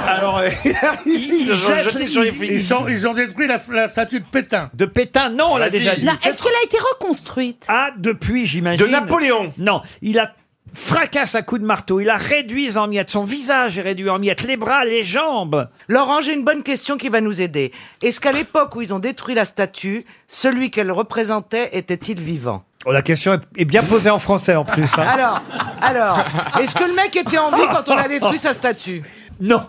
Speaker 3: Alors euh, ils ont
Speaker 5: jettent-
Speaker 3: jeté sur les
Speaker 5: ils, ils ont, ils ont détruit la, la statue de Pétain.
Speaker 2: De Pétain, non, on l'a déjà dit.
Speaker 7: Là, Est-ce qu'elle a été reconstruite
Speaker 2: Ah, depuis, j'imagine.
Speaker 7: De Napoléon.
Speaker 2: Non, il a fracasse à coups de marteau, il a réduit en miettes, son visage est réduit en miettes, les bras, les jambes.
Speaker 6: Laurent, j'ai une bonne question qui va nous aider. Est-ce qu'à l'époque où ils ont détruit la statue, celui qu'elle représentait était-il vivant
Speaker 2: Oh, la question est- est bien posée en français en plus. hein.
Speaker 6: Alors, alors, est-ce que le mec était en vie quand on a détruit sa statue
Speaker 2: Non.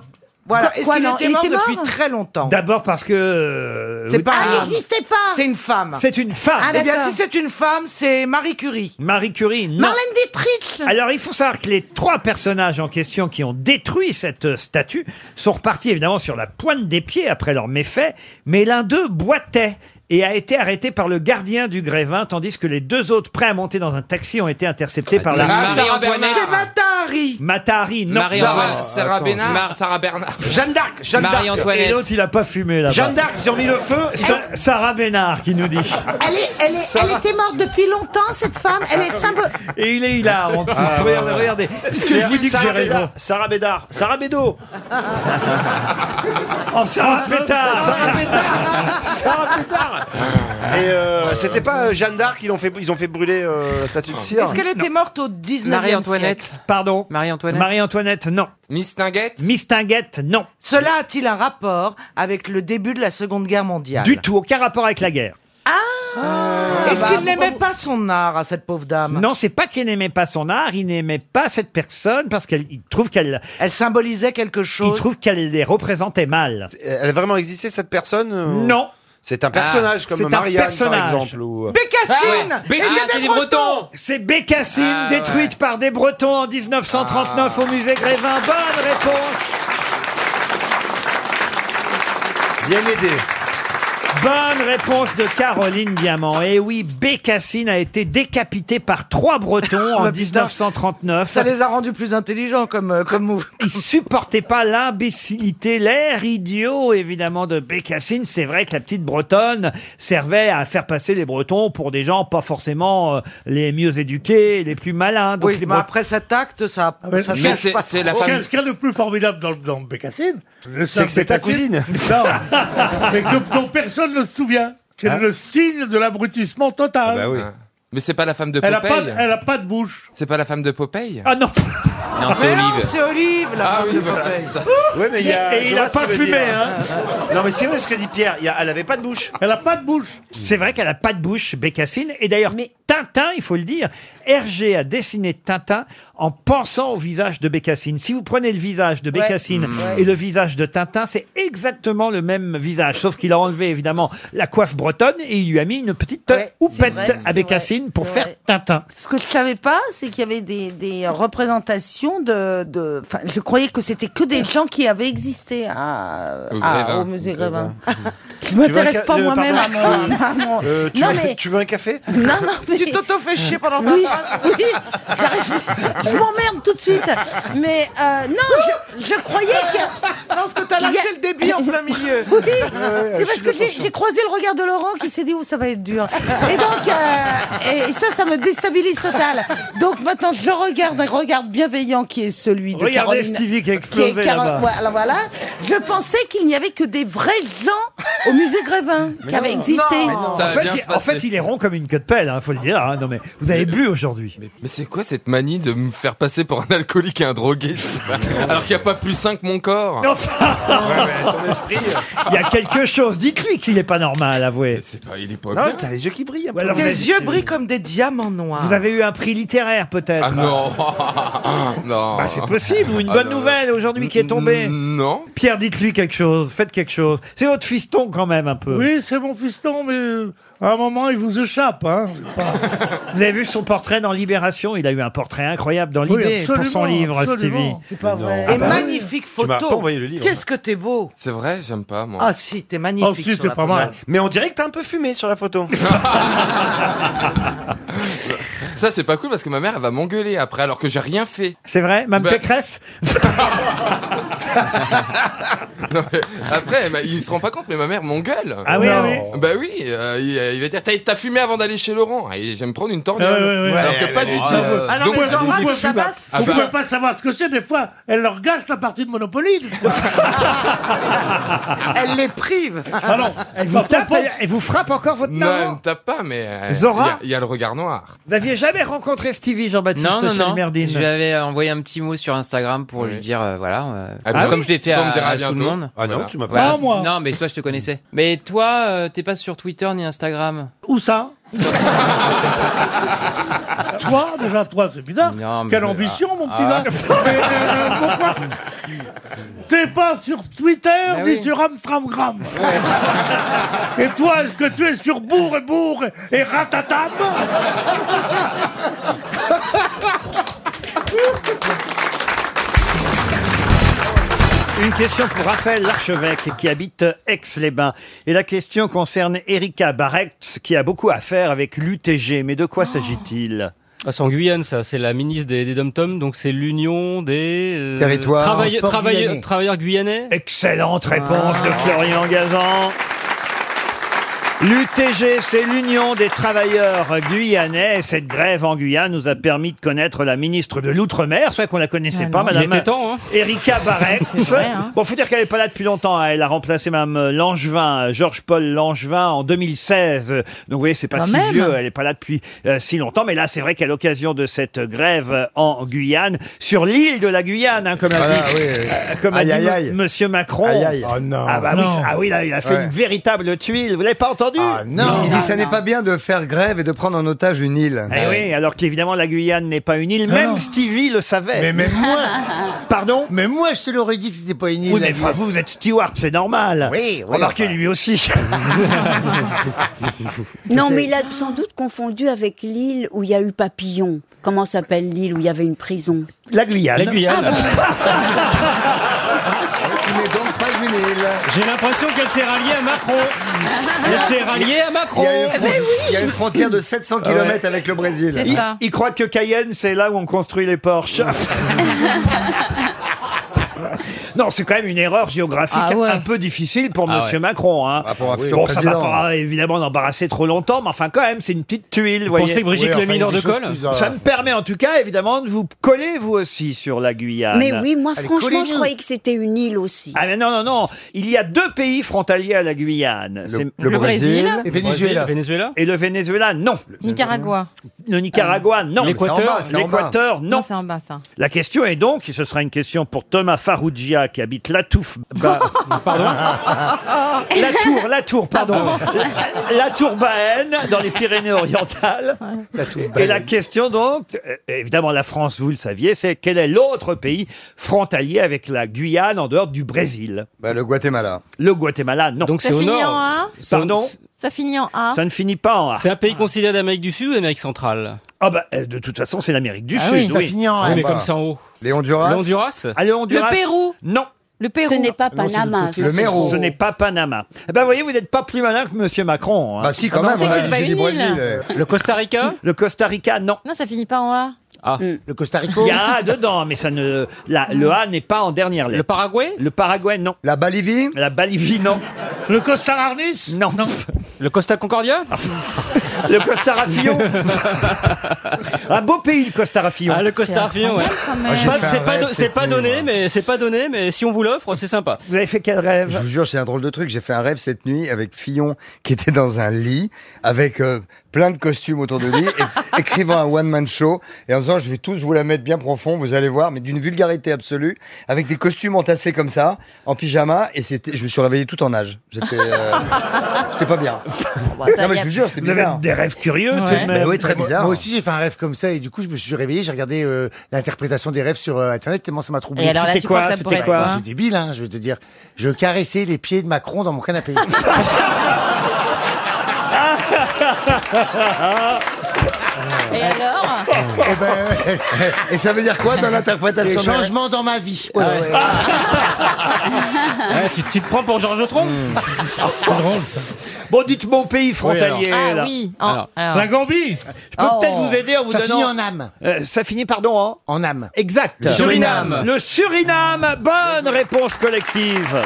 Speaker 6: Voilà,
Speaker 2: Quoi,
Speaker 6: est-ce qu'il
Speaker 2: non,
Speaker 6: était
Speaker 2: il
Speaker 6: mort
Speaker 2: était
Speaker 6: depuis
Speaker 2: mort
Speaker 6: très longtemps Ah,
Speaker 2: D'abord parce que... euh,
Speaker 6: C'est
Speaker 2: vous-
Speaker 6: pas un homme.
Speaker 7: pas
Speaker 6: C'est une femme.
Speaker 2: C'est une femme. Ah,
Speaker 6: eh bien,
Speaker 2: d'accord.
Speaker 6: si c'est une femme, c'est Marie Curie.
Speaker 2: Marie Curie, non.
Speaker 7: Dietrich
Speaker 2: Alors, il faut savoir que les trois personnages en question qui ont détruit cette euh, statue sont repartis évidemment sur la pointe des pieds après leur méfait, mais l'un d'eux boitait et a été arrêté par le gardien du grévin, tandis que les deux autres prêts à monter dans un taxi ont été interceptés par la...
Speaker 6: Ah,
Speaker 2: Sarah
Speaker 6: Marie-Antoinette.
Speaker 2: Bernard.
Speaker 6: C'est Matahari.
Speaker 2: Matahari, non.
Speaker 6: Marie-
Speaker 2: Sarah-
Speaker 6: Sarah
Speaker 2: Attends.
Speaker 6: Bernard.
Speaker 2: Mar-
Speaker 6: Sarah Bernard.
Speaker 3: Jeanne d'Arc, Jeanne d'Arc.
Speaker 2: Et l'autre, il a pas fumé là-bas.
Speaker 3: Jeanne d'Arc, ils ont mis le feu.
Speaker 2: Sa- Sarah Bénard qui nous dit.
Speaker 7: Elle, est- elle est- elle était morte depuis longtemps, cette femme. Elle est symbole.
Speaker 2: Et il est hilar en plus. regardez, regardez. Parce que je vous dis que j'ai
Speaker 3: Ah, Sarah
Speaker 2: raison.
Speaker 3: Bédard, Sarah Bédard, Sarah Bédo.
Speaker 2: Oh,
Speaker 8: Ah.
Speaker 2: Sarah Pétard
Speaker 3: Sarah Pétard Sarah Pétard Et euh, c'était pas euh, Jeanne d'Arc, ils, ont fait- ils ont fait brûler euh, la
Speaker 23: Ah.
Speaker 3: statue de cire
Speaker 6: Est-ce qu'elle était morte au 19e siècle
Speaker 2: Pardon Marie-Antoinette. Marie-Antoinette, non. Mistinguette Mistinguette, non.
Speaker 6: Cela a-t-il un rapport avec le début de la Seconde Guerre mondiale Ah.
Speaker 2: Du tout, Ah aucun rapport avec la guerre.
Speaker 6: Est-ce qu'il n'aimait pas son art à cette pauvre dame
Speaker 2: bah, Non, c'est pas qu'il n'aimait pas son art, il n'aimait pas cette personne parce qu'il trouve qu'elle.
Speaker 6: Elle symbolisait quelque chose.
Speaker 2: Il trouve qu'elle les représentait mal.
Speaker 3: Elle a vraiment existé cette personne euh,
Speaker 2: Non.
Speaker 3: C'est un personnage
Speaker 2: Ah, c'est
Speaker 3: comme
Speaker 2: un
Speaker 3: Marianne
Speaker 2: personnage.
Speaker 3: par exemple. ou-
Speaker 6: Bécassine
Speaker 3: Ah ouais.
Speaker 6: Et
Speaker 3: Bécassine,
Speaker 6: c'est des
Speaker 3: c'est des Bretons
Speaker 2: C'est Bécassine, détruite par des Bretons en 1939 au musée Grévin. Bonne réponse
Speaker 3: Bien aidé.
Speaker 2: Bonne réponse de Caroline Diamant. Et oui, Bécassine a été décapitée par trois Bretons en
Speaker 6: Ouais, Ah, putain.
Speaker 2: 1939.
Speaker 6: Ça les a rendus plus intelligents comme, euh, comme move.
Speaker 2: Il supportait pas l'imbécilité, l'air idiot, évidemment, de Bécassine. C'est vrai que la petite Bretonne servait à faire passer les Bretons pour des gens pas forcément euh, les mieux éduqués, les plus malins. Donc
Speaker 6: Oui,
Speaker 2: les
Speaker 6: mais
Speaker 2: Bretons-
Speaker 6: après cet acte, ça,
Speaker 2: Ah
Speaker 6: ça change pas trop.
Speaker 5: Ce qu'il y a- ce qu'il y a de plus formidable dans, dans Bécassine, le
Speaker 3: C'est que c'est ta
Speaker 5: Bécassine,
Speaker 3: cousine.
Speaker 5: Non, mais que, dont personne ne se souvient. C'est
Speaker 3: Ah.
Speaker 9: Hein
Speaker 5: le signe de l'abrutissement total.
Speaker 9: Bah
Speaker 3: bah
Speaker 2: Ah.
Speaker 9: Ah. Mais c'est pas la femme de
Speaker 5: Elle a pas,
Speaker 9: Popeye.
Speaker 5: de- elle a pas de bouche.
Speaker 9: C'est pas la femme de Popeye.
Speaker 2: Ah non.
Speaker 9: Non, c'est
Speaker 6: Mais non,
Speaker 9: Olive.
Speaker 6: c'est Olive, là.
Speaker 9: Ah oui, voilà, c'est ça.
Speaker 3: Ouais, mais il y a,
Speaker 2: Et
Speaker 3: je
Speaker 2: il
Speaker 3: vois
Speaker 2: a
Speaker 3: ce qu'il
Speaker 2: pas
Speaker 3: veut
Speaker 2: fumé,
Speaker 3: dire.
Speaker 2: hein.
Speaker 3: Non, mais c'est vrai ce que dit Pierre. il y a- elle avait pas de bouche.
Speaker 5: Elle a pas de bouche.
Speaker 2: C'est vrai qu'elle a pas de bouche, Bécassine. Et d'ailleurs, Tintin, il faut le dire, Hergé a dessiné Tintin en pensant au visage de Bécassine. Si vous prenez le visage de
Speaker 6: Ouais.
Speaker 2: Bécassine
Speaker 6: Mmh.
Speaker 2: et le visage de Tintin, c'est exactement le même visage, sauf qu'il a enlevé évidemment la coiffe bretonne et il lui a mis une petite houppette
Speaker 7: vrai,
Speaker 2: à
Speaker 7: c'est
Speaker 2: Bécassine
Speaker 7: vrai,
Speaker 2: pour
Speaker 7: c'est
Speaker 2: faire
Speaker 7: vrai.
Speaker 2: Tintin.
Speaker 7: Ce que je savais pas, c'est qu'il y avait des, des représentations de, de- Enfin, je croyais que c'était que des gens qui avaient existé à,
Speaker 3: Au
Speaker 7: à-
Speaker 3: Grévin.
Speaker 7: au musée
Speaker 3: Au
Speaker 7: Grévin. Je
Speaker 3: Tu veux un
Speaker 7: m'intéresse
Speaker 3: ca-
Speaker 7: pas
Speaker 3: euh,
Speaker 7: moi-même à
Speaker 3: pardon,
Speaker 7: mon. à mon-
Speaker 3: euh, tu,
Speaker 7: non,
Speaker 3: veux,
Speaker 7: mais.
Speaker 3: tu veux un café
Speaker 7: Non, non, mais...
Speaker 6: Tu t'auto-fais chier pendant ta
Speaker 7: Oui,
Speaker 6: phrase.
Speaker 7: oui, j'arrive- je m'emmerde tout de suite. Mais euh, non, je, je croyais qu'il y a...
Speaker 6: Parce que t'as
Speaker 7: Il y a-
Speaker 6: lâché le début en plein milieu.
Speaker 7: Oui,
Speaker 2: Euh,
Speaker 7: c'est parce que j'ai j'ai croisé le regard de Laurent qui s'est dit, oh, ça va être dur. Et donc, euh, et ça, ça me déstabilise total. Donc maintenant, je regarde un regard bienveillant qui est celui de
Speaker 2: Regardez
Speaker 7: Caroline.
Speaker 2: Stevie qui a
Speaker 7: est
Speaker 2: explosé
Speaker 7: Caro-
Speaker 2: là-bas.
Speaker 7: Voilà, voilà. Je pensais qu'il n'y avait que des vrais gens au musée Grévin qui avaient existé.
Speaker 9: Ça
Speaker 2: en,
Speaker 9: va
Speaker 2: fait,
Speaker 9: bien
Speaker 2: il,
Speaker 9: se
Speaker 2: en fait,
Speaker 9: passer.
Speaker 2: il est rond comme une queue de pelle, hein, faut le dire. hein. Non mais vous avez bu aujourd'hui.
Speaker 9: Mais c'est quoi cette manie de me faire passer pour un alcoolique et un drogué c'est pas- Alors qu'il n'y a pas plus sain que mon corps
Speaker 2: Mais enfin Il y a quelque chose. Dites-lui qu'il n'est pas normal, avouez.
Speaker 9: Bah, Il est pas
Speaker 3: Non,
Speaker 9: bien.
Speaker 3: t'as les yeux qui brillent. un peu.
Speaker 2: Ouais, alors,
Speaker 6: Tes
Speaker 2: vous avez-
Speaker 6: yeux brillent comme des diamants noirs.
Speaker 2: Vous avez eu un prix littéraire peut-être.
Speaker 9: Ah non Non
Speaker 2: Bah, c'est possible, ou une
Speaker 9: Ah
Speaker 2: bonne
Speaker 9: non.
Speaker 2: nouvelle aujourd'hui qui est tombée.
Speaker 9: Non.
Speaker 2: Pierre, dites-lui quelque chose, faites quelque chose. C'est votre fiston quand même un peu.
Speaker 5: Oui, c'est mon fiston, mais euh, à un moment, il vous échappe. Hein. C'est pas-
Speaker 2: Vous avez vu son portrait dans Libération Il a eu un portrait incroyable dans
Speaker 5: Oui,
Speaker 2: Libé pour son
Speaker 5: absolument,
Speaker 2: livre,
Speaker 5: absolument.
Speaker 2: Stevie. Ah bah
Speaker 6: C'est pas vrai. Et magnifique
Speaker 9: Tu m'as pas
Speaker 6: photo.
Speaker 9: envoyé le livre.
Speaker 6: Qu'est-ce que t'es beau.
Speaker 9: C'est vrai, j'aime pas, moi.
Speaker 6: Ah si, t'es magnifique.
Speaker 2: Oh,
Speaker 6: sur la photo.
Speaker 11: Mais on dirait que t'as un peu fumé sur la photo.
Speaker 9: Ça, c'est pas cool parce que ma mère, elle va m'engueuler après alors que j'ai rien fait.
Speaker 2: C'est vrai Même
Speaker 9: Bah-
Speaker 2: Pécresse
Speaker 9: Non, mais après, elle m'a- il se rend pas compte, mais ma mère m'engueule.
Speaker 2: Ah oui, ah oui.
Speaker 9: Bah oui, euh, il, il va dire T'as t'as fumé avant d'aller chez Laurent. Et j'aime prendre une torgnole.
Speaker 5: Ah ouais, ouais, ouais.
Speaker 9: Alors
Speaker 5: Ouais,
Speaker 9: que pas
Speaker 5: ouais,
Speaker 9: du
Speaker 5: ouais.
Speaker 9: tout.
Speaker 5: Ah ouais. Ah non, mais ça
Speaker 9: vous
Speaker 5: va,
Speaker 9: dites,
Speaker 5: ça
Speaker 9: fume.
Speaker 5: passe.
Speaker 9: Ah
Speaker 5: Vous
Speaker 9: bah,
Speaker 5: pouvez pas savoir ce que c'est, des fois, elle leur gâche la partie de Monopoly. des fois.
Speaker 6: Elle les prive.
Speaker 5: Ah non,
Speaker 2: elle vous, tape, elle, elle vous frappe encore votre
Speaker 9: Non, elle
Speaker 2: maman
Speaker 9: me tape pas, mais. euh,
Speaker 2: Zora
Speaker 9: il y a- Il y, a le regard noir.
Speaker 2: Vous aviez jamais rencontré Stevie, Jean-Baptiste
Speaker 13: Non, non,
Speaker 2: chez
Speaker 13: non.
Speaker 2: Merdine
Speaker 13: Je lui avais euh, envoyé un petit mot sur Instagram pour lui dire, euh, voilà, euh,
Speaker 2: Ah
Speaker 9: bah
Speaker 2: oui
Speaker 13: comme je l'ai fait
Speaker 2: On
Speaker 13: à,
Speaker 2: me dira
Speaker 13: à tout
Speaker 2: bientôt.
Speaker 13: le monde.
Speaker 2: Ah non,
Speaker 13: Voilà.
Speaker 2: tu m'as pas
Speaker 13: Voilà,
Speaker 2: dit.
Speaker 13: c'est-
Speaker 2: Moi.
Speaker 13: Non, mais toi, je te connaissais. Mais toi, euh, t'es pas sur Twitter ni Instagram.
Speaker 5: Où ça Toi, déjà, toi, c'est bizarre.
Speaker 13: Non, mais-
Speaker 5: Quelle ambition, mon petit
Speaker 13: Ah.
Speaker 5: gars Mais, euh, pourquoi T'es pas sur Twitter ni sur Amstramgram. et toi, est-ce que tu es sur Bourg et Bourg et Ratatam
Speaker 2: Une question pour Raphaël Larchevêque qui habite Aix-les-Bains. Et la question concerne Erika Barrex qui a beaucoup à faire avec l'UTG. Mais de quoi s'agit-il
Speaker 3: Ah, c'est en Guyane, ça. C'est la ministre des, des dom donc c'est l'union des euh,
Speaker 2: Territoires,
Speaker 3: travaille-
Speaker 2: sport
Speaker 3: travaille-
Speaker 2: guyanais. Ah.
Speaker 3: travailleurs guyanais.
Speaker 2: Excellente réponse de Florian Gazan. L'UTG, c'est l'Union des travailleurs guyanais. Cette grève en Guyane nous a permis de connaître la ministre de l'Outre-mer. C'est vrai qu'on la connaissait
Speaker 3: Ah
Speaker 2: pas,
Speaker 3: non.
Speaker 2: madame.
Speaker 3: Il était temps, hein.
Speaker 2: Erika Barrex.
Speaker 3: C'est vrai, hein.
Speaker 2: Bon, faut dire qu'elle n'est pas là depuis longtemps. hein. Elle a remplacé même Langevin, euh, Georges-Paul Langevin, en 2016. Donc, vous voyez, c'est pas
Speaker 19: Quand
Speaker 2: si
Speaker 19: même.
Speaker 2: vieux. Elle n'est pas là depuis euh, si longtemps. Mais là, c'est vrai qu'à l'occasion de cette grève euh, en Guyane, sur l'île de la Guyane, hein, comme a
Speaker 19: Voilà,
Speaker 2: dit,
Speaker 19: Ah, oui, oui.
Speaker 2: euh, comme a
Speaker 19: Aïe,
Speaker 2: dit
Speaker 19: aïe,
Speaker 2: mo-
Speaker 19: aïe.
Speaker 2: Monsieur Macron.
Speaker 19: Aïe, aïe.
Speaker 2: Ah, bah oui,
Speaker 19: Non.
Speaker 2: ah oui, là, il a fait
Speaker 19: Ouais. Ah,
Speaker 2: une véritable tuile. Vous l'avez pas entendu
Speaker 19: il dit ça n'est pas bien de faire grève et de prendre en otage une île.
Speaker 2: Eh oui, alors qu'évidemment la Guyane n'est pas une île, même Stevie le savait.
Speaker 19: Mais même moi.
Speaker 2: Pardon
Speaker 19: Mais moi, je te l'aurais dit que c'était pas une île.
Speaker 2: Oui, mais
Speaker 19: la
Speaker 2: enfin,
Speaker 19: Guyane.
Speaker 2: vous, vous êtes steward, c'est normal.
Speaker 19: Oui, oui,
Speaker 2: Remarquez, lui aussi.
Speaker 25: Non, mais il a sans doute confondu avec l'île où il y a eu papillon. Comment s'appelle l'île où il y avait une prison Ah,
Speaker 2: La Guyane.
Speaker 25: La Guyane.
Speaker 3: J'ai l'impression qu'elle s'est ralliée à Macron. Elle s'est ralliée à Macron. Eh ben
Speaker 19: Il y a
Speaker 2: Eh ben
Speaker 19: une, fron- il y a une frontière de 700
Speaker 2: Ah ouais.
Speaker 19: km avec le Brésil.
Speaker 2: il, il croit que Cayenne, c'est là où on construit les Porsche. Non, c'est quand même une erreur géographique
Speaker 19: Ah ouais.
Speaker 2: un peu difficile pour
Speaker 19: Ah
Speaker 2: Monsieur
Speaker 19: ouais.
Speaker 2: Macron. Hein.
Speaker 19: Bah, pour un futur
Speaker 2: bon, ça va
Speaker 19: président.
Speaker 2: pas évidemment l'embarrasser trop longtemps, mais enfin quand même, c'est une petite tuile. Vous voyez.
Speaker 3: pensez que Brigitte Oui, enfin, Lamy il y a des Nord de choses Colle plus, euh,
Speaker 2: Ça me permet en tout cas évidemment de vous coller vous aussi sur la Guyane.
Speaker 25: Mais oui, moi, franchement, je
Speaker 2: collez-nous.
Speaker 25: croyais que c'était une île aussi.
Speaker 2: Ah mais non, non, non. Il y a deux pays frontaliers à la Guyane. C'est-
Speaker 25: le Le Brésil Brésil
Speaker 19: et Venezuela.
Speaker 2: Le Et le Venezuela, non.
Speaker 18: Nicaragua.
Speaker 2: Le
Speaker 9: Ah
Speaker 2: Nicaragua, Ah. non.
Speaker 18: L'Équateur,
Speaker 2: L'Équateur, L'Équateur, non.
Speaker 18: c'est en bas, ça.
Speaker 2: La question est donc, et ce sera une question pour Thomas Farougia qui habite La Touffe. Bah, pardon
Speaker 1: Ah.
Speaker 18: Ah.
Speaker 2: La Tour, La Tour, pardon. La, la Tour Baène, dans les Pyrénées-Orientales. Et la question donc, euh, évidemment la France, vous le saviez, c'est quel est l'autre pays frontalier avec la Guyane en dehors du Brésil Bah, Le Guatemala. Le Guatemala, non. Donc
Speaker 18: Ça finit en A
Speaker 2: Pardon
Speaker 18: Ça finit en
Speaker 19: Hein
Speaker 18: A.
Speaker 2: Ça ne finit pas en A.
Speaker 3: C'est un pays considéré d'Amérique du Sud ou d'Amérique centrale
Speaker 2: Ah bah euh, de toute façon c'est l'Amérique du
Speaker 3: Ah
Speaker 2: Sud.
Speaker 3: oui, ça finit en S. Mais comme ça en haut.
Speaker 19: Les Honduras.
Speaker 3: Le Honduras
Speaker 2: Allez Honduras.
Speaker 25: Le Pérou.
Speaker 2: Non.
Speaker 25: Le Pérou. Ce n'est pas Non, c'est de Panama, l'autre côté. ça, c'est faux.
Speaker 2: Ce n'est pas Panama. Eh ben voyez, vous n'êtes pas plus malin que Monsieur Macron.
Speaker 19: Bah si, quand Ah, mais on même, sait on que a c'est pas dit une Brésil, île. euh.
Speaker 2: Le Costa Rica. Le Costa Rica, non.
Speaker 18: Non, ça finit pas en A.
Speaker 2: Le Costa Rica. Ah. Il y a A dedans, mais ça ne, la- le A n'est pas en dernière lettre. Le Paraguay. Le Paraguay, non. La Bolivie. La Bolivie, non. Le Costa Arnis Non. Le Costa Concordia. le Costa Rafillon. Un beau pays, le Costa Rafillon.
Speaker 3: Ah, le Costa Rica, ouais.
Speaker 2: Ah,
Speaker 3: Ah, Pas-
Speaker 19: fait un
Speaker 3: C'est pas,
Speaker 19: rêve
Speaker 3: do- c'est
Speaker 19: cette
Speaker 3: pas
Speaker 19: nuit,
Speaker 3: donné, mais c'est pas donné, mais si on vous l'offre, c'est sympa.
Speaker 2: Vous avez fait quel rêve
Speaker 19: Je vous jure, c'est un drôle de truc. J'ai fait un rêve cette nuit avec Fillon qui était dans un lit avec euh, plein de costumes autour de lui, é- écrivant un one-man show, et en disant je vais tous vous la mettre bien profond, vous allez voir, mais d'une vulgarité absolue, avec des costumes entassés comme ça, en pyjama, et c'était, je me suis réveillé tout en nage. J'étais, euh, j'étais pas bien.
Speaker 12: bah,
Speaker 19: non mais je vous jure, c'était bizarre. Bah oui, très bizarre.
Speaker 12: Moi aussi, j'ai fait un rêve comme ça et du coup, je me suis réveillé, j'ai regardé euh, l'interprétation des rêves sur euh, Internet, tellement ça m'a troublé.
Speaker 18: Et alors là, C'était tu crois quoi, que ça c'était pourrait être quoi quoi
Speaker 12: C'est débile, hein, je vais te dire. Je caressais les pieds de Macron dans mon canapé.
Speaker 18: Et alors
Speaker 19: et, ben, et ça veut dire quoi dans l'interprétation
Speaker 12: Des
Speaker 19: des rêves
Speaker 12: changements dans ma vie.
Speaker 2: Ah
Speaker 19: Ouais, ouais.
Speaker 2: tu, te prends pour Georges Tron
Speaker 19: Hmm.
Speaker 2: Bon, dites mon pays frontalier.
Speaker 12: Oui, alors.
Speaker 2: là.
Speaker 12: Ah oui, en- Alors. alors.
Speaker 2: La Gambie Je peux
Speaker 12: Oh.
Speaker 2: peut-être vous aider en vous
Speaker 12: Ça
Speaker 2: donnant...
Speaker 12: finit en âme.
Speaker 2: Euh, ça finit, pardon, en
Speaker 12: En âme.
Speaker 2: Exact.
Speaker 12: Le Suriname.
Speaker 2: Le Suriname. Bonne réponse collective.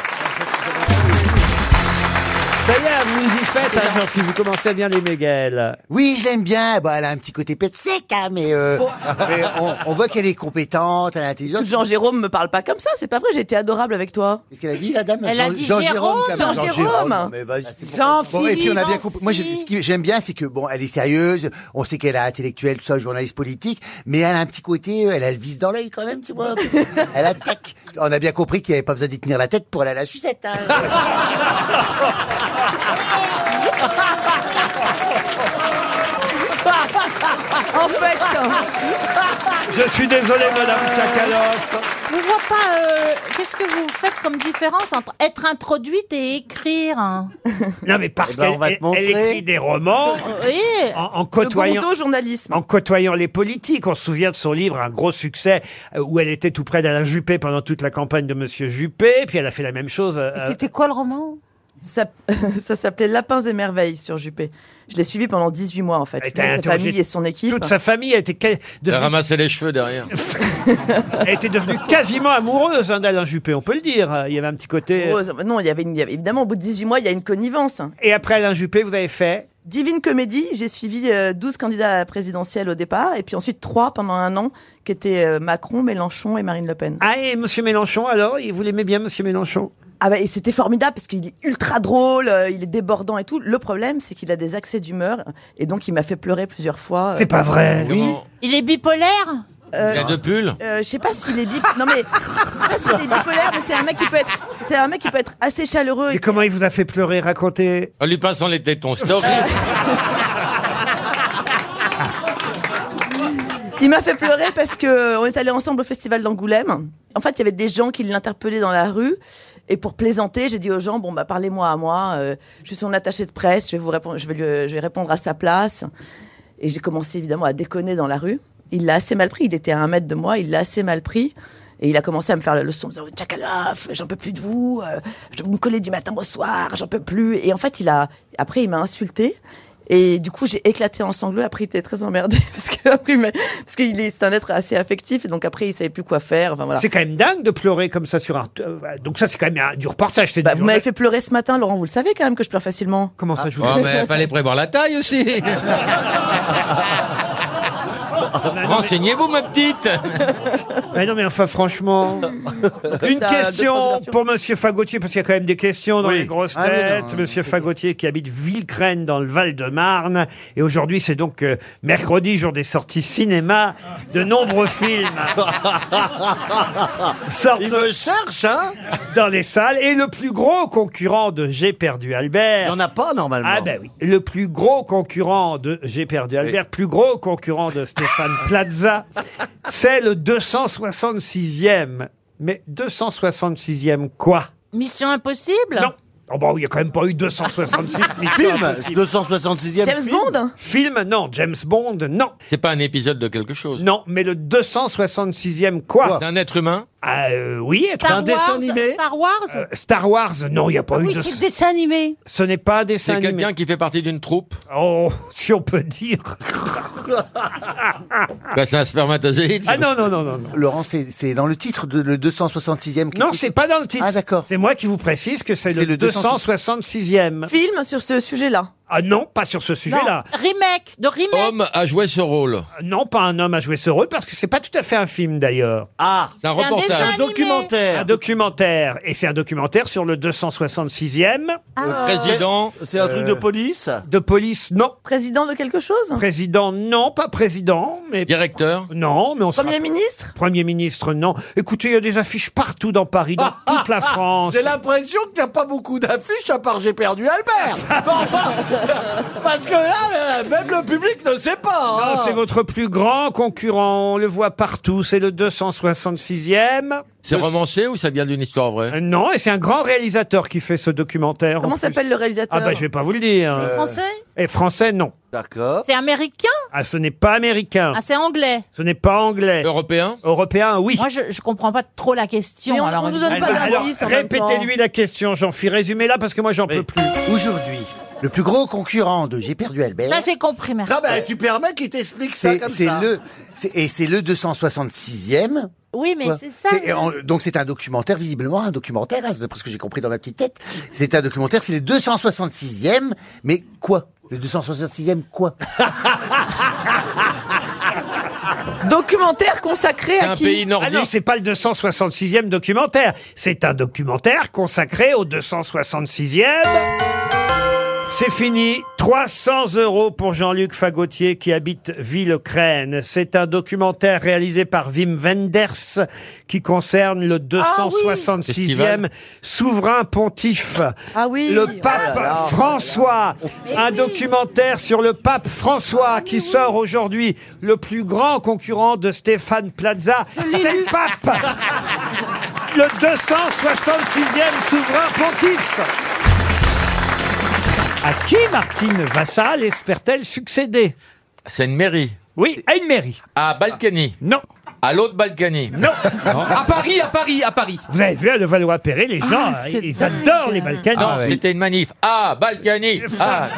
Speaker 2: Ça y est, vous y faites, hein, Jean-Philippe. Vous commencez à bien les Miguel.
Speaker 12: Oui, je l'aime bien. Bon, elle a un petit côté pète sec, hein, mais, euh,
Speaker 10: Oh.
Speaker 12: mais on, on voit qu'elle est compétente, elle est intelligente.
Speaker 10: Jean-Jérôme me parle pas comme ça, c'est pas vrai, j'étais adorable avec toi.
Speaker 12: Qu'est-ce qu'elle a dit, la dame
Speaker 10: Elle a
Speaker 12: Jean-
Speaker 10: dit
Speaker 12: Jean-Jérôme,
Speaker 10: Jérôme,
Speaker 12: quand même.
Speaker 10: Jean-Jérôme.
Speaker 12: Jean-Jérôme, Ah, mais vas-y, c'est bon. Bon, et puis on a bien compris. Moi, je- ce que j'aime bien, c'est que bon, elle est sérieuse. On sait qu'elle est intellectuelle, tout ça, journaliste politique, mais elle a un petit côté, euh, elle a le vice dans l'œil quand même, tu vois. elle attaque. On a bien compris qu'il n'y avait pas besoin d'y tenir la tête pour aller à la sucette.
Speaker 10: en fait,
Speaker 2: Je suis désolé, Madame Sakaloff.
Speaker 18: Je vois pas. euh, Qu'est-ce que vous faites comme différence entre être introduite et écrire hein
Speaker 2: Non, mais parce
Speaker 12: Eh ben, on va te
Speaker 2: qu'elle elle- elle écrit des romans
Speaker 18: Oui.
Speaker 2: en, en côtoyant... En côtoyant les politiques, on se souvient de son livre, un gros succès, euh, où elle était tout près d'Alain Juppé pendant toute la campagne de Monsieur Juppé, puis elle a fait la même chose. euh,
Speaker 10: C'était quoi le roman ça, ça s'appelait Lapins et Merveilles sur Juppé. Je l'ai suivi pendant 18 mois en fait.
Speaker 2: Elle était
Speaker 10: Sa
Speaker 2: interrogée-
Speaker 10: famille et son équipe.
Speaker 2: Toute sa famille a été ca-
Speaker 14: Elle a
Speaker 2: devenue,
Speaker 14: ramassé les cheveux derrière.
Speaker 2: elle était devenue quasiment amoureuse hein, d'Alain Juppé, on peut le dire. Il y avait un petit côté. euh,
Speaker 10: Rose. Non, il y, avait une- il y avait- évidemment au bout de 18 mois, il y a une connivence.
Speaker 2: Et après Alain Juppé, vous avez fait
Speaker 10: Divine Comédie, j'ai suivi euh, 12 candidats à la présidentielle au départ, et puis ensuite 3 pendant un an, qui étaient euh, Macron, Mélenchon et Marine Le Pen.
Speaker 2: Ah, et Monsieur Mélenchon, alors il- Vous l'aimez bien, Monsieur Mélenchon
Speaker 10: Ah bah, et c'était formidable parce qu'il est ultra drôle, euh, il est débordant et tout. Le problème, c'est qu'il a des accès d'humeur, et donc il m'a fait pleurer plusieurs fois. euh,
Speaker 2: C'est pas vrai.
Speaker 10: Oui.
Speaker 18: Il est bipolaire
Speaker 10: Euh,
Speaker 14: Il a deux pulls.
Speaker 10: Euh, je sais pas s'il est bip. Non mais je sais pas s'il est bipolaire, mais c'est un mec qui peut être, c'est un mec qui peut être assez chaleureux.
Speaker 2: Et comment il vous a fait pleurer Racontez.
Speaker 14: En lui passant Ah, les tétons. C'est horrible.
Speaker 10: Il m'a fait pleurer parce que euh, on est allé ensemble au festival d'Angoulême. En fait, il y avait des gens qui l'interpellaient dans la rue. Et pour plaisanter, j'ai dit aux gens bon bah parlez-moi à moi. euh, je suis son attaché de presse. Je vais vous répondre. Je vais lui, euh, je vais répondre à sa place. Et j'ai commencé évidemment à déconner dans la rue. Il l'a assez mal pris. Il était à un mètre de moi. Il l'a assez mal pris. Et il a commencé à me faire la leçon en me disant Tchakalov, j'en peux plus de vous. euh, je vous me collez du matin au soir. J'en peux plus. Et en fait, il a après il m'a insulté. Et du coup, j'ai éclaté en sanglots. Après, il était très emmerdé parce que après, il m'a- parce qu'il est, c'est un être assez affectif. Et donc après, il savait plus quoi faire. Enfin voilà.
Speaker 2: C'est quand même dingue de pleurer comme ça sur un. euh, Donc ça, c'est quand même un- du reportage. c'est du
Speaker 10: Vous m'avez
Speaker 2: journal-
Speaker 10: fait pleurer ce matin, Laurent. Vous le savez quand même que je pleure facilement.
Speaker 2: Comment ça, je
Speaker 14: Oh,
Speaker 3: Ah,
Speaker 14: mais fallait prévoir la taille aussi. Renseignez-vous, ma petite.
Speaker 10: bah.
Speaker 2: Mais non, mais enfin, franchement. Une
Speaker 14: Ça,
Speaker 2: question pour Monsieur Fagotier, parce qu'il y a quand même des questions dans
Speaker 14: Oui.
Speaker 2: les grosses
Speaker 14: Ah oui,
Speaker 2: têtes.
Speaker 14: non,
Speaker 2: Monsieur Fagotier qui habite Villecrène dans le Val-de-Marne. Et aujourd'hui, c'est donc euh, mercredi, jour des sorties cinéma. De nombreux films sortent.
Speaker 12: hein
Speaker 2: Dans les salles. Et le plus gros concurrent de J'ai perdu Albert. Il n'y en
Speaker 12: a pas normalement.
Speaker 2: Ah ben oui. Le plus gros concurrent de J'ai perdu Albert, plus gros concurrent de Stéphane Plaza, c'est le 266e. Mais 266e quoi
Speaker 18: Mission impossible
Speaker 2: Non. Oh bah, il n'y a quand même pas eu 266
Speaker 12: Film,
Speaker 2: 266e
Speaker 12: James film. Bond
Speaker 2: Film, non. James Bond, non.
Speaker 14: C'est pas un épisode de quelque chose.
Speaker 2: Non, mais le 266e quoi
Speaker 14: C'est un être humain
Speaker 2: Ah euh, oui, être
Speaker 18: Star Wars, Star Wars
Speaker 2: Euh,
Speaker 7: Ah
Speaker 2: Star Wars, non, il n'y a pas eu
Speaker 18: Oui,
Speaker 2: de...
Speaker 18: c'est le dessin animé.
Speaker 2: Ce n'est pas un dessin
Speaker 14: C'est
Speaker 2: animé.
Speaker 14: quelqu'un qui fait partie d'une troupe
Speaker 2: Oh, si on peut dire.
Speaker 14: Bah, C'est un spermatozoïde.
Speaker 2: Ah non, non, non, non.
Speaker 12: Laurent, c'est c'est dans le titre de le 266e.
Speaker 2: Non, c'est pas dans le titre.
Speaker 12: Ah d'accord.
Speaker 2: C'est moi qui vous précise que c'est le, 266e.
Speaker 10: Film sur ce sujet-là.
Speaker 2: Ah non, pas sur ce sujet-là.
Speaker 7: Remake, de remake.
Speaker 3: Homme a joué ce rôle.
Speaker 2: Euh, Non, pas un homme a joué ce rôle parce que c'est pas tout à fait un film d'ailleurs.
Speaker 3: Ah, c'est un
Speaker 7: c'est un
Speaker 3: reportage.
Speaker 7: dessin Un animé. documentaire.
Speaker 2: Un documentaire. Et c'est un documentaire sur le 266e.
Speaker 3: Le président. euh,
Speaker 2: C'est un truc de police De police, non.
Speaker 32: Président de quelque chose
Speaker 2: Président, non, pas président. Mais...
Speaker 3: Directeur
Speaker 2: Non, mais on se
Speaker 32: Premier
Speaker 2: rappelle-
Speaker 32: ministre
Speaker 2: Premier ministre, non. Écoutez, il y a des affiches partout dans Paris, dans toute Ah, la France.
Speaker 18: Ah, J'ai l'impression qu'il n'y a pas beaucoup d'affiches à part j'ai perdu Albert. Bon, enfin, parce que là, euh, même le public ne sait pas.
Speaker 7: Oh.
Speaker 2: Ah,
Speaker 18: hein.
Speaker 2: c'est votre plus grand concurrent, on le voit partout, c'est le 266e.
Speaker 3: C'est romancé ou ça vient d'une histoire vraie
Speaker 2: Euh, Non, et c'est un grand réalisateur qui fait ce documentaire. en
Speaker 32: Comment
Speaker 2: plus.
Speaker 32: s'appelle le réalisateur
Speaker 2: Ah bah je vais pas vous le dire.
Speaker 7: C'est
Speaker 2: Euh,
Speaker 7: français
Speaker 2: Et français, non. D'accord.
Speaker 7: C'est américain
Speaker 2: Ah, ce n'est pas américain.
Speaker 7: Ah, c'est anglais.
Speaker 2: Ce n'est pas anglais.
Speaker 3: Européen
Speaker 2: Européen, oui.
Speaker 7: Moi, je, je comprends pas trop la question.
Speaker 32: Mais on-
Speaker 7: alors,
Speaker 32: on nous donne pas
Speaker 2: Alors,
Speaker 32: d'indice en même temps.
Speaker 2: répétez-lui la question, j'en suis résumé là parce que moi j'en peux plus.
Speaker 12: Aujourd'hui, le plus gros concurrent de J'ai perdu Albert.
Speaker 7: Ça, j'ai compris, merci.
Speaker 18: Ah ben, tu permets qu'il t'explique ça
Speaker 12: C'est
Speaker 18: comme
Speaker 12: c'est
Speaker 18: ça.
Speaker 12: le c'est- et c'est le 266e.
Speaker 7: Oui, mais
Speaker 12: Quoi.
Speaker 7: c'est ça.
Speaker 12: Et en- donc c'est un documentaire visiblement un documentaire hein, d'après ce que j'ai compris dans ma petite tête. C'est un documentaire, c'est le 266e mais quoi Le 266e quoi
Speaker 32: Documentaire consacré à
Speaker 3: un
Speaker 32: qui
Speaker 3: pays nordique.
Speaker 2: Ah non, c'est pas le 266e documentaire. C'est un documentaire consacré au 266e. C'est fini. 300 euros pour Jean-Luc Fagotier qui habite Villecrène. C'est un documentaire réalisé par Wim Wenders qui concerne
Speaker 32: Ah
Speaker 2: le 266e
Speaker 3: Festival.
Speaker 2: souverain pontife.
Speaker 32: Ah oui.
Speaker 2: Le pape François, un documentaire sur le pape François qui sort aujourd'hui, le plus grand concurrent de Stéphane Plaza, c'est le pape, le 266e souverain pontife. À qui Martine Vassal espère-t-elle succéder
Speaker 3: C'est une mairie.
Speaker 2: Oui, à une mairie.
Speaker 3: À Balkany.
Speaker 2: Non,
Speaker 3: À l'autre Balkany.
Speaker 2: non.
Speaker 9: À Paris, à Paris, à Paris.
Speaker 2: Vous avez vu à Levallois-Perret, les gens,
Speaker 9: Ah, c'est
Speaker 2: ils
Speaker 9: dingue.
Speaker 2: adorent les Balkans.
Speaker 3: Non, Ah c'était une manif. Ah, Balkany. Ah.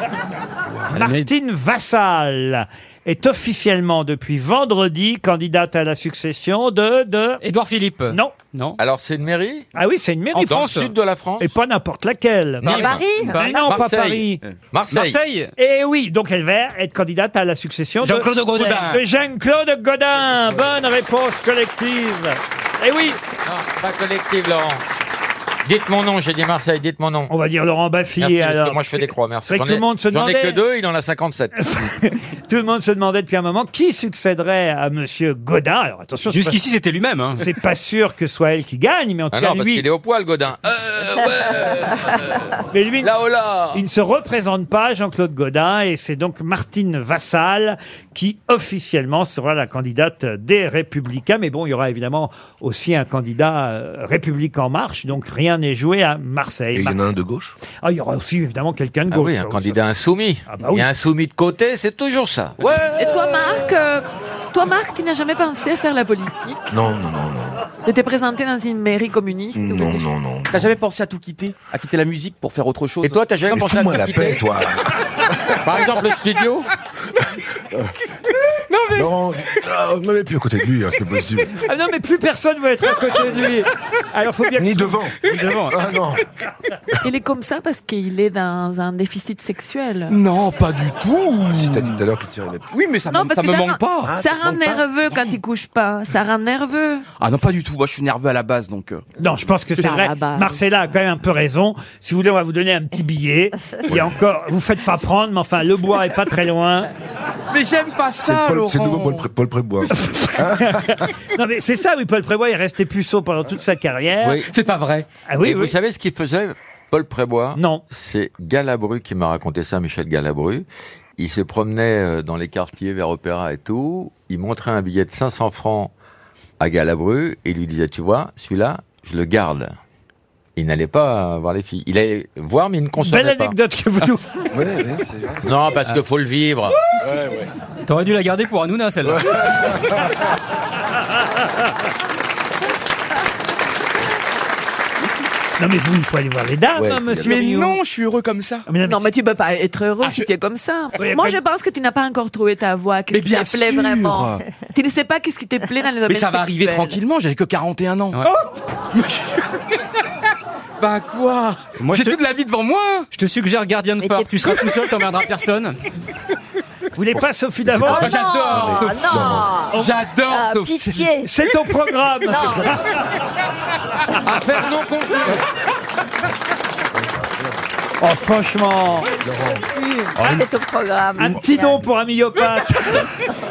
Speaker 2: Martine Vassal est officiellement depuis vendredi candidate à la succession de de
Speaker 9: Édouard Philippe.
Speaker 2: non
Speaker 9: Non.
Speaker 3: Alors c'est une mairie
Speaker 2: ah oui c'est une mairie
Speaker 3: en Dans le
Speaker 2: France.
Speaker 3: sud de la France.
Speaker 2: et pas n'importe laquelle
Speaker 3: Nîmes.
Speaker 7: Paris
Speaker 2: Mais non pas Paris
Speaker 3: Marseille.
Speaker 9: Marseille.
Speaker 2: et Euh, Eh oui donc elle va être candidate à la succession de-
Speaker 9: Jean-Claude Godin.
Speaker 2: de Jean-Claude Godin bonne réponse collective et oui
Speaker 3: Non, pas collective, Laurent. Dites mon nom, j'ai dit Marseille, dites mon nom.
Speaker 2: on va dire Laurent Baffy
Speaker 3: Merci, parce que
Speaker 2: alors
Speaker 3: moi je fais des croix, merci.
Speaker 2: C'est vrai que
Speaker 3: J'en
Speaker 2: tout le
Speaker 3: ai-
Speaker 2: monde se
Speaker 3: J'en ai que
Speaker 2: demandait.
Speaker 3: deux, il en a 57.
Speaker 2: tout le monde se demandait depuis un moment qui succéderait à Monsieur Godin alors attention c'est pas-
Speaker 9: Jusqu'ici, c'était lui-même. hein.
Speaker 2: c'est pas sûr que ce soit elle qui gagne mais en tout
Speaker 3: Ah
Speaker 2: cas
Speaker 3: non, parce
Speaker 2: lui
Speaker 3: qu'il est au poil, Godin. Euh,
Speaker 2: mais lui,
Speaker 3: là, oh là
Speaker 2: Il ne se représente pas, Jean-Claude Godin, et c'est donc Martine Vassal qui officiellement sera la candidate des Républicains. Mais bon, il y aura évidemment aussi un candidat euh, République en marche, donc rien n'est joué à Marseille. Mar-
Speaker 4: a hein, un de gauche
Speaker 2: Ah, il y aura aussi évidemment quelqu'un de
Speaker 3: Ah
Speaker 2: gauche.
Speaker 3: oui, un
Speaker 2: ça,
Speaker 3: candidat insoumis.
Speaker 2: Ah bah
Speaker 3: Il y a
Speaker 2: oui.
Speaker 3: un soumis de côté, c'est toujours ça. Ouais.
Speaker 1: Et toi, Marc, euh, toi, Marc, tu n'as jamais pensé à faire la politique
Speaker 4: Non, non, non, non.
Speaker 1: De te présenter dans une mairie communiste ou
Speaker 4: Non,
Speaker 1: quelque
Speaker 4: non, non.
Speaker 9: T'as jamais pensé à tout quitter À quitter la musique pour faire autre chose
Speaker 3: Et toi, t'as jamais
Speaker 4: Mais
Speaker 3: pensé à
Speaker 4: fous-moi la
Speaker 3: te quitter
Speaker 4: paix, toi.
Speaker 3: Par exemple, le studio
Speaker 4: Laurent, ah, ne me mets plus à côté de lui, hein, c'est pas possible.
Speaker 2: Ah non, mais plus personne veut être à côté de lui. Alors, faut bien que-
Speaker 4: Ni devant.
Speaker 2: Devant.
Speaker 4: Ah non.
Speaker 1: chose Il est comme ça parce qu'il est dans un déficit sexuel.
Speaker 4: Non, pas du tout.
Speaker 3: Ah,
Speaker 4: Si t'as dit tout à l'heure que tu tirais la
Speaker 9: Oui, mais ça,
Speaker 1: Non,
Speaker 9: me- ça
Speaker 1: parce
Speaker 9: me
Speaker 1: que
Speaker 9: manque pas.
Speaker 1: ça rend nerveux quand il couche pas. Ça rend nerveux.
Speaker 9: Ah non, pas du tout. Moi, je suis nerveux à la base, donc. euh.
Speaker 2: Non, je pense que c'est
Speaker 1: Ah,
Speaker 2: vrai.
Speaker 1: la base.
Speaker 2: Marcella a quand même un peu raison. Si vous voulez, on va vous donner un petit billet. Il y a encore, vous faites pas prendre, mais enfin, le bois est pas très loin.
Speaker 9: Mais j'aime pas
Speaker 4: C'est
Speaker 9: ça,
Speaker 4: Paul-
Speaker 9: Laurent.
Speaker 4: c'est le nouveau Paul, Pré- Paul Prébois.
Speaker 2: Non, mais c'est ça, oui, Paul Prébois est resté puceau pendant toute sa carrière.
Speaker 3: Oui.
Speaker 9: C'est pas vrai.
Speaker 2: Ah oui,
Speaker 3: Et
Speaker 2: oui.
Speaker 3: vous savez ce qu'il faisait, Paul Prébois
Speaker 2: Non.
Speaker 3: C'est Galabru qui m'a raconté ça, Michel Galabru. Il se promenait euh, dans les quartiers vers Opéra et tout. Il montrait un billet de 500 francs à Galabru et il lui disait, tu vois, celui-là, je le garde. Il n'allait pas euh, voir les filles. Il allait voir, mais il ne consommait
Speaker 2: Belle
Speaker 3: pas.
Speaker 2: anecdote que vous nous.
Speaker 4: Ouais, ouais, c'est vrai.
Speaker 3: Non, parce que faut le vivre.
Speaker 9: T'aurais dû la garder pour Hanouna, celle-là.
Speaker 2: Non, mais vous, il faut aller voir les dames, hein,
Speaker 1: Ouais.
Speaker 2: monsieur.
Speaker 1: Mais non,
Speaker 2: je suis heureux comme ça. Mais non, mais
Speaker 1: Non, mais tu peux pas être heureux
Speaker 2: Ah,
Speaker 1: si
Speaker 2: je-
Speaker 1: tu es comme ça.
Speaker 2: Oui,
Speaker 1: Moi,
Speaker 2: mais-
Speaker 1: je pense que tu n'as pas encore trouvé ta voix, qui
Speaker 9: Mais
Speaker 1: te
Speaker 9: bien
Speaker 1: plaît
Speaker 9: sûr.
Speaker 1: vraiment. Tu ne sais pas qu'est-ce qui te plaît dans le domaine
Speaker 9: Mais ça va arriver
Speaker 1: sexuel.
Speaker 9: tranquillement, j'ai que 41 ans.
Speaker 2: Oh
Speaker 3: Bah quoi
Speaker 9: J'ai toute la vie devant moi
Speaker 3: Je te suggère Guardian Fort, tu seras tout seul, t'emmerderas personne.
Speaker 2: Vous voulez pas Sophie d'avant
Speaker 3: Ah, J'adore
Speaker 2: non,
Speaker 3: Sophie.
Speaker 2: non.
Speaker 3: J'adore
Speaker 2: Ah,
Speaker 3: Sophie
Speaker 2: pitié. C'est au programme. Non.
Speaker 18: Affaire non conclue.
Speaker 2: Oh, franchement.
Speaker 25: Ah,
Speaker 11: C'est au
Speaker 6: Ah
Speaker 11: programme.
Speaker 2: Un petit don pour un myopathe.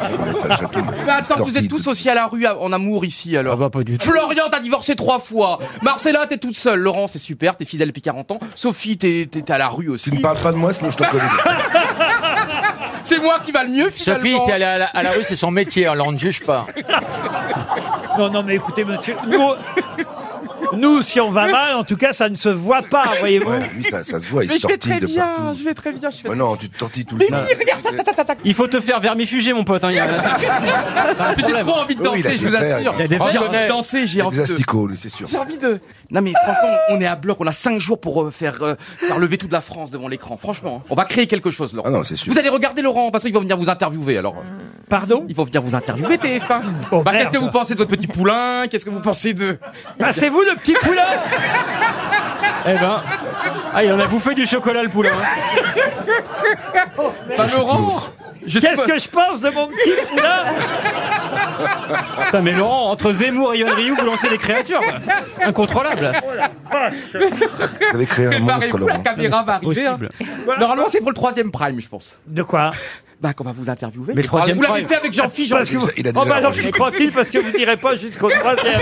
Speaker 3: Bah,
Speaker 9: Mais attends, vous êtes tous aussi à la rue à- en amour ici
Speaker 3: Ah
Speaker 9: alors. Florian, t'as divorcé trois fois. Marcella, t'es toute seule. Laurent, c'est super, t'es fidèle depuis 40 ans. Sophie, t'es t'es- t'es à la rue aussi. Tu ne parles pas de moi, sinon je te connais. c'est moi qui va le mieux finalement.
Speaker 33: Sophie, c'est aller à la, à la rue, c'est son métier, alors on ne juge pas.
Speaker 2: Non, non, mais écoutez, monsieur, nous, nous, si on va mal, en tout cas, ça ne se voit pas, voyez-vous.
Speaker 19: lui, ça, ça se voit, il
Speaker 9: Mais
Speaker 19: se
Speaker 9: je vais
Speaker 19: tortille
Speaker 9: très
Speaker 19: de partout.
Speaker 9: bien, je vais très bien. Je fais...
Speaker 19: Bah non, tu te tortilles tout le
Speaker 9: Mais
Speaker 19: temps.
Speaker 9: oui, regarde, tac, tac, tac, tac.
Speaker 3: Il faut te faire vermifuger, mon pote. Hein, il y a-
Speaker 9: Mais J'ai trop envie de
Speaker 19: Oui, il
Speaker 9: danser,
Speaker 19: a des
Speaker 9: je vous
Speaker 19: frères,
Speaker 9: assure.
Speaker 19: il a des
Speaker 9: J'ai
Speaker 19: frères.
Speaker 9: envie de danser,
Speaker 19: Il
Speaker 9: j'ai
Speaker 19: a
Speaker 9: envie
Speaker 19: des
Speaker 9: de...
Speaker 19: asticots, lui, c'est sûr.
Speaker 9: J'ai envie de. Non mais franchement, on est à bloc, on a 5 jours pour euh, faire, euh, faire lever toute la France devant l'écran. Franchement, on va créer quelque chose, Laurent.
Speaker 19: Ah non, c'est sûr.
Speaker 9: Vous allez regarder Laurent parce qu'ils vont venir vous interviewer alors.
Speaker 2: Pardon Oh,
Speaker 9: Ils vont venir vous interviewer TF1. bah, qu'est-ce que vous pensez de votre petit poulain Qu'est-ce que vous pensez de.
Speaker 2: Bah, c'est vous le petit poulain
Speaker 3: Eh ben. Ah, il en a bouffé du chocolat, le poulain.
Speaker 9: Bah, Laurent
Speaker 2: Qu'est-ce que je pense de mon petit poulain
Speaker 3: Putain, mais Laurent, entre Zemmour et Yon Ryu, vous lancez des créatures. Incontrôlables.
Speaker 9: Vous
Speaker 19: avez créé un
Speaker 9: Préparez-vous,
Speaker 19: monstre,
Speaker 9: la
Speaker 19: Laurent.
Speaker 9: caméra va arriver.
Speaker 19: Possible.
Speaker 9: hein. Normalement, c'est pour le troisième prime, je pense.
Speaker 2: De quoi
Speaker 9: Bah, qu'on va vous interviewer.
Speaker 19: Mais le troisième
Speaker 9: Vous l'avez
Speaker 19: prime.
Speaker 9: fait avec Jean-Philippe.
Speaker 19: Parce que vous- Il a déjà
Speaker 2: Oh, bah, alors, je
Speaker 19: enregistré.
Speaker 2: suis tranquille parce que vous n'irez pas jusqu'au troisième.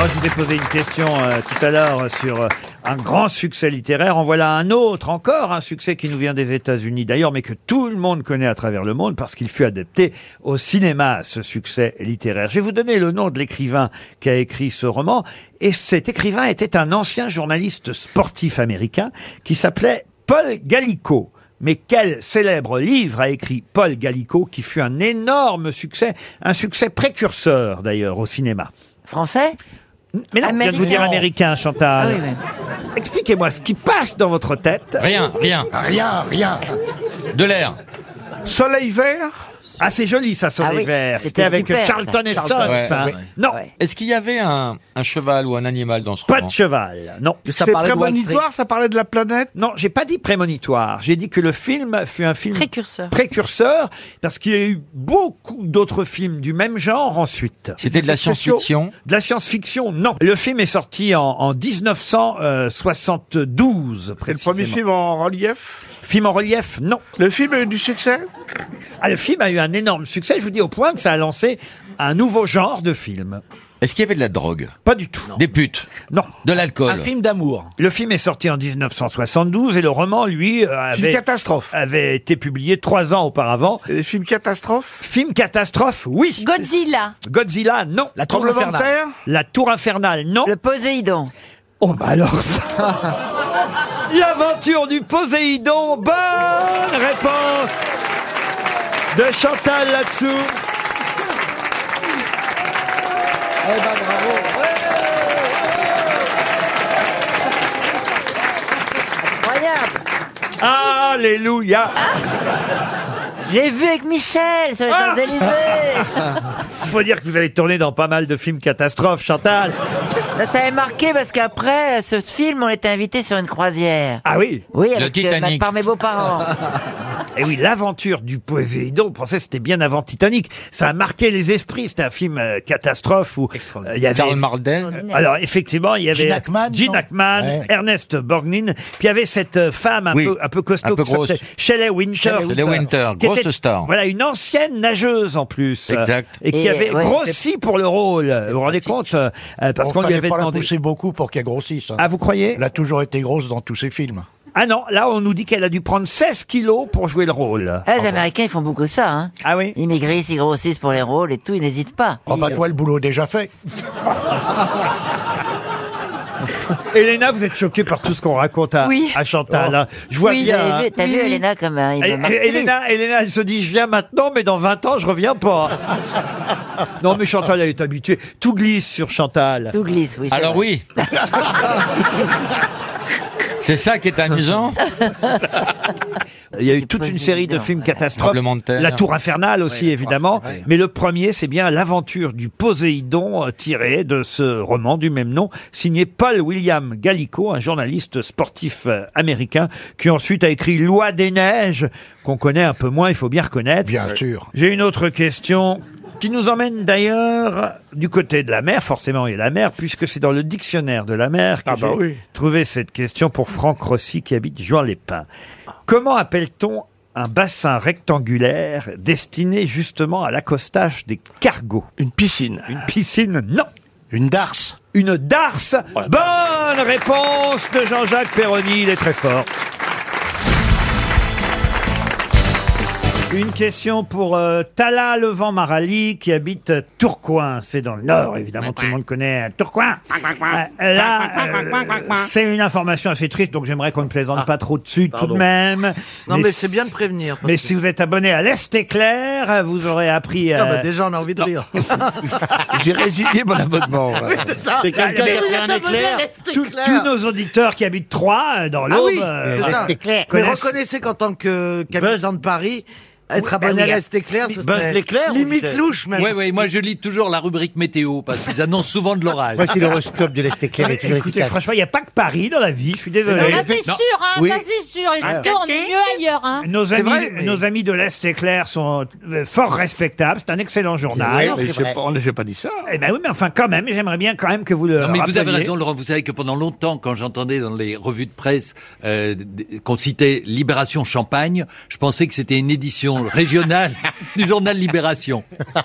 Speaker 2: Oh, je vous ai posé une question euh, tout à l'heure euh, sur euh, un grand succès littéraire. En voilà un autre encore, un succès qui nous vient des États-Unis d'ailleurs, mais que tout le monde connaît à travers le monde parce qu'il fut adapté au cinéma, ce succès littéraire. Je vais vous donner le nom de l'écrivain qui a écrit ce roman. Et cet écrivain était un ancien journaliste sportif américain qui s'appelait Paul Gallico. Mais quel célèbre livre a écrit Paul Gallico qui fut un énorme succès, un succès précurseur d'ailleurs au cinéma
Speaker 7: Français
Speaker 2: Mais non, je viens de vous dire américain, Chantal.
Speaker 7: Ah oui,
Speaker 2: Expliquez-moi ce qui passe dans votre tête.
Speaker 33: Rien, rien.
Speaker 19: Rien, rien.
Speaker 33: De l'air.
Speaker 2: Soleil vert Ah, c'est joli ça, Soleil
Speaker 33: Ah oui,
Speaker 2: vert.
Speaker 33: c'était
Speaker 2: C'était avec
Speaker 33: super,
Speaker 2: Charlton
Speaker 33: ça.
Speaker 2: Heston,
Speaker 33: Charlton. Ouais,
Speaker 2: ça.
Speaker 33: ouais.
Speaker 2: Non.
Speaker 33: Est-ce qu'il y avait un, un cheval ou un animal dans ce roman
Speaker 2: Pas de cheval, non.
Speaker 33: Ça parlait de Wall Street. prémonitoire,
Speaker 2: ça parlait de la planète Non, j'ai pas dit prémonitoire. J'ai dit que le film fut un film
Speaker 7: Précurseur.
Speaker 2: précurseur, parce qu'il y a eu beaucoup d'autres films du même genre ensuite.
Speaker 33: C'était de la science-fiction
Speaker 2: De la science-fiction, non. Le film est sorti en, en 1972,
Speaker 19: C'est le premier film
Speaker 2: en relief Film en relief, non. Le film a eu du succès ah, Le film a eu un énorme succès, je vous dis, au point que ça a lancé un nouveau genre de film.
Speaker 33: Est-ce qu'il y avait de la drogue
Speaker 2: Pas du tout.
Speaker 33: Des putes
Speaker 2: Non.
Speaker 33: De l'alcool
Speaker 2: d'amour. Le film est sorti en 1972 et le roman, lui, euh, avait, catastrophe. avait été publié trois ans auparavant. Les films catastrophe Film catastrophe, oui.
Speaker 7: Godzilla.
Speaker 2: Godzilla, non. La
Speaker 7: Tour Tremblement de infernale. terre
Speaker 2: La tour infernale, non. Le
Speaker 7: Poséidon.
Speaker 2: Oh bah alors. L'aventure du Poséidon. Bonne réponse de Chantal là-dessous.
Speaker 7: Incroyable.
Speaker 2: Alléluia.
Speaker 7: J'ai vu avec Michel sur les
Speaker 2: Ah
Speaker 7: Champs-Élysées.
Speaker 2: Il faut dire que vous avez tourné dans pas mal de films catastrophes, Chantal.
Speaker 7: Non, Ça avait marqué parce qu'après euh, ce film, on était invité sur une croisière.
Speaker 2: Ah oui
Speaker 7: Oui, avec, euh, ma- par mes beaux-parents.
Speaker 2: Et Eh oui, l'aventure du Poséidon, on pensait que c'était bien avant Titanic. Ça a marqué les esprits. C'était un film euh, catastrophe où euh, il y avait...
Speaker 33: Karl Mardel.
Speaker 2: Euh, Alors effectivement, il y avait
Speaker 33: Gene Hackman,
Speaker 2: Gene
Speaker 33: non
Speaker 2: Hackman,
Speaker 33: Ouais.
Speaker 2: Ernest Borgnine, puis il y avait cette euh, femme un,
Speaker 33: Oui,
Speaker 2: peu, un peu costaud
Speaker 33: un peu
Speaker 2: qui s'appelait
Speaker 33: grosse.
Speaker 2: Shelley Winter.
Speaker 33: Shelley Shelley Winter,
Speaker 2: qui
Speaker 33: grosse
Speaker 2: était,
Speaker 33: star.
Speaker 2: Voilà, une ancienne nageuse en plus. euh,
Speaker 33: Exact.
Speaker 2: Et qui
Speaker 33: Et,
Speaker 2: avait
Speaker 33: ouais,
Speaker 2: grossi pour le rôle. Vous vous rendez compte euh, euh, Parce qu'on lui avait
Speaker 34: pas
Speaker 2: demandé...
Speaker 34: la pousser beaucoup pour qu'elle grossisse.
Speaker 19: hein.
Speaker 2: Ah, vous croyez
Speaker 34: Elle a toujours été grosse dans tous ses films.
Speaker 2: Ah non, là on nous dit qu'elle a dû prendre 16 kilos pour jouer le rôle.
Speaker 7: Ah, les Américains, ils font beaucoup ça. Hein.
Speaker 2: Ah oui
Speaker 7: Ils maigrissent, ils grossissent pour les rôles et tout, ils n'hésitent pas.
Speaker 34: Oh bah toi, le boulot déjà fait.
Speaker 2: Elena, vous êtes choquée par tout ce qu'on raconte à,
Speaker 35: Oui.
Speaker 2: à Chantal. hein. Je vois
Speaker 35: Oui,
Speaker 2: bien.
Speaker 35: j'avais vu-
Speaker 2: hein.
Speaker 35: T'as vu, Elena, comme euh, il
Speaker 2: Eh,
Speaker 35: m'a marqué.
Speaker 2: eh, Elena, Elena, elle se dit, je viens maintenant, mais dans 20 ans, je reviens pas. non, mais Chantal, elle est habituée. Tout glisse sur Chantal.
Speaker 35: Tout glisse, oui. c'est
Speaker 3: Alors
Speaker 35: vrai.
Speaker 3: oui, c'est ça qui est amusant.
Speaker 2: Il y a eu toute une série de films catastrophes.
Speaker 3: Tremblement de terre.
Speaker 2: La Tour Infernale aussi, évidemment. Mais le premier, c'est bien l'aventure du Poséidon euh, tiré de ce roman du même nom, signé Paul William Gallico, un journaliste sportif euh, américain, qui ensuite a écrit Loi des neiges, qu'on connaît un peu moins, il faut bien reconnaître. Bien sûr. J'ai une autre question qui nous emmène d'ailleurs du côté de la mer, forcément, et la mer, puisque c'est dans le dictionnaire de la mer que
Speaker 36: Ah bah
Speaker 2: j'ai
Speaker 36: oui.
Speaker 2: trouvé cette question pour Franck Rossi qui habite Juan-les-Pins. Comment appelle-t-on un bassin rectangulaire destiné justement à l'accostage des cargos Une piscine. Une piscine, non. Une darse. Une darse. Bonne réponse de Jean-Jacques Perroni, il est très fort. Une question pour euh, Tala Levent Marali qui habite Tourcoing. C'est dans le nord, évidemment, tout le monde connaît euh, Tourcoing. Euh, Là, euh, c'est une information assez triste, donc j'aimerais qu'on ne plaisante pas trop dessus tout
Speaker 6: Ah. Pardon.
Speaker 2: de même.
Speaker 6: Non, mais c'est bien de prévenir. parce
Speaker 2: Mais
Speaker 6: que-
Speaker 2: si vous êtes abonné à l'Est éclair, euh, vous aurez appris. euh,
Speaker 6: Ah, bah, déjà, on a envie de rire.
Speaker 2: J'ai résilié mon abonnement. Ah,
Speaker 6: Oui, c'est ça. C'est quelqu'un Mais qui a vous pris êtes un abonné éclair. à l'Est
Speaker 2: Tous
Speaker 6: Éclair.
Speaker 2: tous nos auditeurs qui habitent Troyes, euh, dans
Speaker 6: Ah
Speaker 2: l'Aube,
Speaker 6: oui,
Speaker 2: euh,
Speaker 6: c'est ça.
Speaker 2: voilà,
Speaker 6: Mais
Speaker 2: connaissent-
Speaker 6: reconnaissez qu'en tant que capitaine de Paris, être
Speaker 25: bah
Speaker 6: abonné à
Speaker 25: oui,
Speaker 6: l'Est éclair, ce serait limite louche même.
Speaker 25: Oui, oui, moi je lis toujours la rubrique météo parce qu'ils annoncent souvent de l'orage.
Speaker 12: Moi, c'est l'horoscope de l'Est éclair. est toujours
Speaker 2: Écoutez,
Speaker 12: efficace.
Speaker 2: franchement, il n'y a pas que Paris dans la vie, je suis désolé.
Speaker 25: Non,
Speaker 12: là, c'est
Speaker 25: Non.
Speaker 7: sûr, hein,
Speaker 2: Oui.
Speaker 7: ça c'est sûr. Et
Speaker 2: Ah.
Speaker 7: je tourne mieux ailleurs, hein.
Speaker 2: Nos amis,
Speaker 25: vrai, mais-
Speaker 2: nos amis de l'Est éclair sont euh, fort respectables. C'est un excellent journal.
Speaker 25: Mais j'ai pas- on
Speaker 2: ne pas dit ça. Eh ben oui, mais enfin, quand même, j'aimerais bien quand même que vous le.
Speaker 25: Non, mais vous avez
Speaker 2: rappeliez.
Speaker 25: raison, Laurent. Vous savez que pendant longtemps, quand j'entendais dans les revues de presse euh, d- qu'on citait Libération Champagne, je pensais que c'était une édition régionale du journal Libération.
Speaker 2: Mais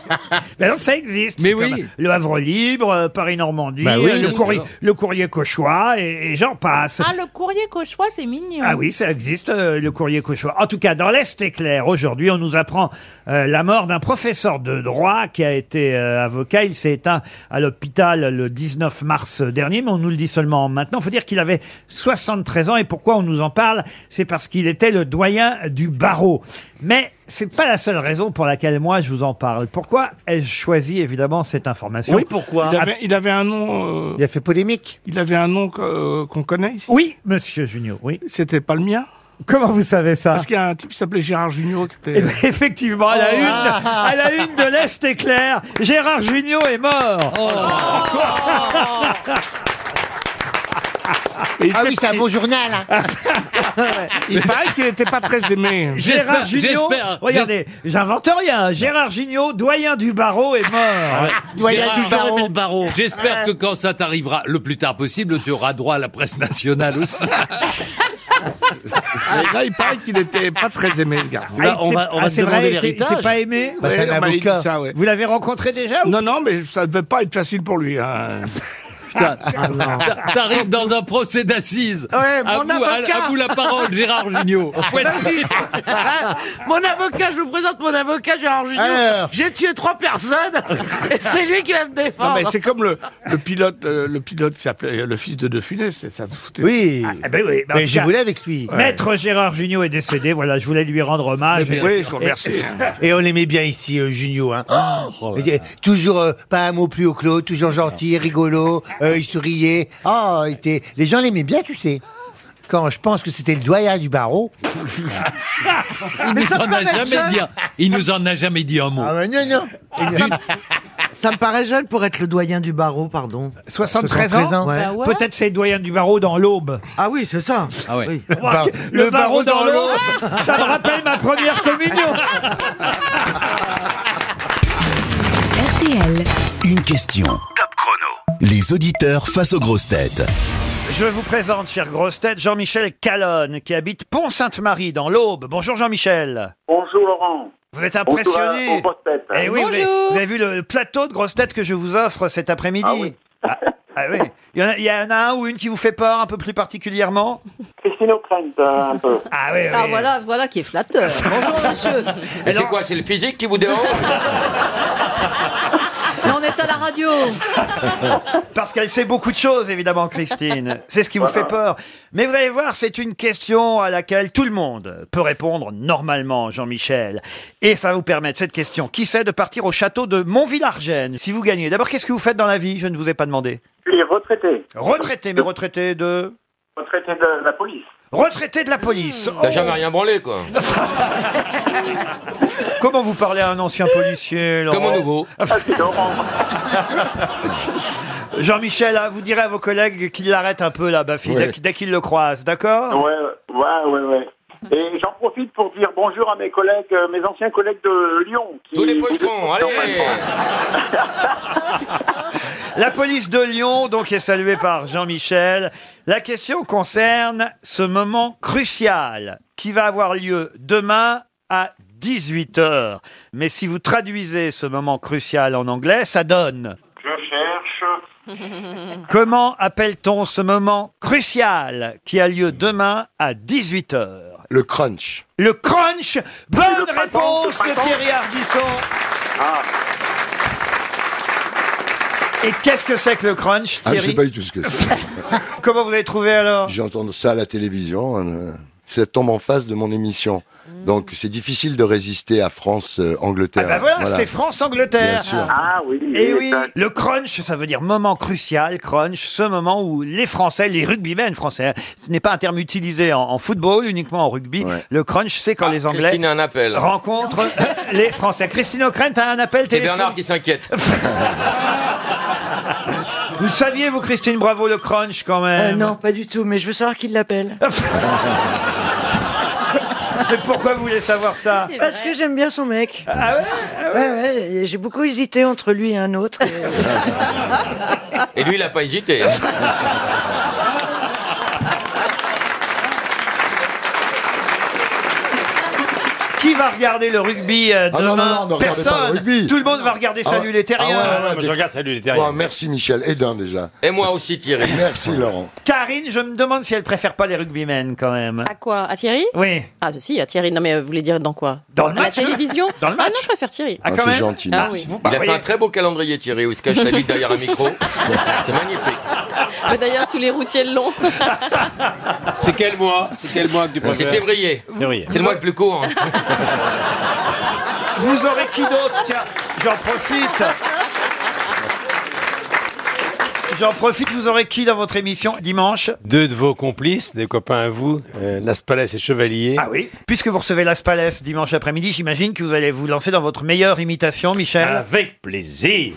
Speaker 2: Ben alors, ça existe.
Speaker 25: Mais
Speaker 2: C'est
Speaker 25: oui.
Speaker 2: comme Le Havre Libre, euh, Paris-Normandie,
Speaker 25: Bah oui,
Speaker 2: euh, le,
Speaker 25: bien
Speaker 2: courrier,
Speaker 25: sûr.
Speaker 2: le courrier cauchois, et, et j'en passe.
Speaker 7: Ah, le courrier cauchois, c'est mignon.
Speaker 2: Ah oui, ça existe, euh, le courrier cauchois. En tout cas, dans l'Est éclair, aujourd'hui, on nous apprend euh, la mort d'un professeur de droit qui a été euh, avocat. Il s'est éteint à l'hôpital le 19 mars dernier, mais on nous le dit seulement maintenant. Il faut dire qu'il avait 73 ans, et pourquoi on nous en parle C'est parce qu'il était le doyen du barreau. Mais c'est pas la seule raison pour laquelle moi je vous en parle. Pourquoi ai-je choisi évidemment cette information
Speaker 5: il
Speaker 2: Ah,
Speaker 5: avait, il avait un nom. il a fait polémique. Il avait un nom que- euh, qu'on connaît ici.
Speaker 2: Oui, monsieur Junio, oui.
Speaker 5: C'était pas le mien.
Speaker 2: Comment vous savez ça
Speaker 5: Parce qu'il y a un type qui s'appelait Gérard Junio qui était.
Speaker 2: Eh ben, effectivement, à la
Speaker 5: Oh.
Speaker 2: une, à la une de l'Est éclair, Gérard Jugnot est
Speaker 5: Oh.
Speaker 2: mort.
Speaker 5: Ah oui, c'est un beau journal. hein. il paraît qu'il n'était pas très aimé.
Speaker 2: Gérard Jugnot, regardez, j'invente rien. Gérard Jugnot, doyen du barreau, est
Speaker 5: Ah
Speaker 2: mort.
Speaker 25: J'espère- J'espère que quand ça t'arrivera le plus tard possible, tu auras droit à la presse nationale aussi.
Speaker 5: Là, il paraît qu'il n'était pas très aimé, ce garçon.
Speaker 2: Ah, il était- ah, c'est vrai, il était- il était pas aimé
Speaker 5: Ouais, on m'a dit ça, ouais.
Speaker 2: Vous l'avez rencontré déjà
Speaker 5: Non, non, mais ça devait pas être facile pour lui. hein.
Speaker 25: Putain,
Speaker 5: Ah,
Speaker 25: t'a- T'arrives dans un procès d'assises.
Speaker 5: Ouais,
Speaker 25: à,
Speaker 5: mon
Speaker 25: vous, à-
Speaker 5: avocat. Bah
Speaker 25: à vous la parole, Gérard Jugnot. Ouais.
Speaker 6: Mon avocat, je vous présente mon avocat Gérard Junior.
Speaker 5: Alors.
Speaker 6: J'ai tué trois personnes et c'est lui qui va me défendre.
Speaker 2: Ah.
Speaker 5: Non, mais c'est comme le, le pilote, euh, le pilote qui s'appelait le fils de De Funès, c'est ça me foutait.
Speaker 2: Oui. Ah, ben oui, mais en Mais tout j'y cas- voulais
Speaker 5: avec lui.
Speaker 2: Maître Gérard Jugnot est décédé, voilà, je voulais lui rendre hommage.
Speaker 5: Mais bien Oui, sûr. je vous remercie.
Speaker 12: Et on l'aimait bien ici, euh, Junio.
Speaker 2: Oh,
Speaker 12: Hein.
Speaker 18: Oh
Speaker 12: Il était toujours euh, pas un mot plus haut que l'autre, toujours gentil, rigolo, euh, il souriait. Ah, il était... Les gens l'aimaient bien, tu sais. Quand je pense que c'était le doyen du barreau.
Speaker 25: Il nous en a jamais dit. un- Il nous en a jamais dit un mot.
Speaker 5: Ah
Speaker 12: non, non.
Speaker 6: Ça me paraît jeune pour être le doyen du barreau, pardon. Bah
Speaker 2: 73 ans,
Speaker 6: Ouais.
Speaker 2: peut-être c'est le doyen du barreau dans l'aube.
Speaker 6: Ah oui, c'est ça.
Speaker 25: Ah ouais.
Speaker 6: Bar-
Speaker 2: le,
Speaker 6: le
Speaker 2: barreau dans
Speaker 6: barreau dans
Speaker 2: l'aube, ça me rappelle ma première communion.
Speaker 37: RTL. Une question. Les auditeurs face aux grosses têtes.
Speaker 2: Je vous présente, chère grosse tête, Jean-Michel Calonne, qui habite Pont-Sainte-Marie, dans l'Aube. Bonjour Jean-Michel.
Speaker 18: Bonjour Laurent.
Speaker 2: Vous êtes impressionné.
Speaker 18: Bonjour à- aux grosses têtes.
Speaker 2: Eh oui, vous, avez, vous avez vu le le plateau de grosses têtes que je vous offre cet après-midi ah oui. ah oui. Il y, en a, il y en a un ou une qui vous fait peur un peu plus particulièrement
Speaker 18: Christine O'Krent, euh, un peu.
Speaker 2: Ah oui, oui.
Speaker 19: Eh
Speaker 38: Ah voilà, voilà qui est flatteur. Bonjour monsieur.
Speaker 3: Et c'est quoi C'est le physique qui vous dérange
Speaker 39: Là, on est à la radio.
Speaker 2: Parce qu'elle sait beaucoup de choses, évidemment, Christine. C'est ce qui vous
Speaker 40: Voilà.
Speaker 2: fait peur. Mais vous allez voir, c'est une question à laquelle tout le monde peut répondre normalement, Jean-Michel. Et ça va vous permettre, cette question, qui sait, de partir au château de Montvillargennes, si vous gagnez. D'abord, qu'est-ce que vous faites dans la vie Je ne vous ai pas demandé.
Speaker 18: Les retraités.
Speaker 2: Retraité, mais retraité de...
Speaker 18: Retraités de la police.
Speaker 2: Retraité de la police.
Speaker 3: T'as
Speaker 2: Oh.
Speaker 3: jamais rien branlé, quoi.
Speaker 2: Comment vous parlez à un ancien policier, Laurent Ah,
Speaker 3: Comme un nouveau.
Speaker 2: Jean-Michel, hein, vous direz à vos collègues qu'ils l'arrêtent un peu là, Bafi, dès, dès qu'ils le croisent, d'accord
Speaker 18: Ouais, ouais, ouais, ouais. Et j'en profite pour dire bonjour à mes collègues, euh, mes anciens collègues de Lyon. Qui Tous les pochons, allez
Speaker 2: La police de Lyon, donc, est saluée par Jean-Michel. La question concerne ce moment crucial qui va avoir lieu demain à 18h. Mais si vous traduisez ce moment crucial en anglais, ça donne...
Speaker 18: Je cherche.
Speaker 2: Comment appelle-t-on ce moment crucial qui a lieu demain à 18h Le crunch. Le crunch Bonne réponse de Thierry Ardisson
Speaker 3: Ah.
Speaker 2: Et qu'est-ce que c'est que le crunch,
Speaker 16: Ah,
Speaker 2: Thierry
Speaker 16: je sais pas du tout ce que c'est.
Speaker 2: Comment vous l'avez trouvé alors
Speaker 16: J'ai entendu ça à la télévision. euh, Ça tombe en face de mon émission.
Speaker 5: Hmm.
Speaker 16: Donc c'est difficile de résister à euh, France-Angleterre.
Speaker 2: Ah bah voilà, c'est France-Angleterre.
Speaker 16: Bien sûr.
Speaker 18: Ah oui.
Speaker 2: Et oui, le crunch, ça veut dire moment crucial, crunch, ce moment où les Français, les rugbymen français, hein, ce n'est pas un terme utilisé en, en football, uniquement en rugby. Le crunch, c'est quand les Anglais
Speaker 3: Ah, Christine a un appel.
Speaker 2: rencontrent les Français. Christine O'Krent a un appel
Speaker 3: C'est
Speaker 2: téléphonique.
Speaker 3: Bernard qui s'inquiète.
Speaker 2: Vous le saviez, vous, Christine Bravo, le crunch quand même
Speaker 7: Euh, non, pas du tout, mais je veux savoir qui l'appelle.
Speaker 2: Mais pourquoi vous voulez savoir ça
Speaker 7: Parce que j'aime bien son mec. Ah ouais, ouais, et J'ai beaucoup hésité entre lui et un autre.
Speaker 19: Ah,
Speaker 7: et- euh,
Speaker 3: Et lui, il a pas hésité.
Speaker 2: Qui va regarder le rugby euh,
Speaker 16: Ah
Speaker 2: demain
Speaker 16: non, non, non, ne regardez
Speaker 2: Personne.
Speaker 16: pas le rugby.
Speaker 2: Tout le monde va
Speaker 16: Ah
Speaker 2: regarder Salut les Terriens.
Speaker 16: Salut les Terriens. merci Michel, et d'un déjà.
Speaker 3: Et moi aussi, Thierry.
Speaker 16: Merci Laurent.
Speaker 2: Karine, je me demande si elle préfère pas les rugbymen quand même.
Speaker 1: À quoi À Thierry
Speaker 2: Oui.
Speaker 1: Ah si, à Thierry. Non mais vous voulez dire dans quoi
Speaker 2: Dans le
Speaker 1: la
Speaker 2: match hein.
Speaker 1: télévision
Speaker 2: Dans le
Speaker 1: Ah non, je préfère Thierry.
Speaker 3: Ah, c'est gentil.
Speaker 1: Ah
Speaker 3: merci.
Speaker 1: oui.
Speaker 3: Il a fait un très beau calendrier, Thierry, où il se cache la bite derrière un micro. C'est magnifique.
Speaker 1: Mais d'ailleurs, tous les routiers le l'ont.
Speaker 3: C'est quel mois C'est quel mois que tu
Speaker 2: préfères
Speaker 3: C'est février. C'est le mois le plus court. hein.
Speaker 2: Vous aurez qui d'autre Tiens, j'en profite. J'en profite, vous aurez qui dans votre émission dimanche
Speaker 19: Deux de vos complices, des copains à vous, euh, Las Palais et Chevalier.
Speaker 2: Ah oui Puisque vous recevez Las Palais dimanche après-midi, j'imagine que vous allez vous lancer dans votre meilleure imitation, Michel.
Speaker 19: Avec plaisir.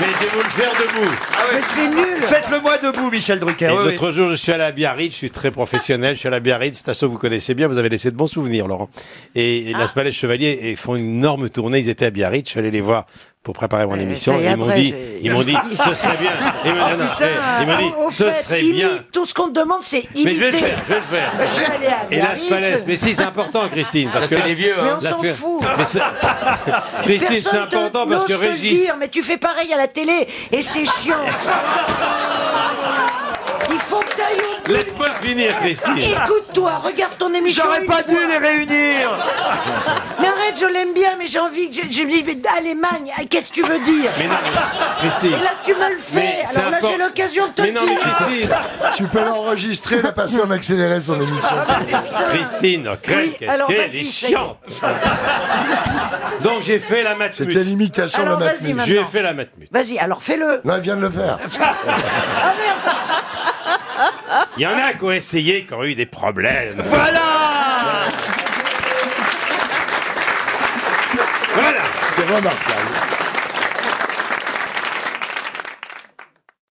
Speaker 19: Mais je vais vous le faire debout.
Speaker 2: Mais c'est nul Faites-le moi debout, Michel Drucker.
Speaker 19: Et
Speaker 7: Ah
Speaker 2: Oui, oui.
Speaker 19: l'autre jour, je suis allé à Biarritz, je suis très professionnel, je suis allé à Biarritz, Stasso, vous connaissez bien, vous avez laissé de bons souvenirs, Laurent.
Speaker 7: Ah.
Speaker 19: Et, et Las Palais Chevalier et font une énorme tournée, ils étaient à Biarritz, je suis allé les voir pour préparer mon émission,
Speaker 7: Eh, ça y est,
Speaker 19: ils m'ont
Speaker 7: après,
Speaker 19: dit,
Speaker 7: j'ai-
Speaker 19: ils m'ont dit, ce serait bien. Ils m'ont
Speaker 7: Oh,
Speaker 19: non, non,
Speaker 7: putain,
Speaker 19: eh, ils m'ont dit,
Speaker 7: au- au
Speaker 19: ce
Speaker 7: fait,
Speaker 19: serait
Speaker 7: imite.
Speaker 19: bien.
Speaker 7: Tout ce qu'on te demande, c'est imiter.
Speaker 19: Mais je vais le faire, je vais le faire.
Speaker 7: Je suis allé à
Speaker 19: Et Las
Speaker 7: Biarritz.
Speaker 19: Palais, mais si, c'est important, Christine, parce
Speaker 3: Ça,
Speaker 19: que
Speaker 3: c'est les vieux, hein. Mais on
Speaker 19: la-
Speaker 3: s'en fout.
Speaker 19: Mais c'est- Christine, c'est
Speaker 7: Personne te-
Speaker 19: important parce que
Speaker 7: n'ose te le
Speaker 19: Régis,
Speaker 7: dire, mais tu fais pareil à la télé et c'est chiant. Il faut que t'ailles au bout.
Speaker 19: laisse-moi finir, Christine.
Speaker 7: Écoute-toi, regarde ton émission.
Speaker 2: J'aurais
Speaker 7: une
Speaker 2: pas dû
Speaker 7: fois.
Speaker 2: les réunir
Speaker 7: Mais arrête, je l'aime bien, mais j'ai envie que je, je lui dise Allemagne, qu'est-ce que tu veux dire
Speaker 19: Mais non, mais- Christine.
Speaker 7: Et là, tu me le fais.
Speaker 19: Mais c'est
Speaker 7: Alors là,
Speaker 19: impor-
Speaker 7: j'ai l'occasion de te
Speaker 19: Mais
Speaker 7: le
Speaker 19: non, mais
Speaker 7: dire.
Speaker 19: Christine,
Speaker 16: Tu peux l'enregistrer, la passer en accéléré son émission.
Speaker 7: ah bah,
Speaker 19: Christine, oh, crème,
Speaker 16: Oui,
Speaker 19: qu'est-ce
Speaker 16: alors
Speaker 19: qu'elle
Speaker 16: vas-y,
Speaker 19: est
Speaker 16: ça y est.
Speaker 19: chiante Donc j'ai fait la matmut.
Speaker 16: C'était l'imitation de la
Speaker 7: Alors, vas-y,
Speaker 16: matmut.
Speaker 7: maintenant.
Speaker 19: J'ai fait la matmut.
Speaker 7: Vas-y, alors fais-le.
Speaker 16: Non, il vient de le faire.
Speaker 19: Il y en a qui ont essayé, qui ont eu des problèmes.
Speaker 2: Voilà
Speaker 16: Voilà C'est remarquable.